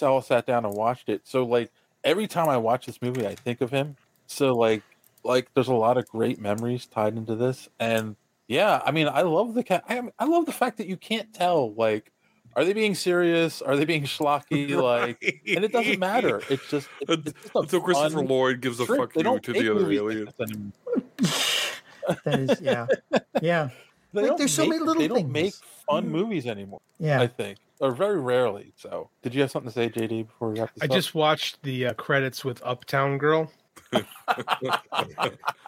we all sat down and watched it. So like every time I watch this movie, I think of him. So like like there's a lot of great memories tied into this, and yeah, I mean I love the ca- I, I love the fact that you can't tell like are they being serious? Are they being schlocky? Like, and it doesn't matter. It's just it's, it's just a Until Christopher fun Lloyd gives a trip. fuck They you don't to make the other movies like alien. this anymore. That is, yeah, yeah. They Like, don't there's so make- many little They don't things. make fun movies anymore. Yeah. I think, or very rarely. So, did you have something to say, JD? Before we wrap this I up? just watched the uh, credits with Uptown Girl.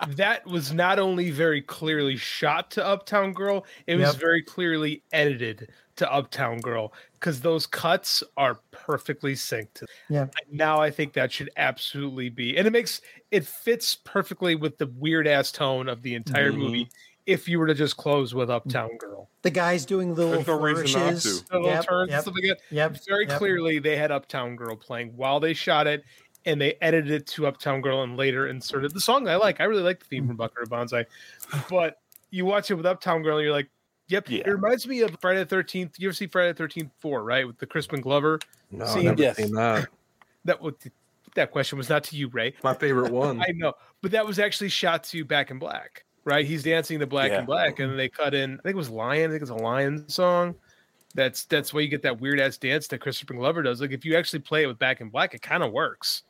that was not only very clearly shot to Uptown Girl, it was Yep. very clearly edited to Uptown Girl because those cuts are perfectly synced. Yeah. Now I think that should absolutely be, and it makes it fits perfectly with the weird ass tone of the entire Mhm. movie. If you were to just close with Uptown Girl, The guy's doing little There's no reason not flourishes. to. The little Yep, turns and yep, stuff like that. Yep. very yep. clearly they had Uptown Girl playing while they shot it, and they edited it to Uptown Girl and later inserted the song I Mm. like. I really like the theme from Buckaroo Banzai, but you watch it with Uptown Girl and you're like, "Yep, it reminds me of Friday the Thirteenth. You ever see Friday the Thirteenth Four, right? With the Crispin Glover No, scene? I've never seen that. That was that question was not to you, Ray. My favorite one. I know, but that was actually shot to Back in Black, right? He's dancing the Black Yeah. and Black, and then they cut in. I think it was Lion. I think it's a Lion song. That's that's why you get that weird ass dance that Christopher Glover does. Like if you actually play it with Back in Black, it kind of works,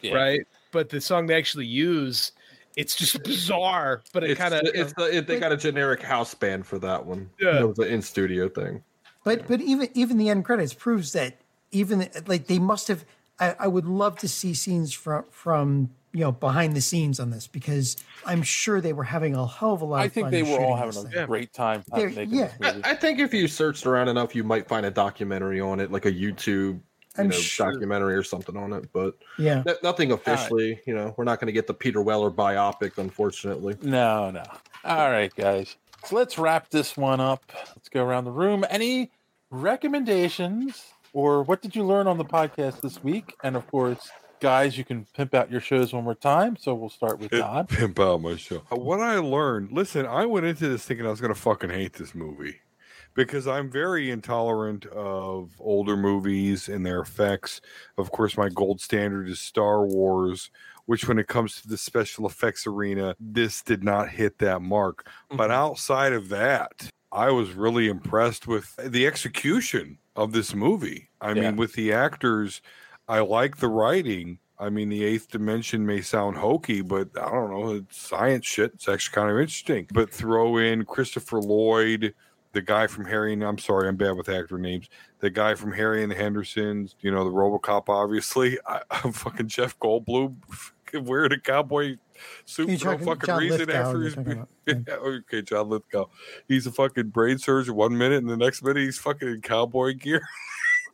Yeah. right? But the song they actually use, it's just bizarre. But it It's kind of the- it's the, it, they got a generic house band for that one. Yeah. It was an in studio thing. But but even even the end credits proves that even like they must have. I, I would love to see scenes from from you know behind the scenes on this because I'm sure they were having a hell of a lot. I of think fun they were shooting all this having thing. a great time. They're- making yeah. this I, movie. I think if you searched around enough, you might find a documentary on it, like a YouTube you I'm know, sure. documentary or something on it. But Yeah. no- nothing officially. You know, we're not going to get the Peter Weller biopic, unfortunately. No, no. All right, guys. So let's wrap this one up. Let's go around the room. Any recommendations or what did you learn on the podcast this week? And of course, guys, you can pimp out your shows one more time. So we'll start with Todd. Pimp out my show. Uh, What I learned, listen, I went into this thinking I was going to fucking hate this movie because I'm very intolerant of older movies and their effects. Of course, my gold standard is Star Wars, which when it comes to Mm-hmm. the special effects arena, this did not hit that mark. But outside of that, I was really impressed with the execution of this movie. I Yeah. mean, with the actors, I like the writing. I mean, the eighth dimension may sound hokey, but I don't know. It's science shit. It's actually kind of interesting. But throw in Christopher Lloyd, the guy from Harry and I'm sorry, I'm bad with actor names. The guy from Harry and the Hendersons, you know, the Robocop, obviously. I, I'm fucking Jeff Goldblum fucking wearing a cowboy suit You're for no talking- fucking John reason Lithgow after you're he's talking been- about. yeah, okay, John Lithgow. He's a fucking brain surgeon one minute, and the next minute he's fucking in cowboy gear.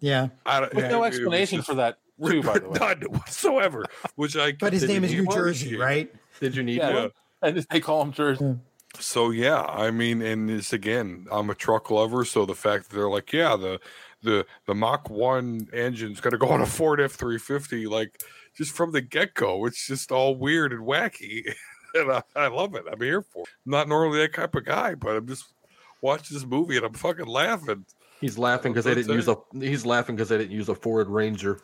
Yeah. I don't, With no explanation for that, too, by the way. None whatsoever. Which I. But his Did name you is need New one? Jersey, right? Did you need Yeah. one? And they call him Jersey. So yeah, I mean, and this again, I'm a truck lover, so the fact that they're like, yeah, the the the Mach One engine's gonna go on a Ford F three fifty, like just from the get go, it's just all weird and wacky, and I, I love it. I'm here for. It. I'm not normally that type of guy, but I'm just watching this movie and I'm fucking laughing. He's laughing because they didn't use a. He's laughing because they didn't use a Ford Ranger.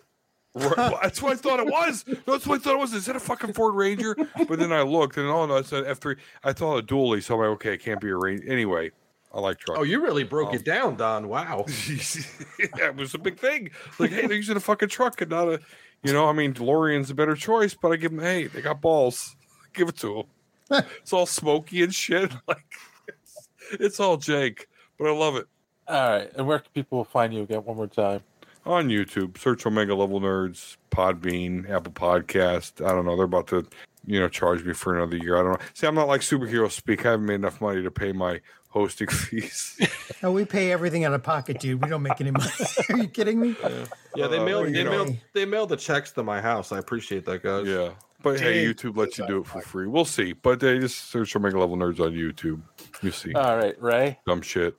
Right. Well, That's what I thought it was. No, that's what I thought it was. Is that a fucking Ford Ranger? But then I looked and oh no, it's an F three. I thought a dually, so I'm like, okay, it can't be a Ranger. Anyway, I like trucks. Um, Oh, you really broke it down, Don. Wow. yeah, it was a big thing. Like, hey, they're using a fucking truck and not a, you know, I mean, DeLorean's a better choice, but I give them, hey, they got balls. Give it to them. it's all smoky and shit. Like, it's, it's all Jake, but I love it. All right. And where can people find you again one more time? On YouTube, search Omega Level Nerds, Podbean, Apple Podcast. I don't know. They're about to, you know, charge me for another year. I don't know. See, I'm not like superhero speak. I haven't made enough money to pay my hosting fees. No, we pay everything out of pocket, dude. We don't make any money. Are you kidding me? Yeah, they Uh, mailed. you They know. mailed. They mailed the checks to my house. I appreciate that, guys. Yeah, But hey, YouTube lets you do it for free. We'll see. But they just search for Mega Level Nerds on YouTube. You see. All right, Ray. Dumb shit.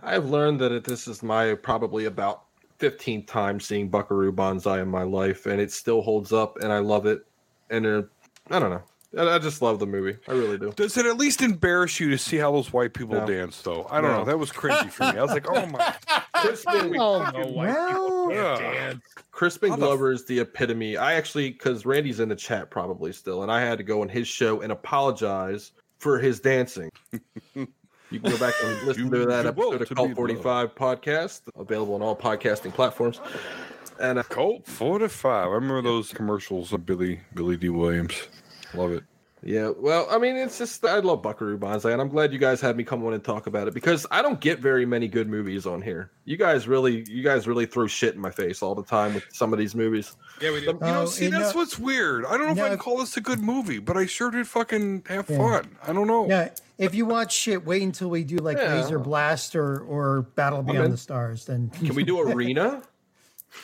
I've learned that it- this is my probably about 15th time seeing Buckaroo Banzai in my life, and it still holds up, and I love it. And uh, I don't know. I I just love the movie. I really do. Does it at least embarrass you to see how those white people No. dance, though? I don't No. know. That was cringy for me. I was like, oh my. Crispin, Oh, Yeah. Crispin Glover is the epitome. I actually, because Randy's in the chat probably still, and I had to go on his show and apologize for his dancing. you can go back and listen to that you will episode of to be Cult 45 podcast, available on all podcasting platforms. And uh, Colt 45. I remember those commercials of Billy Billy D. Williams. Love it. Yeah, well, I mean, it's just I love Buckaroo Banzai, and I'm glad you guys had me come on and talk about it because I don't get very many good movies on here. You guys really, you guys really throw shit in my face all the time with some of these movies. Yeah, we do. You know, Oh, see, and, that's uh, what's weird. I don't know if I can call this a good movie, but I sure did fucking have Yeah. fun. I don't know. Yeah. If you watch shit, wait until we do like Yeah. Laser Blast or or Battle Beyond in. the Stars. Then Can we do Arena?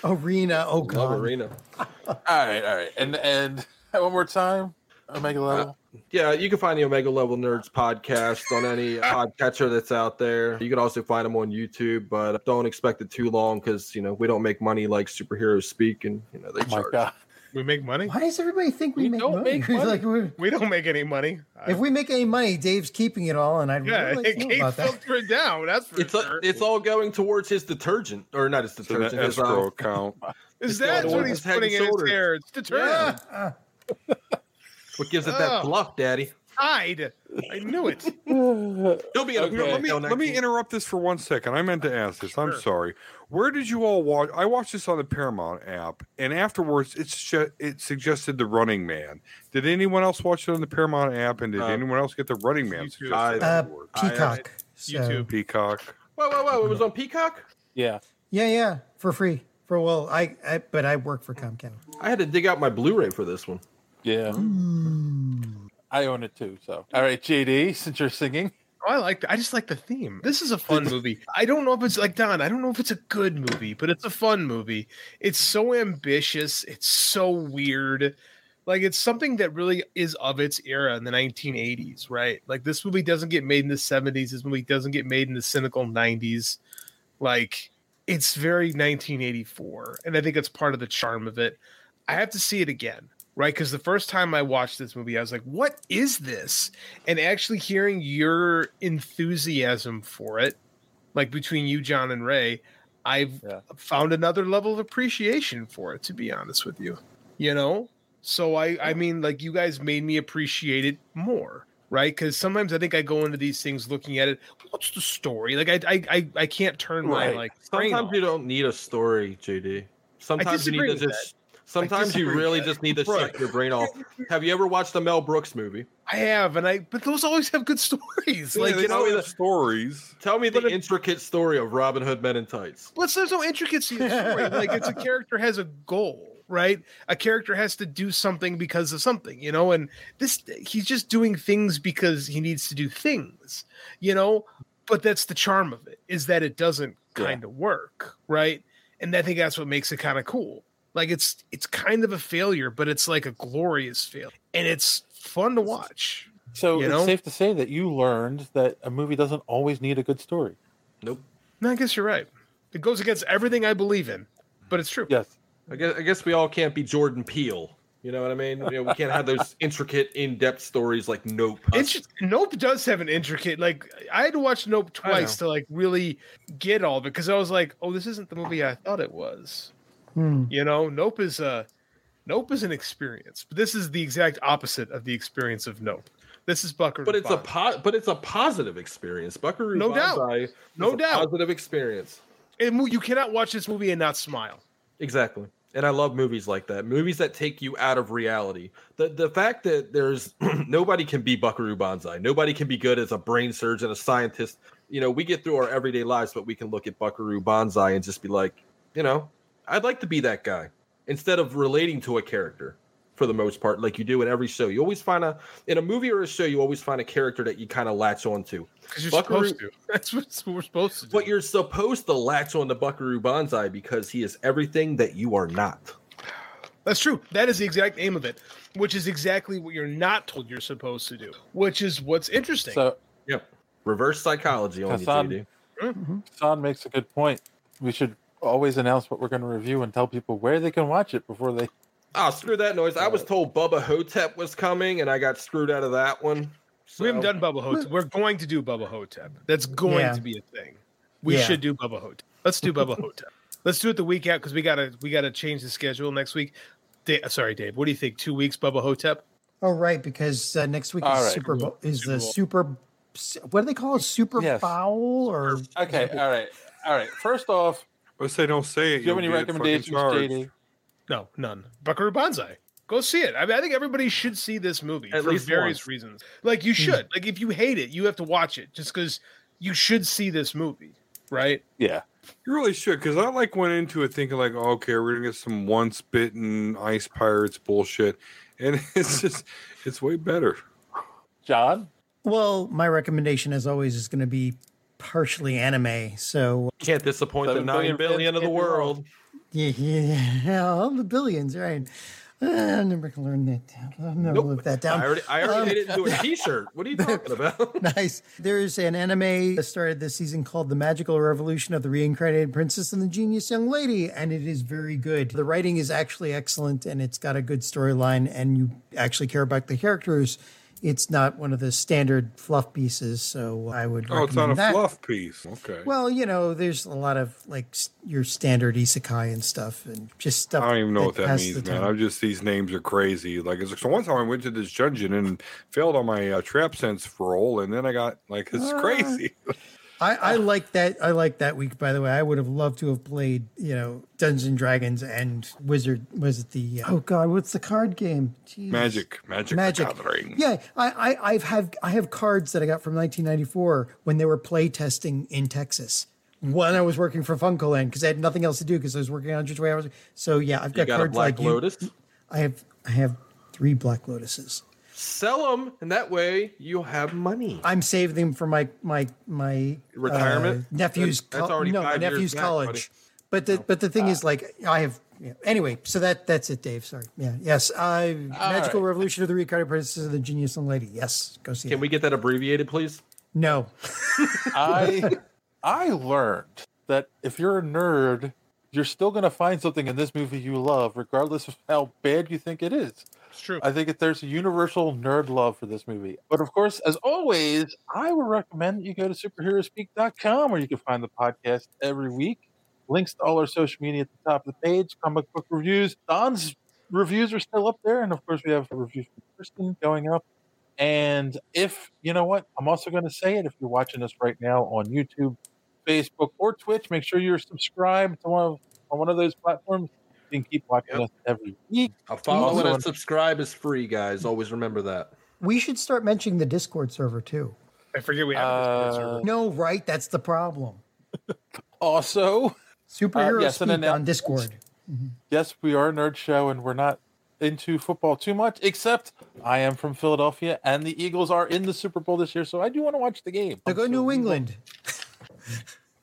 Arena? Oh Love god. Arena. All right. All right. And and one more time, Omega Uh, Level. Yeah, you can find the Omega Level Nerds podcast on any podcatcher that's out there. You can also find them on YouTube, but don't expect it too long because you know we don't make money like superheroes speak, and you know they my charge. God. We make money. Why does everybody think we, make don't money? make money. Like, we're- We don't make any money. if we make any money, Dave's keeping it all, and I'd Yeah, really it like to know can't about that. filter it down. That's for It's sure. it's all going towards his detergent, or not his In detergent. that his, uh, escrow account. Is It's the that other what one. he's It's head putting and in his shoulders. hair? It's deterrent. What gives it that Oh. bluff, Daddy? Hide. I knew it. He'll be in a You know, let me let me interrupt this for one second. I meant to ask this. I'm sorry. Where did you all watch? I watched this on the Paramount app, and afterwards, it's ju- it suggested The Running Man. Did anyone else watch it on the Paramount app? And did anyone else get The Running Man? suggested? Uh, Peacock. so- Peacock. Whoa, whoa, whoa! It was on Peacock. Yeah. Yeah, yeah, for free. For well, I, I but I work for Comcast. I had to dig out my Blu-ray for this one. Yeah. Hmm. I own it too. So all right, JD, since you're singing. Oh, I like. I just like the theme. This is a fun movie. I don't know if it's like Don. I don't know if it's a good movie, but it's a fun movie. It's so ambitious. It's so weird. Like it's something that really is of its era in the 1980s, right? Like this movie doesn't get made in the 70s. This movie doesn't get made in the cynical 90s. Like it's very 1984, and I think it's part of the charm of it. I have to see it again, right? Because the first time I watched this movie, I was like, what is this? And actually hearing your enthusiasm for it, like between you, John, and Ray, I've found another level of appreciation for it, to be honest with you. You know? So I I mean, like you guys made me appreciate it more. right? Because sometimes I think I go into these things looking at it. What's the story? Like I I I, I can't turn my Right. like. brain sometimes you don't need a story, JD. Sometimes you disagree need to with just. that. I Sometimes you disagree with really that. just need to Right. shut your brain off. Have you ever watched the Mel Brooks movie? I have, and I but those always have good stories. like you know, the- stories. Tell me the intricate story of Robin Hood Men in Tights. Let's there's no intricacy in the story. like it's a character has a goal, right? A character has to do something because of something, you know, and this he's just doing things because he needs to do things, you know. But that's the charm of it, is that it doesn't kind of work, right? And I think that's what makes it kind of cool. Like it's it's kind of a failure, but it's like a glorious failure. And it's fun to watch. So you it's know? safe to say that you learned that a movie doesn't always need a good story. Nope. No, I guess you're right. It goes against everything I believe in, but it's true. Yes. I guess, I guess we all can't be Jordan Peele. You know what I mean? You know, we can't have those intricate, in-depth stories like Nope. Intri- nope does have an intricate like I had to watch Nope I know. twice to like really get all of it because I was like, oh, this isn't the movie I thought it was. You know, Nope is a Nope is an experience, but this is the exact opposite of the experience of Nope. This is Buckaroo. But it's a Banzai. po- but it's a positive experience. Buckaroo No doubt. Banzai is No a doubt. positive experience. It mo- you cannot watch this movie and not smile. Exactly. And I love movies like that. Movies that take you out of reality. The the fact that there's nobody can be Buckaroo Banzai. Nobody can be good as a brain surgeon, a scientist. You know, we get through our everyday lives, but we can look at Buckaroo Banzai and just be like, you know, I'd like to be that guy instead of relating to a character for the most part, like you do in every show. You always find a in a movie or a show, you always find a character that you kind of latch onto. 'Cause you're Buckaroo- supposed to. That's what we're supposed to. Do. But you're supposed to latch on to Buckaroo Banzai because he is everything that you are not. That's true. That is the exact aim of it, which is exactly what you're not told you're supposed to do, which is what's interesting. So Yep. Reverse psychology on you, Hassan- JD. Hassan makes a good point. We should always announce what we're going to review and tell people where they can watch it before they. Ah, screw that noise. I was told Bubba Hotep was coming and I got screwed out of that one. We haven't done Bubba Hotep. We're going to do Bubba Hotep. That's going Yeah. to be a thing. We Yeah. should do Bubba Hotep. Let's do Bubba Hotep. Let's do it the week out because we gotta we gotta change the schedule next week. Da- sorry, Dave. What do you think? Two weeks, Bubba Hotep. Oh, right, because uh, next week All is right. Super Bowl. Is Super the Bowl. Super? What do they call it? Super Yes. Bowl or Okay. All right. All right. First off, let's say don't say it. Do you have any you'll get fucking recommendations, charged. JD? No, none. Buckaroo Banzai. Go see it. I mean, I think everybody should see this movie At for least various once. reasons. Like Hmm. you should. Like if you hate it, you have to watch it just because you should see this movie, right? Yeah. You really should, because I like went into it thinking like, oh, okay, we're gonna get some once bitten ice pirates bullshit, and it's just it's way better. John, Well, my recommendation, as always, is going to be partially anime. So Can't disappoint the Seven nine billion billion of the fans world. yeah, yeah, yeah, all the billions, right? Uh, I'm never gonna learn that down. I'm never gonna live that down. I already I already Um, made it into a t-shirt. What are you talking about? nice. There's an anime that started this season called The Magical Revolution of the Reincarnated Princess and the Genius Young Lady, and it is very good. The writing is actually excellent and it's got a good storyline, and you actually care about the characters. It's not one of the standard fluff pieces, so I would Oh, recommend it's not a that. fluff piece. Okay. Well, you know, there's a lot of like s- your standard isekai and stuff, and just stuff. I don't even know what that passes the means, man. time. I'm just these names are crazy. Like, it's, so one time I went to this dungeon and failed on my uh, trap sense roll, and then I got like it's Ah. crazy. I, I like that. I like that week. By the way, I would have loved to have played, you know, Dungeons and Dragons and Wizard. Was it the oh god, what's the card game? Jeez. Magic, magic, the Magic. gathering. Yeah, I, I I've have I have cards that I got from 1994 when they were play testing in Texas when I was working for Funkoland because I had nothing else to do because I was working 120 hours. So yeah, I've You got, got a cards black like you- lotus? I have I have three black lotuses. Sell them and that way you'll have money. I'm saving them for my my my uh, Retirement? That's- nephew's that's col- already no my five years nephew's back, college. buddy. Ah. But the but the thing is like I have yeah. anyway. So that that's it, Dave. Sorry. Yeah. Yes. I magical revolution of the Ricardo princess of the genius and lady. Yes. Go see. Can it. we get that abbreviated, please? No. I I learned that if you're a nerd, you're still going to find something in this movie you love, regardless of how bad you think it is. It's true. I think that there's a universal nerd love for this movie. But of course, as always, I would recommend that you go to superheroespeak.com where you can find the podcast every week. Links to all our social media at the top of the page, comic book reviews. Don's reviews are still up there. And of course, we have a review from Kristen going up. And if you know what, I'm also going to say it. If you're watching this right now on YouTube, Facebook, or Twitch, make sure you're subscribed to one of on one of those platforms. You can keep watching us every week. A follow Also and on- a subscribe is free, guys. Always remember that. We should start mentioning the Discord server too. I forget we have no, right? That's the problem. also, superhero Uh, yes, speak an on announcement. Discord. yes, we are a nerd show, and we're not into football too much. Except I am from Philadelphia, and the Eagles are in the Super Bowl this year, so I do want to watch the game. So go New England.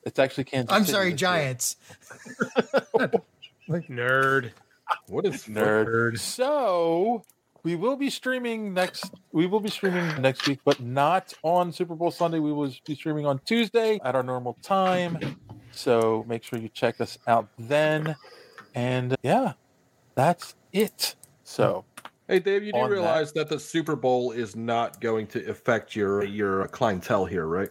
It's actually Kansas. I'm City sorry, this year. Giants. Nerd. What is nerd? So we will be streaming next. We will be streaming next week, but not on Super Bowl Sunday. We will be streaming on Tuesday at our normal time. So make sure you check us out then. And uh, yeah, that's it. So Hey, Dave, you do on that- realize that. the Super Bowl is not going to affect your your clientele here, right?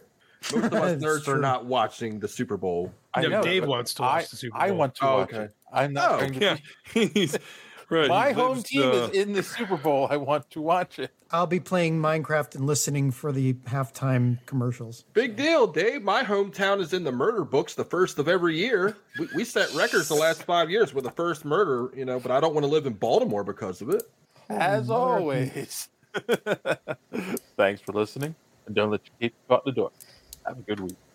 Most of us nerds are not watching the Super Bowl. I know, but I- I want to watch it. I'm not. going to He's- right, My he home lives, team uh, is in the Super Bowl. I want to watch it. I'll be playing Minecraft and listening for the halftime commercials. Big deal, Dave. My hometown is in the murder books, the first of every year. We, we set records the last five years with the first murder, you know. But I don't want to live in Baltimore because of it. As always. Thanks for listening, and don't let your kid go out the door. Have a good week.